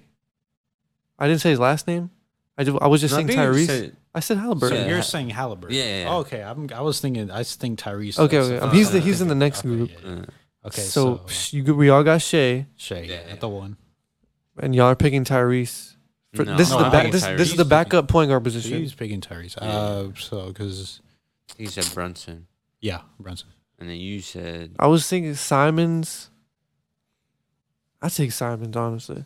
I didn't say his last name. I, ju- I was just
No, I
saying
think you
Tyrese.
said- Oh,
I said
So
Halliburton.
Yeah.
you're saying Halliburton?
Yeah, yeah, yeah.
Oh, okay, I'm, I was thinking. I think Tyrese.
Okay,
that's
okay,
the
um,
first
he's
one
the-
I'm
he's in the
thinking.
next
Okay,
group.
yeah, yeah.
uh,
Okay,
so
so,
psh, you, g- we all got Shea,
Shay,
Yeah,
yeah,
yeah.
the one.
and y'all are picking Tyrese. For,
No,
this is
No,
the
I'm
ba-
picking
this, this
Tyrese.
is the backup point guard position.
He's picking Tyrese.
Yeah.
Uh, so because
he said Brunson,
yeah, Brunson.
and then you said
I was thinking Simons. I take Simons honestly.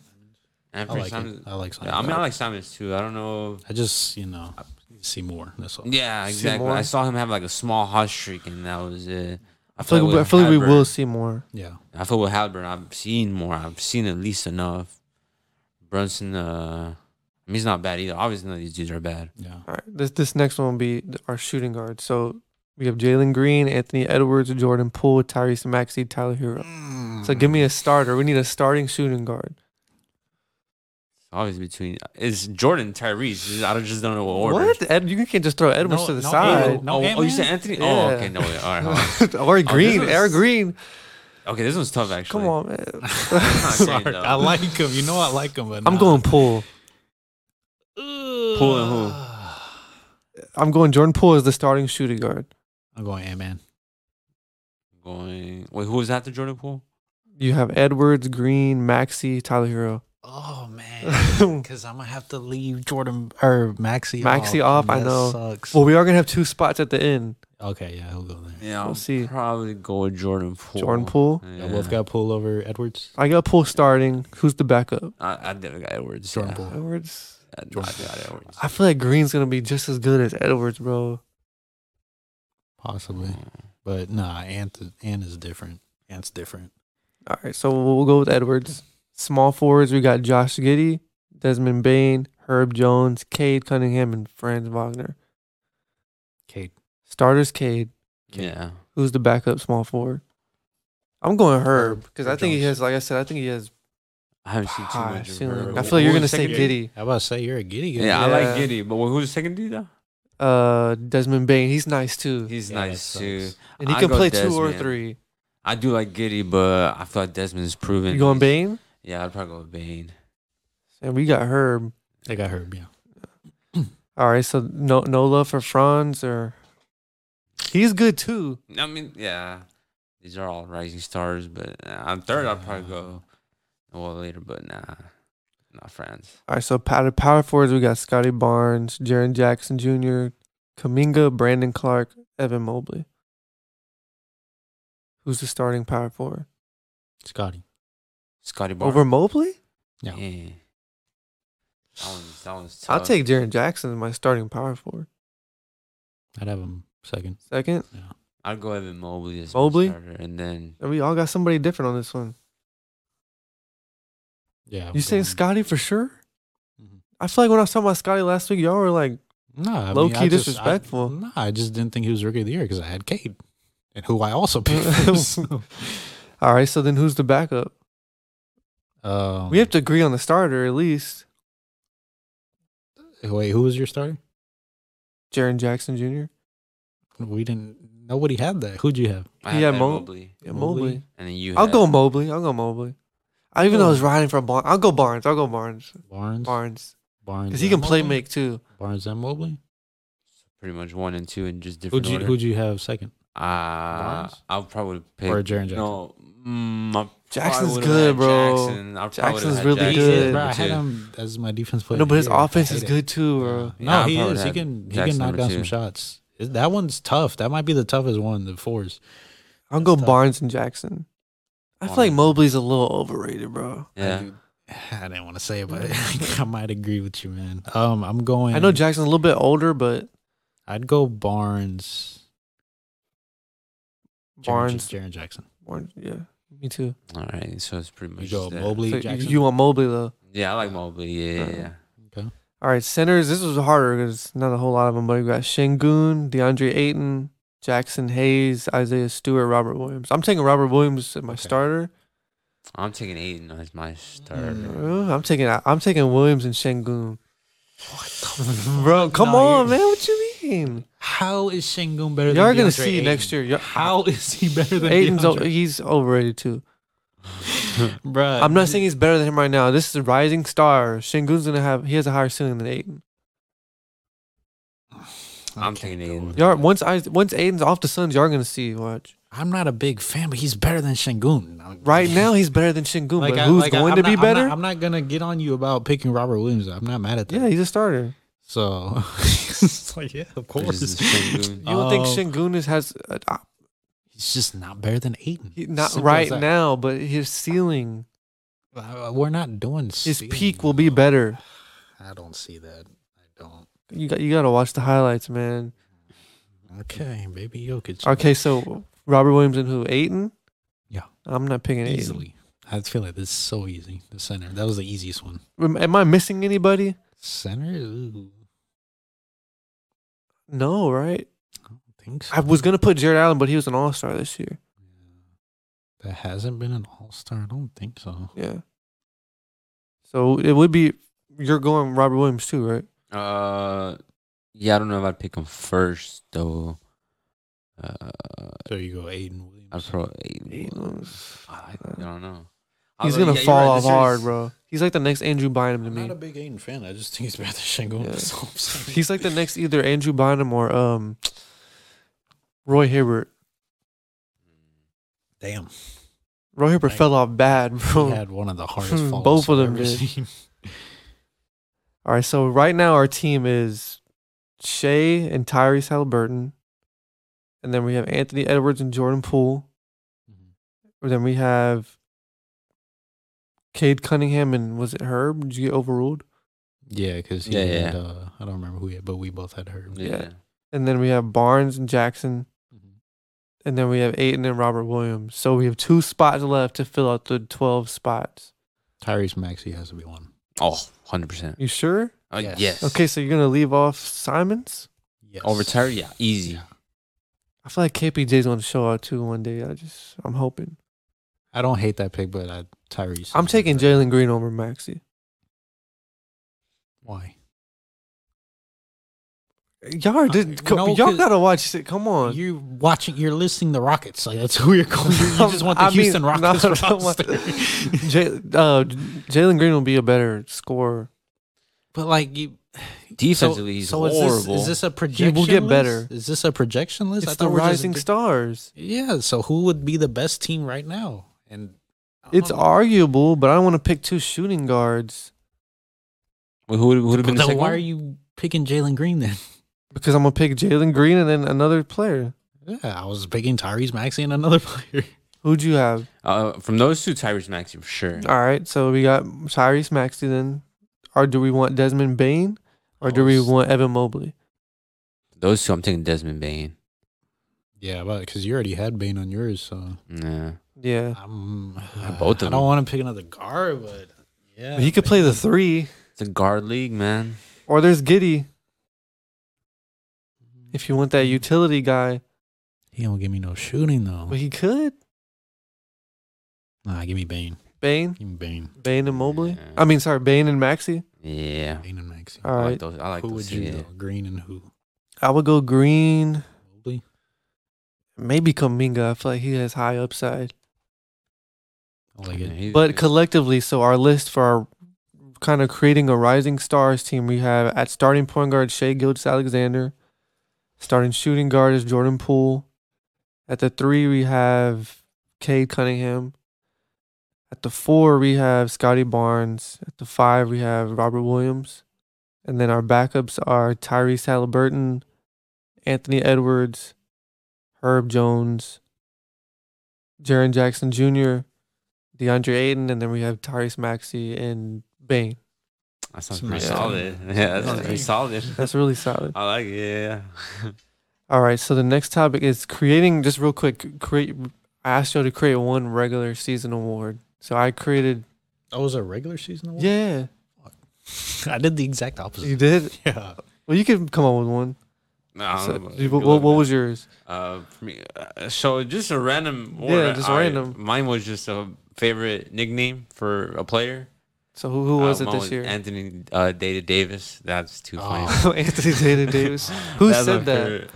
I
Anthony
like it.
Simons.
I like
Yeah, I
Simon.
mean, I like Simons too. I don't know.
I just you know see more. That's
Mm.
all.
Yeah, exactly.
Seymour?
I saw him have like a small hot streak, and that was it.
I feel like, we- I
with
feel like we
Halliburton-
will see more.
Yeah.
I feel with Halliburton, I've seen more. I've seen at least enough. Brunson, uh, I mean, he's not bad either. Obviously, none of these dudes are bad.
Yeah.
All right, this this next one will be th- our shooting guard. So we have Jalen Green, Anthony Edwards, Jordan Poole, Tyrese Maxey, Tyler Hero. So
Mm-hmm.
give me a starter. We need a starting shooting guard.
Obviously, between it's Jordan, Tyrese. I don't- just don't know what order.
What? Ed, you can't just throw Edwards
No-
to the
no,
side.
Oh,
No
oh, oh, you
Ant-Man?
said Anthony? Oh,
Yeah.
okay. No, wait. All right. hold on.
or Green,
was-
Air Green.
Okay, this one's tough, actually.
Come on, man.
I'm not saying,
Sorry,
though.
I like him. You know I like him, but
I'm
nah.
going Poole.
Poole and who?
I'm going Jordan Poole as the starting shooting guard.
I'm going Ant Man.
Going. Wait, who was after Jordan Poole?
You have Edwards, Green, Maxi, Tyler Hero.
Oh man, because I'm gonna have to leave Jordan or Maxi.
Maxi off,
off.
I
That
know.
Sucks.
Well, we are gonna have two spots at the end.
okay, yeah, he'll go there.
Yeah,
We'll
I'll
see.
Probably go with Jordan Poole.
Jordan Poole.
Yeah.
Y'all both got pulled over Edwards.
I got Poole starting. Who's the backup?
I, I definitely got Edwards.
Jordan
yeah.
Poole.
Edwards.
I, I
Jordan
got Edwards.
I feel like Green's gonna be just as good as Edwards, bro.
Possibly, but nah, Ant Ant is different. Ant's different.
All right, so we'll go with Edwards. Small forwards, we got Josh Giddy, Desmond Bain, Herb Jones, Cade Cunningham, and Franz Wagner.
Kate.
Starters, Cade.
Yeah.
Who's the backup small forward? I'm going Herb
Herb.
because
Herb
I think he
Jones.
has, like I said, I think he has
I haven't Ah, seen too
high
much. of her.
ceiling. I
What
feel like
was
you're
the
gonna say
second dude?
Giddy.
How about I say you're a giddy guy?
Yeah, I like
Yeah.
Giddy, but who's the second dude though?
Uh, Desmond Bain, he's nice too,
He's
Yeah, that
nice
sucks.
too.
and he
I
can
go
play two or
Desmond.
three.
I do like Giddy, but I feel like Desmond's proven.
You going Bain?
Yeah, I'd probably go with Bane.
And we got Herb.
They got Herb. Yeah.
All right, so no no love for Franz or he's good too.
I mean, yeah, These are all rising stars, but uh, on third I'll probably go well later, but nah, not France.
All right, so power, power forwards, we got Scotty Barnes, Jaron Jackson Jr., Kaminga, Brandon Clark, Evan Mobley. Who's the starting power forward?
Scotty.
Scotty Barnes.
Over Mobley?
Yeah.
Yeah. That
Um,
one's, that one's tough.
I'll take Jaron Jackson as my starting power forward.
I'd have him second.
Second.
Yeah.
I'd go Evan Mobley as
Mobley?
my starter, and then
And we all got somebody different on this one.
Yeah.
You saying
going-
Scotty for sure?
Mhm.
I feel like when I was talking about Scotty last week, y'all were like,
No, I mean,
Low-key
I just- I-
disrespectful.
no, I just didn't think he was rookie of the year because I had Cade, and who I also picked. so,
all right, so then who's the backup?
um,
We have to agree on the starter at least.
wait. Who was your starter?
Jaron Jackson Jr.
We didn't. Nobody had that. Who'd you have?
I
He
have
had
Evan
Mo-
Mobley,
Yeah,
Mobley.
Mobley.
and then you.
I'll
had-
go Mobley. I'll go Mobley. I even though I was
Cool.
riding for Barnes. I'll go Barnes. I'll go Barnes.
Barnes.
Barnes.
Barnes.
Because he can
and
play
Mobley?
make too.
Barnes and Mobley.
pretty much one and two in just different
Who'd you
order.
Who'd you have second?
uh,
Barnes?
I'll probably pick
Or Jaron Jackson?
No, mm, I probably
Jackson's
would've
good,
had
bro.
Jackson. I probably would've
Jackson's
had
really
He
Jackson
good.
number
is, bro. I had
two.
him as my defense player.
No,
of
but
the
his
year. I
offense
hate
is
it.
good too, bro.
Yeah,
No,
I
he
probably
is. He
had
can he
Jackson
can knock
number
down
two.
some shots. Is- That one's tough. That might be the toughest one, the fours.
I'll go
That's tough.
Barnes and Jackson. I feel like
Barnes.
Mobley's a little overrated, bro.
Yeah,
I, I didn't want to say it, but I might agree with you, man. Um, I'm going.
I know Jackson's a little bit older, but
I'd go Barnes.
Barnes,
Jaron Jackson.
Barnes yeah, me too.
all right. So it's pretty much.
You go
just that.
Mobley,
uh, So you-
Jackson.
you want Mobley though?
Yeah, I like Mobley. Yeah, yeah,
Uh,
yeah.
All right, centers. This was harder because not a whole lot of them, but we got Shingun, DeAndre Ayton, Jackson Hayes, Isaiah Stewart, Robert Williams. I'm taking Robert Williams as my
Okay.
starter.
I'm taking Aiden as my starter.
Uh, I'm taking I'm taking Williams and Shingun. Bro, come
No,
on,
you're-
man. What you mean?
How is Shingun better?
Y'all
than
are gonna
DeAndre
see
Ayton?
next year. Y'all-
How is he better than
Ayton's o-
DeAndre?
he's overrated too.
Bruh,
I'm not saying he's better than him right now. This is a rising star. Shingun's gonna have he has a higher ceiling than Aiden.
I
I'm
can't
taking
go
Ayton.
with
Y'all
that.
once I once Aiden's off the Suns, y'all are gonna see. Watch
I'm not a big fan, but he's better than Shingun. I'm-
right now he's better than Shingun,
Like,
but
I-
who's
like, I-
going
I'm
to
not-
be
I'm not-
better?
I'm not, gonna get on you about picking Robert Williams. I'm not mad at that.
yeah, he's a starter.
So, it's like, yeah, of
There's this
course.
Shingun.
You don't think
Oh.
Shingun is has uh, uh,
He's just not better than Aiden.
he, not
Simple
right
as that.
now, but his ceiling,
Uh, We're not doing.
his
speed.
peak will be better.
I don't see that. I don't.
You got you got to watch the highlights, man.
Okay, baby Jokic.
Okay, so Robert Williams and who? Aiton?
Yeah.
I'm not picking Aiton.
easily. I feel like this is so easy. The center. That was the easiest one.
Am- Am I missing anybody?
Center. Ooh,
No, right?
I don't think so.
I was gonna put Jared Allen, but he was an All Star this year.
that hasn't been an all star. I don't think so.
Yeah. So it would be you're going Robert Williams too, right?
Uh, yeah, I don't know if I'd pick him first though. Uh,
So you go Aiden Williams.
I'd throw Aiden.
Aiden Williams.
I, I don't know.
He's
Although,
gonna
yeah, you're
fall
right,
off
this year's-
hard, bro. He's like the next Andrew Bynum to
I'm
me.
not a big Aiden fan. I just think he's better than Shingo.
Yeah.
That's all I'm saying.
He's like the next either Andrew Bynum or um Roy Hibbert.
damn.
Roy Hibbert
Right.
fell off bad, bro.
He had one of the hardest falls.
Hmm, Both of
I've
them
ever
did.
seen.
All right, so right now our team is Shea and Tyrese Halliburton, and then we have Anthony Edwards and Jordan Poole. And then we have Cade Cunningham and was it Herb? Did you get overruled?
Yeah, because he
Yeah,
had,
yeah.
Uh, I don't remember who he had, but we both had Herb.
Yeah.
Yeah. And then we have Barnes and Jackson,
Mm-hmm.
and then we have Aiton and Robert Williams. So we have two spots left to fill out the twelve spots.
Tyrese Maxey has to be one.
Oh, 100 percent.
You sure?
Uh,
Yes.
yes.
Okay, so you're gonna leave off Simons?
Yes.
Over Terry, yeah, easy.
I feel like KPJ's gonna show out too one day. I just I'm hoping.
I don't hate that pick, but I, Tyrese.
I'm
is
taking
better.
Jalen Green over Maxi.
Why?
Y'all are
Uh,
did, co-
no,
y'all
'cause-
gotta watch it. Come on.
You're watching. You're listing the Rockets. Like that's who you're going. You just want the
I mean,
Houston
no,
Rockets
I don't want-
roster.
Jay- uh, Jalen Green will be a better scorer.
but like you,
Defensively, he's horrible.
Is this, is this a
will
projection?
get
list?
better.
Is this a projection list?
It's
thought
the
we're just
rising
d-
stars.
Yeah. So who would be the best team right now? And I don't
It's
know.
arguable, but I don't want to pick two shooting guards
Wait, who would who would have been the
Then
second
why are
one?
you picking Jalen Green then?
because I'm gonna pick Jalen Green and then another player.
Yeah, I was picking Tyrese Maxey and another player.
Who'd you have?
Uh, from those two, Tyrese Maxey for sure.
All right, so we got Tyrese Maxey. Then, or do we want Desmond Bain, or do we
Oh, s-
want Evan Mobley?
Those two, I'm taking Desmond Bain.
Yeah, but because you already had Bane on yours, so
Yeah.
Yeah,
I'm
both
I
of
don't
them.
want to pick another guard, but yeah,
he could play the three,
It's a guard league, man.
or there's Giddy. If you want that utility guy,
He don't give me no shooting though.
but he could
Nah, give me Bane.
Bain,
Give me Bane.
Bain and Mobley.
Yeah.
I mean, sorry, Bain and Maxey.
Yeah.
Bane and Maxey.
All
I
right,
like those. I like
who
those.
would
two,
you
yeah.
go? Green and who?
I would go Green,
Mobley.
maybe Kaminga. I feel like he has high upside.
I like it.
He's
But
good.
collectively, so our list for our kind of creating a rising stars team, we have at starting point guard Shea Gildas Alexander. Starting shooting guard is Jordan Poole. At the three, we have Cade Cunningham. At the four, we have Scotty Barnes. At the five, we have Robert Williams. And then our backups are Tyrese Halliburton, Anthony Edwards, Herb Jones, Jaron Jackson Jr., DeAndre Aiden, and then we have Tyrese Maxey and Bain.
that sounds
It's
pretty
my-
solid. Yeah, that sounds pretty
Yeah.
solid.
That's really solid.
I like it. Yeah.
All right, so the next topic is creating. Just real quick, create. I asked you to create one regular season award. So I created.
That Oh, was a regular season award.
Yeah,
I did the exact
you
opposite.
did.
Yeah.
Well, you can come up with one.
No, I don't
So,
know about-
you-
you
what,
go
what
with that.
was yours?
Uh, for me, uh, so just a random.
Yeah,
word.
just
All right.
random.
Mine was just a favorite nickname for a player.
So who, who was
Uh,
it
mine
this year?
Anthony uh, Data Davis. That's too funny.
Oh.
Anthony Zayden Davis. Who
That's my
said that?
favorite.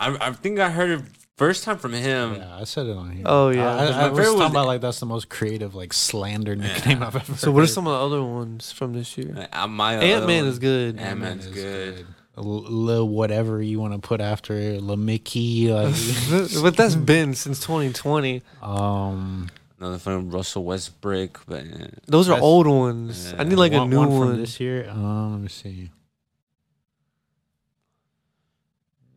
I, I think I heard it first time from him.
Yeah, I said it on here.
Oh, yeah.
I, I,
'Cause my
I was
favorite
talking
was-
about like that's the most creative like slander nickname I've ever.
So what are
heard.
some of the other ones from this year?
Uh, my other
Ant Man
one-
is good.
Ant-
Ant-Man
Ant-Man's
is
good.
L- Le whatever you want to put after it, Le Mickey, like,
but that's been since 2020.
um,
Another from Russell Westbrook, but uh,
Those are
That's-
old ones. I
yeah.
need like a
want
new
one
one.
from this year. Um, let me see.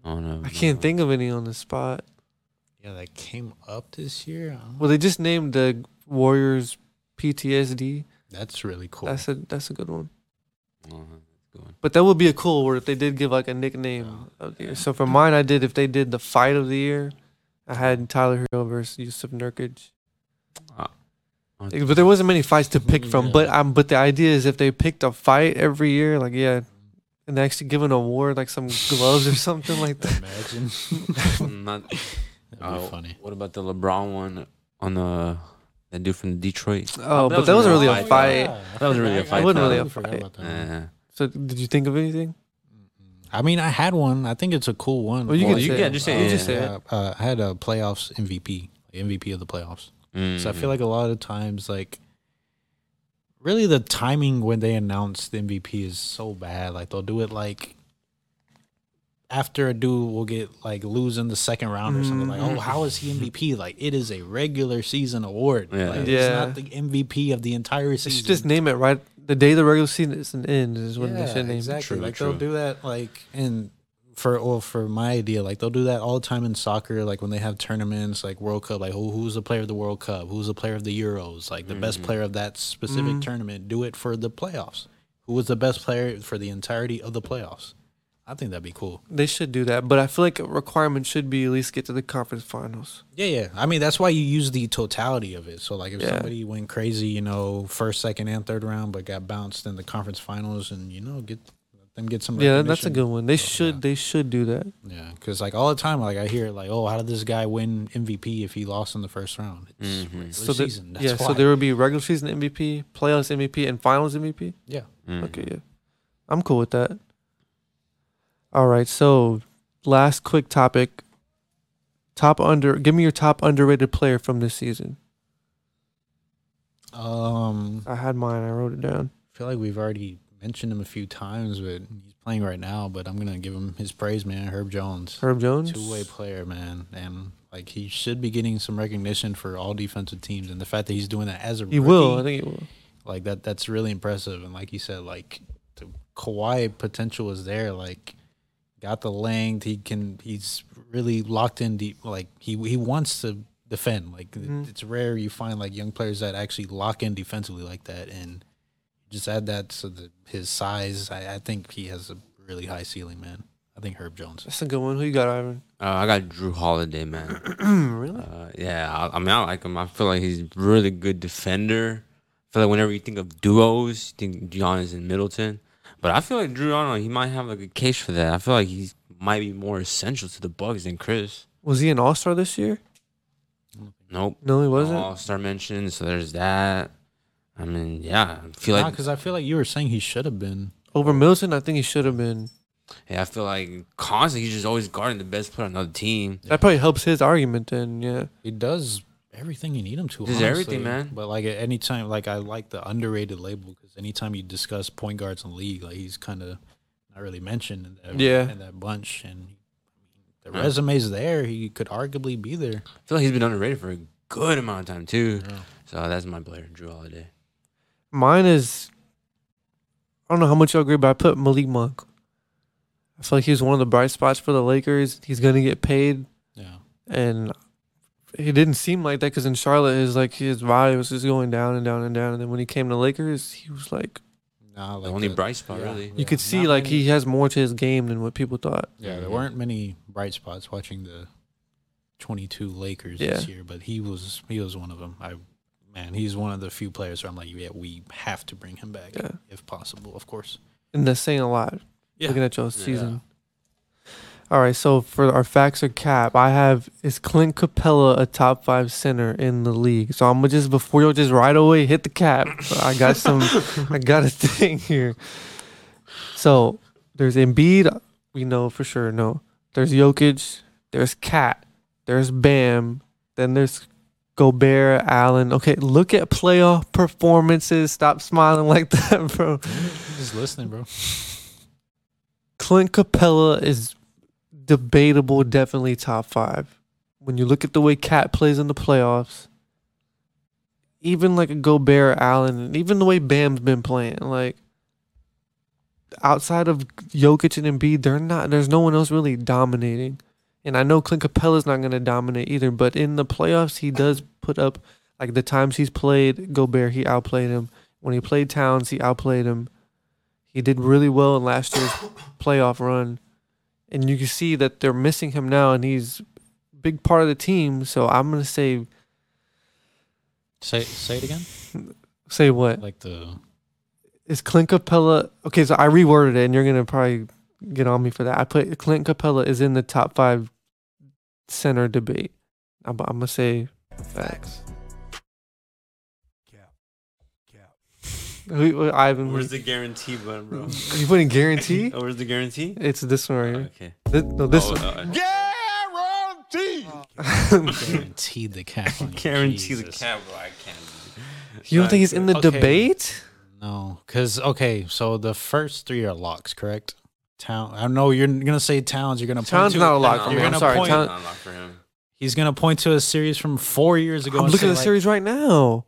I don't know.
I can't think of any on the spot.
Yeah, that came up this year. Um,
Well, they just named the Warriors PTSD.
that's really cool.
That's a that's a good one.
Uh-huh. Good one.
But that would be a cool word if they did give like a nickname of the year. So for mine, I did if they did the fight of the year, I had Tyler Hero versus Yusuf Nurkic. Eh, But there wasn't many fights to pick from. But um, but the idea is if they picked a fight every year, like yeah, and actually give an award like some gloves or something like that.
Imagine.
Mm, not-
That'd be
Oh.
funny.
what about the LeBron one on the that dude from Detroit?
Oh,
that
but
was
that wasn't really
Oh,
a
yeah.
fight.
That was really a
I-
fight,
I
wasn't really
totally
a
forgot
fight.
about that one.
Uh-huh.
Uh,
So did you think of anything?
I mean, I had one. I think it's a cool one.
Well, you
Well,
can
you
say
can
it.
just
you
say it.
just say it.
uh, uh, I had a playoffs MVP, MVP of the playoffs. So I feel
mm.
like a lot of times, like, really the timing when they announce the MVP is so bad. Like, they'll do it like after a dude will get like lose in the second round or something. Like, oh, how is he MVP? Like, it is a regular season award.
Yeah.
Like,
Mm-hmm. Yeah.
It's not the MVP of the entire
They
season.
should just name it right the day the regular season ends is when they should name
exactly.
True,
like
true.
they'll do that like and for well, for my idea, like they'll do that all the time in soccer, like when they have tournaments, like World Cup, like who who's the player of the World Cup, who's the player of the Euros, like the best
Mm-hmm.
player of that specific tournament. Do it for the playoffs. Who was the best player for the entirety of the playoffs? I think that'd be cool.
it. They should do that, but I feel like a requirement should be at least get to the conference finals.
Yeah, yeah. I mean, that's why you use the totality of it. So, like, if
Yeah.
somebody went crazy, you know, first, second, and third round, but got bounced in the conference finals, and you know, get let them get some.
Yeah, that's a
recognition. Oh,
good one. They should they should do that.
Yeah, because like all the time, like I hear like, oh, how did this guy win MVP if he lost in the first round? It's regular
Mm-hmm.
So the-
season. That's
yeah,
why.
so there would be regular season MVP, playoffs MVP, and finals MVP.
yeah.
Mm.
Okay, yeah, I'm cool with that. All right, so last quick topic. Top under, give me your top underrated player from this season.
Um,
I had mine. I wrote it down.
I feel like we've already mentioned him a few times, but he's playing right now. But I'm gonna give him his praise, man. Herb Jones,
Herb Jones.
two way player, man, and like he should be getting some recognition for all defensive teams. And the fact that he's doing that as a
He will. I
rookie,
think he will.
like that, that's really impressive. And like you said, like the Kawhi potential is there. Like got the length. He can. He's really locked in deep. Like he he wants to defend. Like
Mhm.
it's rare you find like young players that actually lock in defensively like that. And just add that to the, his size. I, I think he has a really high ceiling, man. I think Herb Jones.
That's a good one. Who you got, Ivan?
Uh, I got Drew Holiday, man.
Hmm, really?
Uh, yeah, I, I mean, I like him. I feel like he's a really good defender. I feel like whenever you think of duos, you think Giannis and Middleton. But I feel like Drew, I don't know, he might have like a case for that. I feel like he might be more essential to the Bucks than Chris.
Was he an All Star this year?
Nope.
No, he wasn't.
Uh,
All star mention, so there's that. I mean, yeah, I feel
Nah,
like
because I feel like you were saying he should have been.
Over Milton, I think he should have been.
yeah, I feel like constantly he's just always guarding the best player on another team.
That probably helps his argument. Then, yeah.
He does everything you need him to.
Does everything,
honestly.
man.
But like at any time, like I like the underrated label because anytime you discuss point guards in the league, like he's kind of not really mentioned in that,
Yeah.
in that bunch. And the
Yeah.
resume's there. He could arguably be there.
I feel like he's been underrated for a good amount of time too.
Yeah.
So that's my player, Drew Holiday.
Mine is. I don't know how much y'all agree, but I put Malik Monk. I feel like he was one of the bright spots for the Lakers. He's gonna get paid.
Yeah.
and he didn't seem like that because in Charlotte, his like his value was just going down and down and down. And then when he came to Lakers, he was like
Nah,
The
like
only
the-
bright spot,
yeah,
really.
you
yeah,
could see
not
like
many-
he has more to his game than what people thought.
Yeah, there weren't many bright spots watching the 22 Lakers this year, but he was he was one of them. I man, he's one of the few players where I'm like, yeah, we have to bring him back
Yeah,
if possible, of course.
and that's saying a lot.
Yeah.
Looking at your
Yeah.
season. All right, so for our facts or cap, I have is Clint Capella a top five center in the league? So I'm gonna just before you all just right away hit the cap. I got some, I got a thing here. So there's Embiid, we know for sure. No, there's Jokic, there's Cat, there's Bam, then there's Gobert, Allen. Okay, look at playoff performances. Stop smiling like that, bro.
Just listening, bro.
Clint Capella is debatable, definitely top five. When you look at the way Cat plays in the playoffs, even like a Gobert Allen, and even the way Bam's been playing, like outside of Jokic and Embiid, they're not. There's no one else really dominating. And I know Clint Capella's not going to dominate either, but in the playoffs, he does put up like the times he's played Gobert, he outplayed him. When he played Towns, he outplayed him. He did really well in last year's playoff run, and you can see that they're missing him now, and he's a big part of the team. So I'm gonna say
Say say it again.
say what
Like the
is Clint Capella? Okay, so I reworded it, and you're gonna probably get on me for that. I put Clint Capella is in the top five center debate. I'm, I'm gonna say facts.
Cap. Cap.
Who, who- Ivan,
Where's the guarantee button, bro?
you putting guarantee?
oh, where's the guarantee? Oh,
It's this one right here.
Okay.
This, no, this
Oh,
one.
uh,
Guaranteed.
Oh,
guaranteed the cap. on you.
guarantee the
Jesus.
cap, bro. I can't.
you don't think he's in the
Okay.
debate?
No, because okay, so the first three are locks, correct? Town. I know you're gonna say Towns. You're gonna
Towns
point to
not
it.
a lock
No,
for
you're
me, I'm
gonna
sorry,
point-
Towns-
Not lock for him.
He's gonna point to a series from four years ago.
I'm
and
looking
say,
at the
like,
series right now.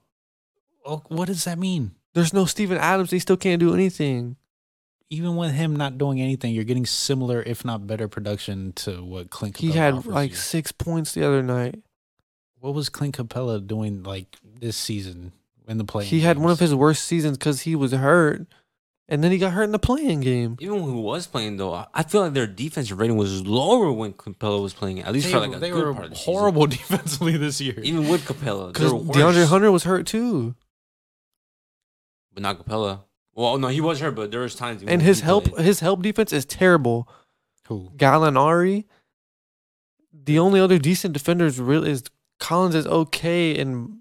Oh, what does that mean?
There's no Steven Adams. They still can't do anything.
Even with him not doing anything, you're getting similar, if not better, production to what Clint.
He
Capella
had
offers
like
you.
six points the other night.
What was Clint Capella doing like this season in the play?
he had one of his worst seasons because he was hurt, and then he got hurt in the playing game.
Even when he was playing, though, I- I feel like their defensive rating was lower when Capella was playing. At least
They,
for like a
they
good
were
part of the season.
horrible defensively this year.
Even with Capella, they
Because
were
DeAndre
worse,
Hunter was hurt too,
but not Capella. Well, no, he was hurt, but there was times. when
and his
he
help
played.
his help defense is terrible.
Who?
Gallinari. The only other decent defender is real is Collins is okay and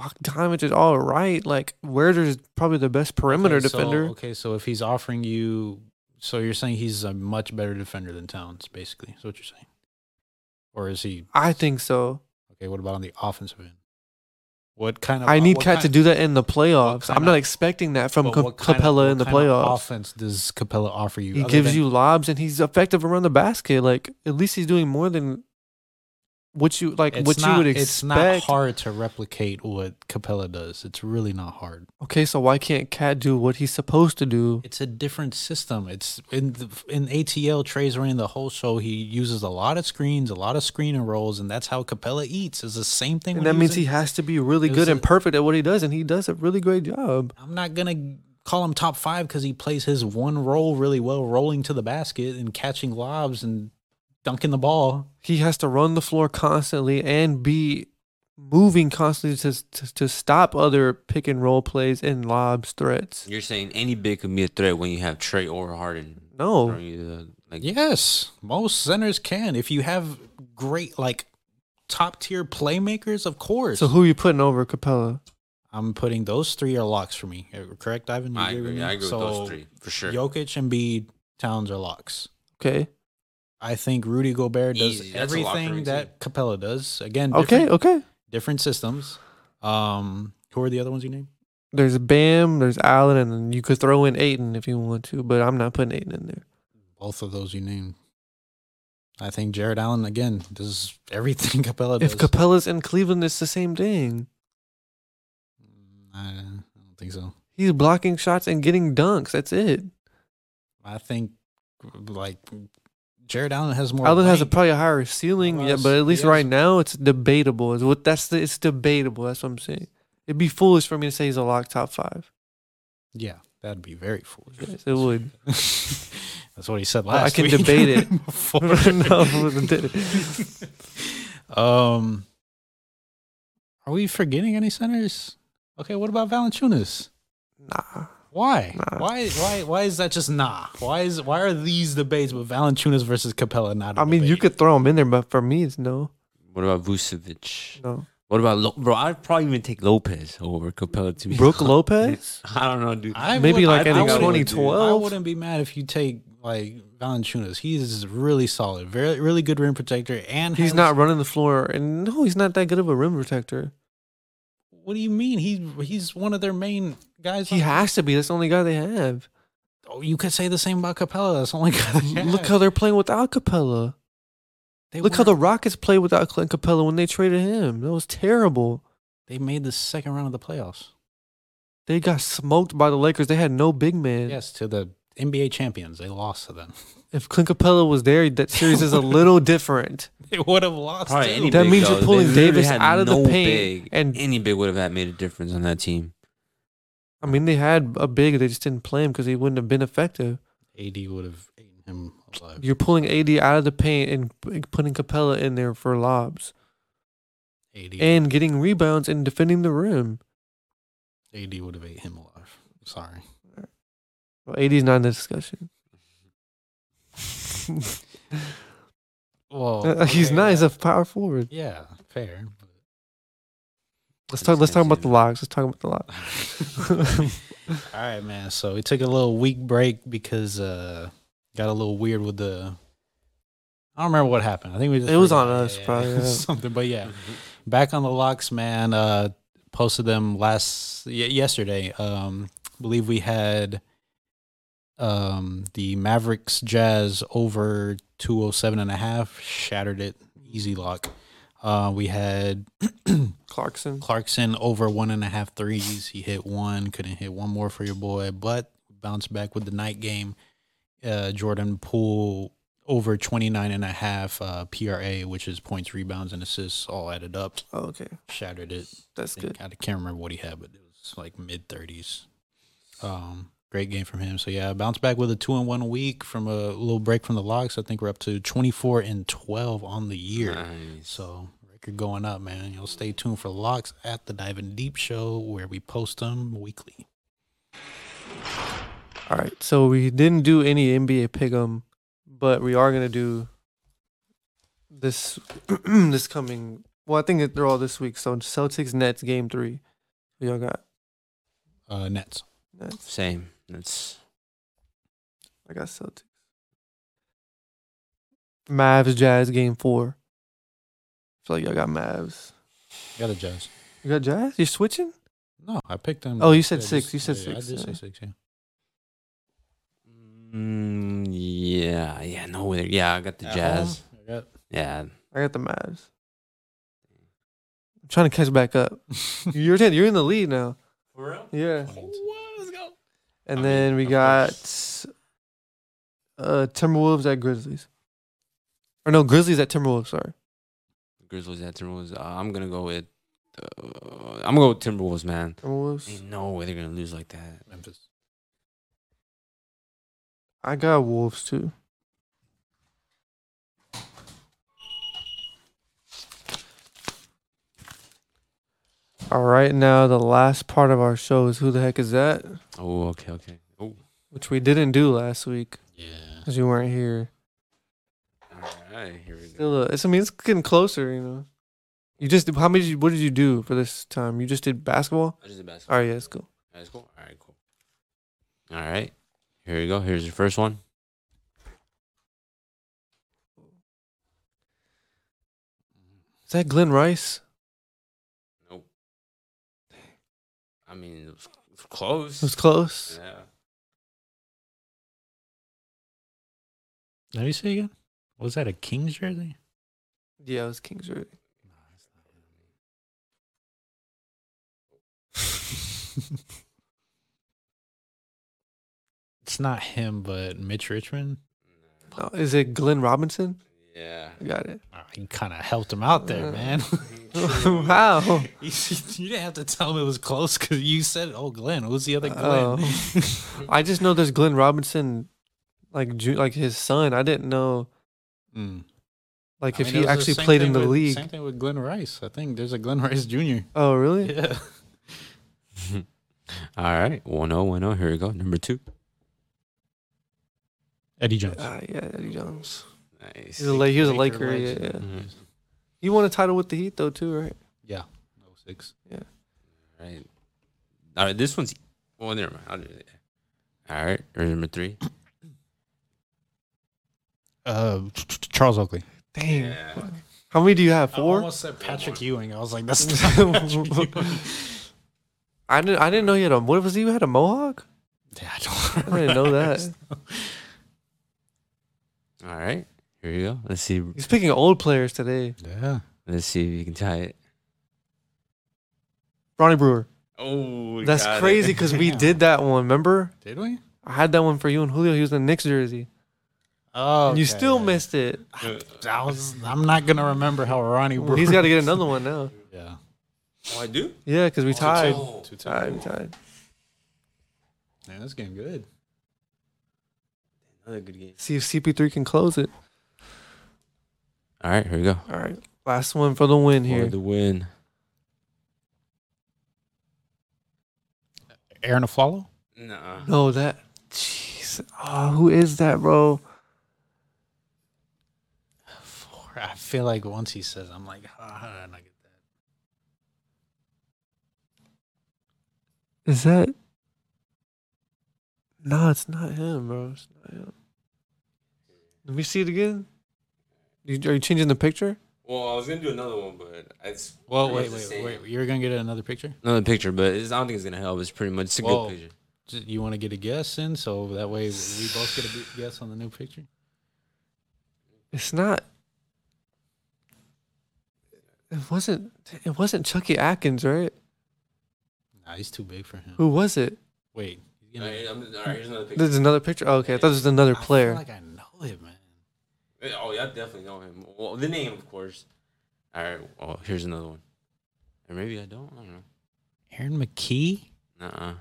Bogdanovich is all right. Like Werder is probably the best perimeter
Okay, so-
defender.
okay, so if he's offering you, so you're saying he's a much better defender than Towns, basically. Is what you're saying, or is he?
I think so.
Okay, what about on the offensive end? What kind of
I need
what
Cat to
kind-
do that in the playoffs.
kind
I'm not
of-
expecting that from
but
Cap-
what kind of-
Capella
what
in the
kind of
playoffs.
Offense does Capella offer you?
He
other
gives
than-
you lobs and he's effective around the basket. Like at least he's doing more than what you like
It's
what
not,
you would
It's not
expect.
hard to replicate what Capella does. It's really not hard.
Okay, so why can't Cat do what he's supposed to do?
It's a different system. It's in the, in ATL. Trey's running the whole show. He uses a lot of screens, a lot of screen and rolls, and that's how Capella eats. Is the same thing.
And
when
that means
was in-
he has to be really
it
good
was
and
a-
perfect at what he does, and he does a really great job.
I'm not gonna call him top five because he plays his one role really well, rolling to the basket and catching lobs and dunking the ball.
He has to run the floor constantly and be moving constantly to to, to stop other pick and roll plays and lobs threats.
You're saying any big can be a threat when you have Trey or Harden.
No,
throwing you the- like,
Yes, most centers can if you have great like top tier playmakers. Of course.
so who are you putting over Capella?
I'm putting those three are locks for me. Uh, Correct, Ivan? You
I
with
agree.
me?
I agree
So,
with those three for sure.
Jokic and Bede, Towns are locks.
Okay,
I think Rudy Gobert does
Easy. That's a lock for me,
everything that
too.
Capella does. Again,
okay,
different,
okay.
different systems. Um, who are the other ones you named?
There's Bam, there's Allen, and then you could throw in Aiton if you want to, but I'm not putting Aiton in there.
Both of those you named. I think Jared Allen again does everything Capella does.
If Capella's in Cleveland, it's the same thing.
I don't think so.
He's blocking shots and getting dunks. That's it.
I think like Jared Allen has more.
Allen has a,
length.
probably a higher ceiling, yeah,
Plus,
but at least
yes.
right now it's debatable. Is what that's the it's debatable. That's what I'm saying. It'd be foolish for me to say he's a lock top five.
yeah, that'd be very foolish.
Yes, it would.
That's what he said
Well, I
last.
can
week.
debate it.
Before.
No, I wouldn't do
um, are we forgetting any centers? Okay, what about Valanciunas?
Nah,
Why?
Nah.
Why? Why? Why is that just nah? Why is? Why are these debates with Valanciunas versus Capella not? a
I mean you
debate?
could throw him in there, but for me it's no,
What about Vucevic?
no.
What about Lo- bro? I'd probably even take Lopez over Capella to be.
Brooke Lopez.
I don't know, dude.
I
maybe
would-
like
I
in
think I would-
2012.
I wouldn't be mad if you take like Valanciunas. He's really solid, very really good rim protector, and
He's
has-
not running the floor, and no, he's not that good of a rim protector.
What do you mean? He he's one of their main guys.
He
on-
has to be. That's the only guy they have.
Oh, you could say the same about Capella. That's the only guy. they
Look
have.
how they're playing without Capella.
They
Look how
weren't-
the Rockets played without Clint Capella when they traded him. That was terrible.
They made the second round of the playoffs.
They got smoked by the Lakers. They had no big man.
Yes, to the NBA champions. They lost to them.
If Clint Capella was there, that series is a little different.
They would have lost.
Probably
too.
any
That
big,
means
though.
you're pulling
They literally
Davis
had
out of the
no
paint
big.
and-
any big would have had made a difference on that team.
I mean, they had a big, they just didn't play him because he wouldn't have been effective.
AD would have eaten him alive.
You're pulling AD out of the paint and p- putting Capella in there for lobs
AD,
and getting rebounds and defending the rim.
AD would have ate him alive. Sorry.
Well, AD's not in the discussion.
Well,
he's
okay,
not. He's
yeah.
a power forward.
yeah, fair.
Let's talk. Let's
I just can't
talk
see
about the
that.
locks. Let's talk about the locks.
All right, man. So we took a little week break because uh got a little weird with the. I don't remember what happened. I think we just
It was
forgot.
on us, probably, yeah.
something. But yeah, back on the locks, man. Uh, posted them last y- yesterday. Um, believe we had um the Mavericks Jazz over 207 and a half shattered it easy lock. Uh, we had
Clarkson.
Clarkson over one and a half threes. He hit one, couldn't hit one more for your boy, but bounced back with the night game. Uh, Jordan Poole over 29 and a half uh, PRA, which is points, rebounds, and assists all added up.
Oh, okay,
Shattered it.
that's
I, think,
good.
I can't remember what he had, but it was like mid 30s. Um, great game from him. So yeah, bounced back with a two and one week from a little break from the locks. I think we're up to 24 and 12 on the year.
Nice.
So record going up, man. You'll stay tuned for locks at the Diving Deep Show where we post them weekly.
All right, so we didn't do any NBA pick'em, but we are gonna do this this coming. Well, I think it- they're all this week. So Celtics Nets game three. We all got
Uh, Nets.
Nets.
Same. That's
I got Celtics. Mavs Jazz game four. I feel like y'all got Mavs.
Got a Jazz.
You got Jazz? You're switching?
No, I picked him.
Oh, you said
I
six.
just-
You said
yeah,
six,
I did
yeah.
say six. Yeah.
Mm, yeah, yeah, no way. Yeah, I got the
At
Jazz.
home, I got-
Yeah,
I got the Mavs. I'm trying to catch back up. You're in, you're in the lead now.
for real.
Yeah.
Let's go.
And
I mean,
then we
of
got uh, Timberwolves at Grizzlies. Or no, Grizzlies at Timberwolves, sorry.
Grizzlies at Timberwolves. Uh, I'm gonna go with. Uh, I'm gonna go with Timberwolves, man.
Timberwolves.
Ain't no way they're gonna lose like that.
Memphis.
I got Wolves too. All right, now the last part of our show is who the heck is that?
Oh, okay, okay. Oh,
Which we didn't do last week
Yeah.
because you weren't here.
all right, here we go.
Still, uh, it's, I mean, it's getting closer, you know. You just how many? Did you, what did you do for this time? You just did basketball.
I just did basketball.
All right, yeah, let's go.
That's cool. All right, cool. All right, here we go. Here's your first one.
Is that Glenn Rice?
I mean, it was, it was close.
It was close.
Yeah.
Let me see again. Was that a Kings jersey?
Yeah, it was Kings. Right?
It's not him, but Mitch Richmond.
No, Oh, is it Glenn Robinson?
Yeah.
Got it.
Uh, He kind of helped him out there,
Uh.
man.
Oh. wow.
you didn't have to tell him it was close because you said, "Oh, Glenn." Who's the other
Oh.
Glenn?
I just know there's Glenn Robinson, like Ju- like his son. I didn't know
Mm.
like
I
if
mean, it
he
was the
actually
same
played
thing
in the
with-
league.
Same thing with Glenn Rice. I think there's a Glenn Rice Jr.
Oh, really?
Yeah.
All right, 1 0, 1 0. oh, Here we go. Number two.
Eddie Jones.
Ah, yeah, Eddie Jones.
Nice.
He's a, La- he was a
Laker
Laker. Yeah, yeah.
legend.
Mhm.
He won a title with the Heat though too, right?
Yeah. Oh, six.
Right. All right. This one's. Well, never mind. I'll do it. All right. Here's number three.
Uh, Ch- Ch- Charles Oakley.
Dang. How many do you have?
I
Four.
almost said Patrick Ewing. I was like, that's not Patrick Ewing.
I didn't. I didn't know he had a. What was he? Had a mohawk?
Yeah, I
I didn't know that.
All right. Here you go. Let's see.
He's picking old players today.
Yeah.
Let's see if you can tie it.
Ronnie Brewer.
Oh,
That's crazy because we
Yeah.
did that one. Remember?
Did we?
I had that one for you and Julio. He was in the Knicks jersey.
Oh,
And you still missed it.
I was, I'm not gonna remember how Ronnie. Brewer-
He's got to get another one now.
Yeah.
Oh, I do.
Yeah, because we tied.
Oh.
Two times.
Tied, we tied.
Man, this game good.
Another good game.
See if CP3 can close it.
All right. Here we go.
All right. Last one for the win
Here.
here.
the win.
Aaron Aflalo.
Nah.
No, that. Jeez. Oh, who is that, bro?
Four. I feel like once he says, I'm like, ah, how did I not get that?
Is that. No, it's not him, bro. It's not him. Let me see it again. You, are you changing the picture?
Well, I was gonna do another one, but it's
Well, wait, wait, wait. You were gonna get another picture.
Another picture, but it's, I don't think it's gonna help. It's pretty much it's a
Whoa.
good picture.
J- You want to get a guess in, so that way we both get a b- guess on the new picture.
It's not. It wasn't. It wasn't Chucky Atkins, right?
Nah, he's too big for him.
Who was it?
Wait. He's
All
gonna-
right, I'm- all right, here's another picture.
There's another picture. Oh, okay, I thought it was another
I feel
player.
like I know it, man.
Oh, yeah, I definitely know him. Well, the name, of course. All right. Oh, here's another one. Or maybe I don't. I don't know.
Aaron McKee.
Nuh-uh.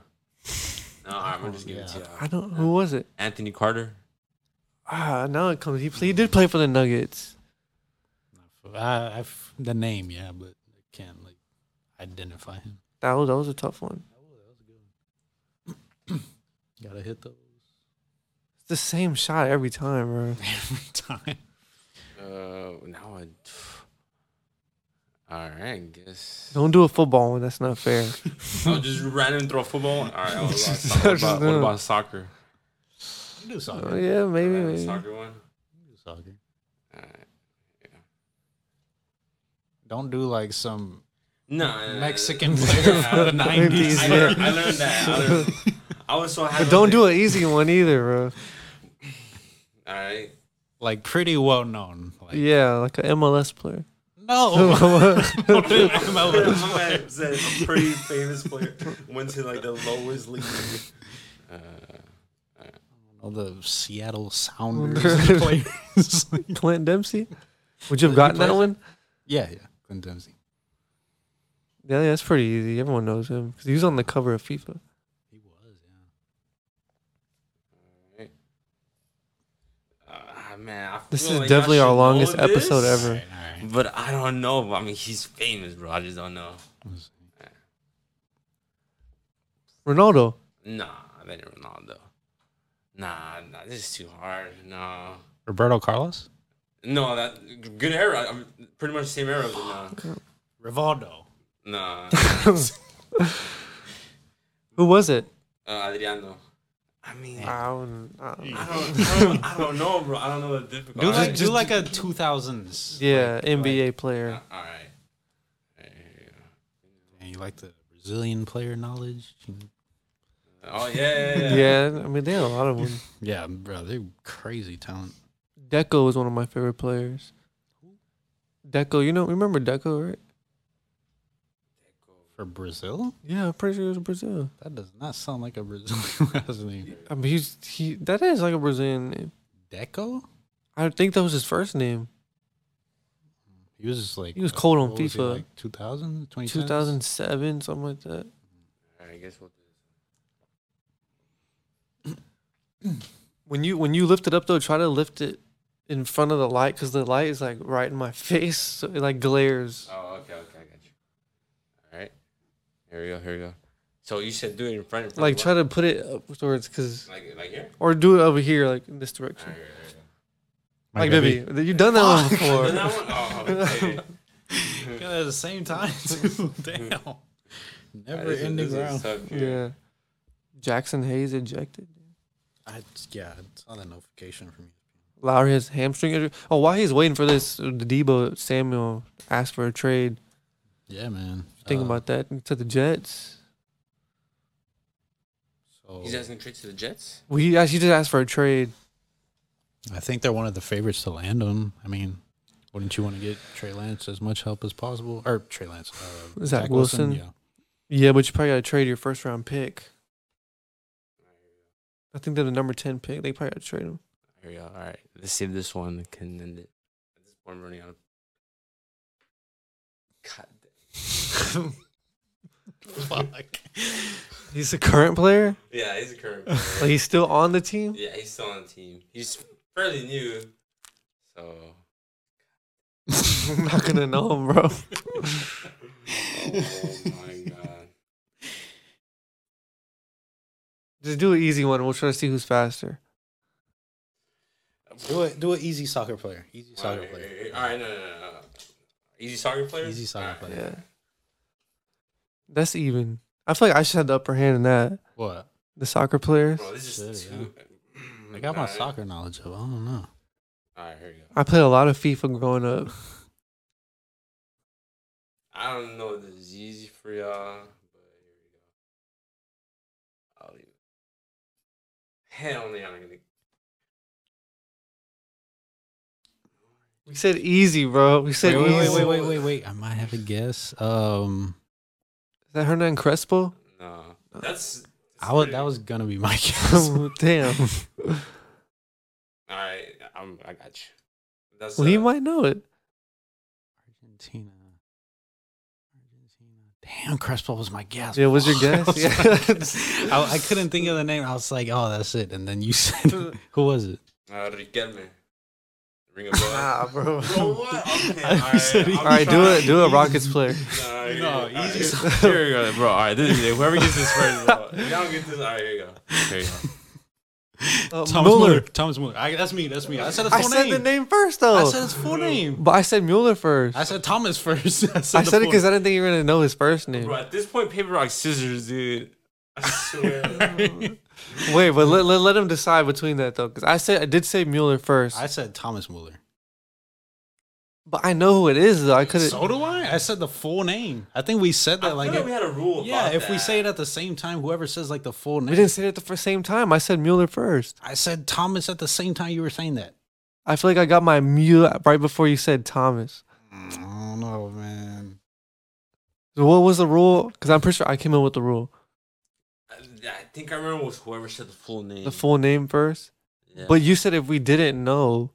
No, all right, I'm just giving it to you.
I don't. Who was it?
Anthony Carter.
Ah, now it comes. He play, he did play for the Nuggets.
I, I've the name, yeah, but I can't like identify him.
That was that was a tough one.
Gotta hit those
It's the same shot every time, bro.
every time.
Uh, now I. All right, I guess.
Don't do a football one. That's not fair.
Oh, just random throw football. All right. What about,
Just-
soccer? what
just
about,
no.
what about soccer?
You do soccer.
oh, yeah, maybe.
Random
maybe.
Soccer one.
You do soccer.
All right.
Don't do like some
No, no, no,
Mexican
no.
player from the 90s.
I learned, I learned that. I, learned- I was so happy.
But don't do an easy one either, bro.
All right.
Like pretty well known. Like,
Yeah, like an MLS player.
No,
My man said a pretty famous player went to like the lowest league.
all the Seattle Sounders players.
Clint Dempsey. Would you have gotten that one?
yeah, yeah, Clint Dempsey.
Yeah, yeah, that's pretty easy. Everyone knows him because he was on the cover of FIFA.
He was, yeah.
Ah, man, I
This
feel
is
like I
definitely our
should know
longest
this,
episode ever.
All right, all right.
But I don't know. I mean, he's famous, bro. I just don't know.
Let's see.
Ronaldo.
Nah, I bet Ronaldo. Nah, nah, this is too hard. No.
Roberto Carlos?
No, that good era. I'm pretty much the same era. But
Rivaldo.
nah, nah.
Who was it?
Uh, Adriano. I mean, I
I don't, I don't know.
don't, I don't, I don't know, bro. I don't know the difficult.
Do like,
Alright.
do like a 2000s.
Yeah, NBA player.
All right.
And you like the Brazilian player knowledge?
Oh yeah, yeah, yeah.
Yeah, I mean they had a lot of them.
Yeah, bro, they're crazy talent.
Deco was one of my favorite players. Deco, you know, remember Deco, right?
For Brazil?
Yeah, I'm pretty sure it was Brazil.
That does not sound like a Brazilian last name.
I mean, he's he. That is like a Brazilian name.
Deco?
I think that was his first name.
He was just like
He was cold on
what was he,
FIFA.
Like 2000, 2010s?
2007, something like that.
All right, I guess we'll do this.
When you when you lift it up though, try to lift it in front of the light because the light is like right in my face, so it like glares.
Oh, okay, okay, I got you. All right, here we go, here we go. So you said do it in front of
Like try to put it upwards, cause
like like here.
or do it over here, like in this
All
direction.
right, all
Like Bibby, you've done that one
right, all right. And
before.
that one? Oh, okay, okay.
Yeah, at the same time, too. Damn. Never
This is-
ending
this is
round.
tough, dude.
Yeah. Jackson Hayes ejected.
I, yeah, I saw that notification from you.
Lowry has hamstring injury. Oh, while he's waiting for this, the Debo Samuel asked for a trade.
Yeah, man.
Think
Uh,
about that to the Jets.
So
He's asking trade to the Jets.
Well, he actually just asked for a trade.
I think they're one of the favorites to land him. I mean, wouldn't you want to get Trey Lance as much help as possible? Or Trey Lance. Uh,
Zach
Zach
Wilson? Yeah, but you probably got to trade your first round pick. I think they're the number 10 pick. They probably got to trade him.
Here we go. All right, let's see if this one can end it. At this point, I'm running out of. God.
Yeah. Fuck.
He's a current player?
Yeah, he's a current.
Like, he's still on the team?
yeah, he's still on the team. He's fairly new, so.
I'm not going to know him, bro.
Oh my god.
Just do an easy one. We'll try to see who's faster.
Do it. Do an easy soccer player. Easy
All
soccer
right,
player.
all right, no, no, no, no. Easy soccer player.
Easy soccer
Alright.
player.
Yeah. That's even. I feel like I should have the upper hand in that.
What?
The soccer players.
Bro, this is
Shit,
too.
I got my
Alright.
soccer knowledge up. I don't know.
All right, here we go.
I played a lot of FIFA growing up.
I don't know if this is easy for y'all, but here we go. I'll leave it. Hell no, I'm not gonna.
We said easy, bro. We said
Wait, wait, wait,
easy.
wait, wait, wait, wait. I might have a guess. Um,
Is that Hernan Crespo?
No,
Uh,
that's.
I was, that was gonna be my guess.
Oh, Damn.
All right, I'm. I got you. That's.
Well, he
uh,
might know it.
Argentina. Argentina. Damn, Crespo was my guess.
Yeah, was your guess?
was
Yeah.
I, I couldn't think of the name. I was like, oh, that's it. And then you said, who was it?
Uh, Riquelme. Ring a bell.
Nah, bro.
Bro, what? Okay.
I
All right.
said he-
I'm
All right, do it.
trying.
Do a Rockets player.
Nah,
No,
all right.
easy
Here we go, bro. All right, this is, whoever gets this first, bro. If y'all get this, all right, here you go. Here you go.
Uh,
Thomas Muller.
Mueller.
Thomas Muller. I, that's me. That's me. I said his full
I said
name.
the name first, though.
I said his full name.
but I said Mueller first.
I said Thomas first. I said,
I said it
the full-
because I didn't think you were gonna know his first name.
Bro, at this point, paper, rock, scissors, dude. I swear.
Wait, but let, let, let him decide between that though, because I said I did say Mueller first.
I said Thomas Muller.
But I know who it is. Though. I could have.
So do I. I said the full name. I think we said that like.
we had a rule.
yeah, if we say it at the same time, whoever says like the full
we
name.
didn't say it at the fir- same time. I said Mueller first.
I said Thomas at the same time you were saying that.
I feel like I got my Mueller right before you said Thomas.
I don't know, man.
So what was the rule? Because I'm pretty sure I came in with the rule.
I think I remember was whoever said the full name.
The full name first.
Yeah.
But you said if we didn't know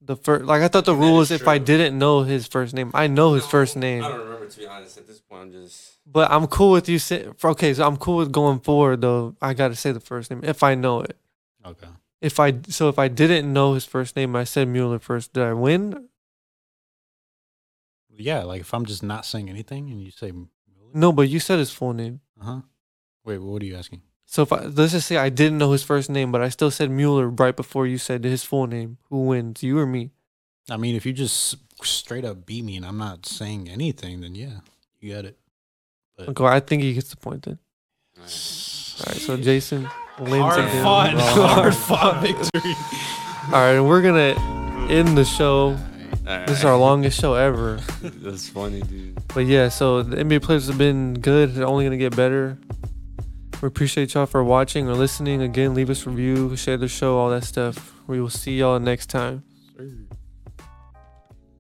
the first, like I thought the
That
rule was
is
if I
true.
didn't know his first name. I know his first name,
I don't remember to be honest. At this point, I'm just.
but I'm cool with you. Say, okay, so I'm cool with going forward though. I gotta say the first name if I know it.
Okay.
If I so if I didn't know his first name, I said Mueller first. Did I win?
Yeah, like if I'm just not saying anything and you say.
No, but you said his full name.
Uh huh. Wait, what are you asking?
So if I, let's just say I didn't know his first name, but I still said Mueller right before you said his full name. Who wins, you or me?
I mean, if you just straight up beat me and I'm not saying anything, then yeah, you got it.
Okay, I think he gets the point then. All right, so Jason wins again.
Hard fought victory.
All right, and we're gonna end the show. This is our longest show ever.
That's funny, dude.
But yeah, so the NBA players have been good. They're only gonna get better. We appreciate y'all for watching or listening. Again, leave us a review, share the show, all that stuff. We will see y'all next time.
Sir.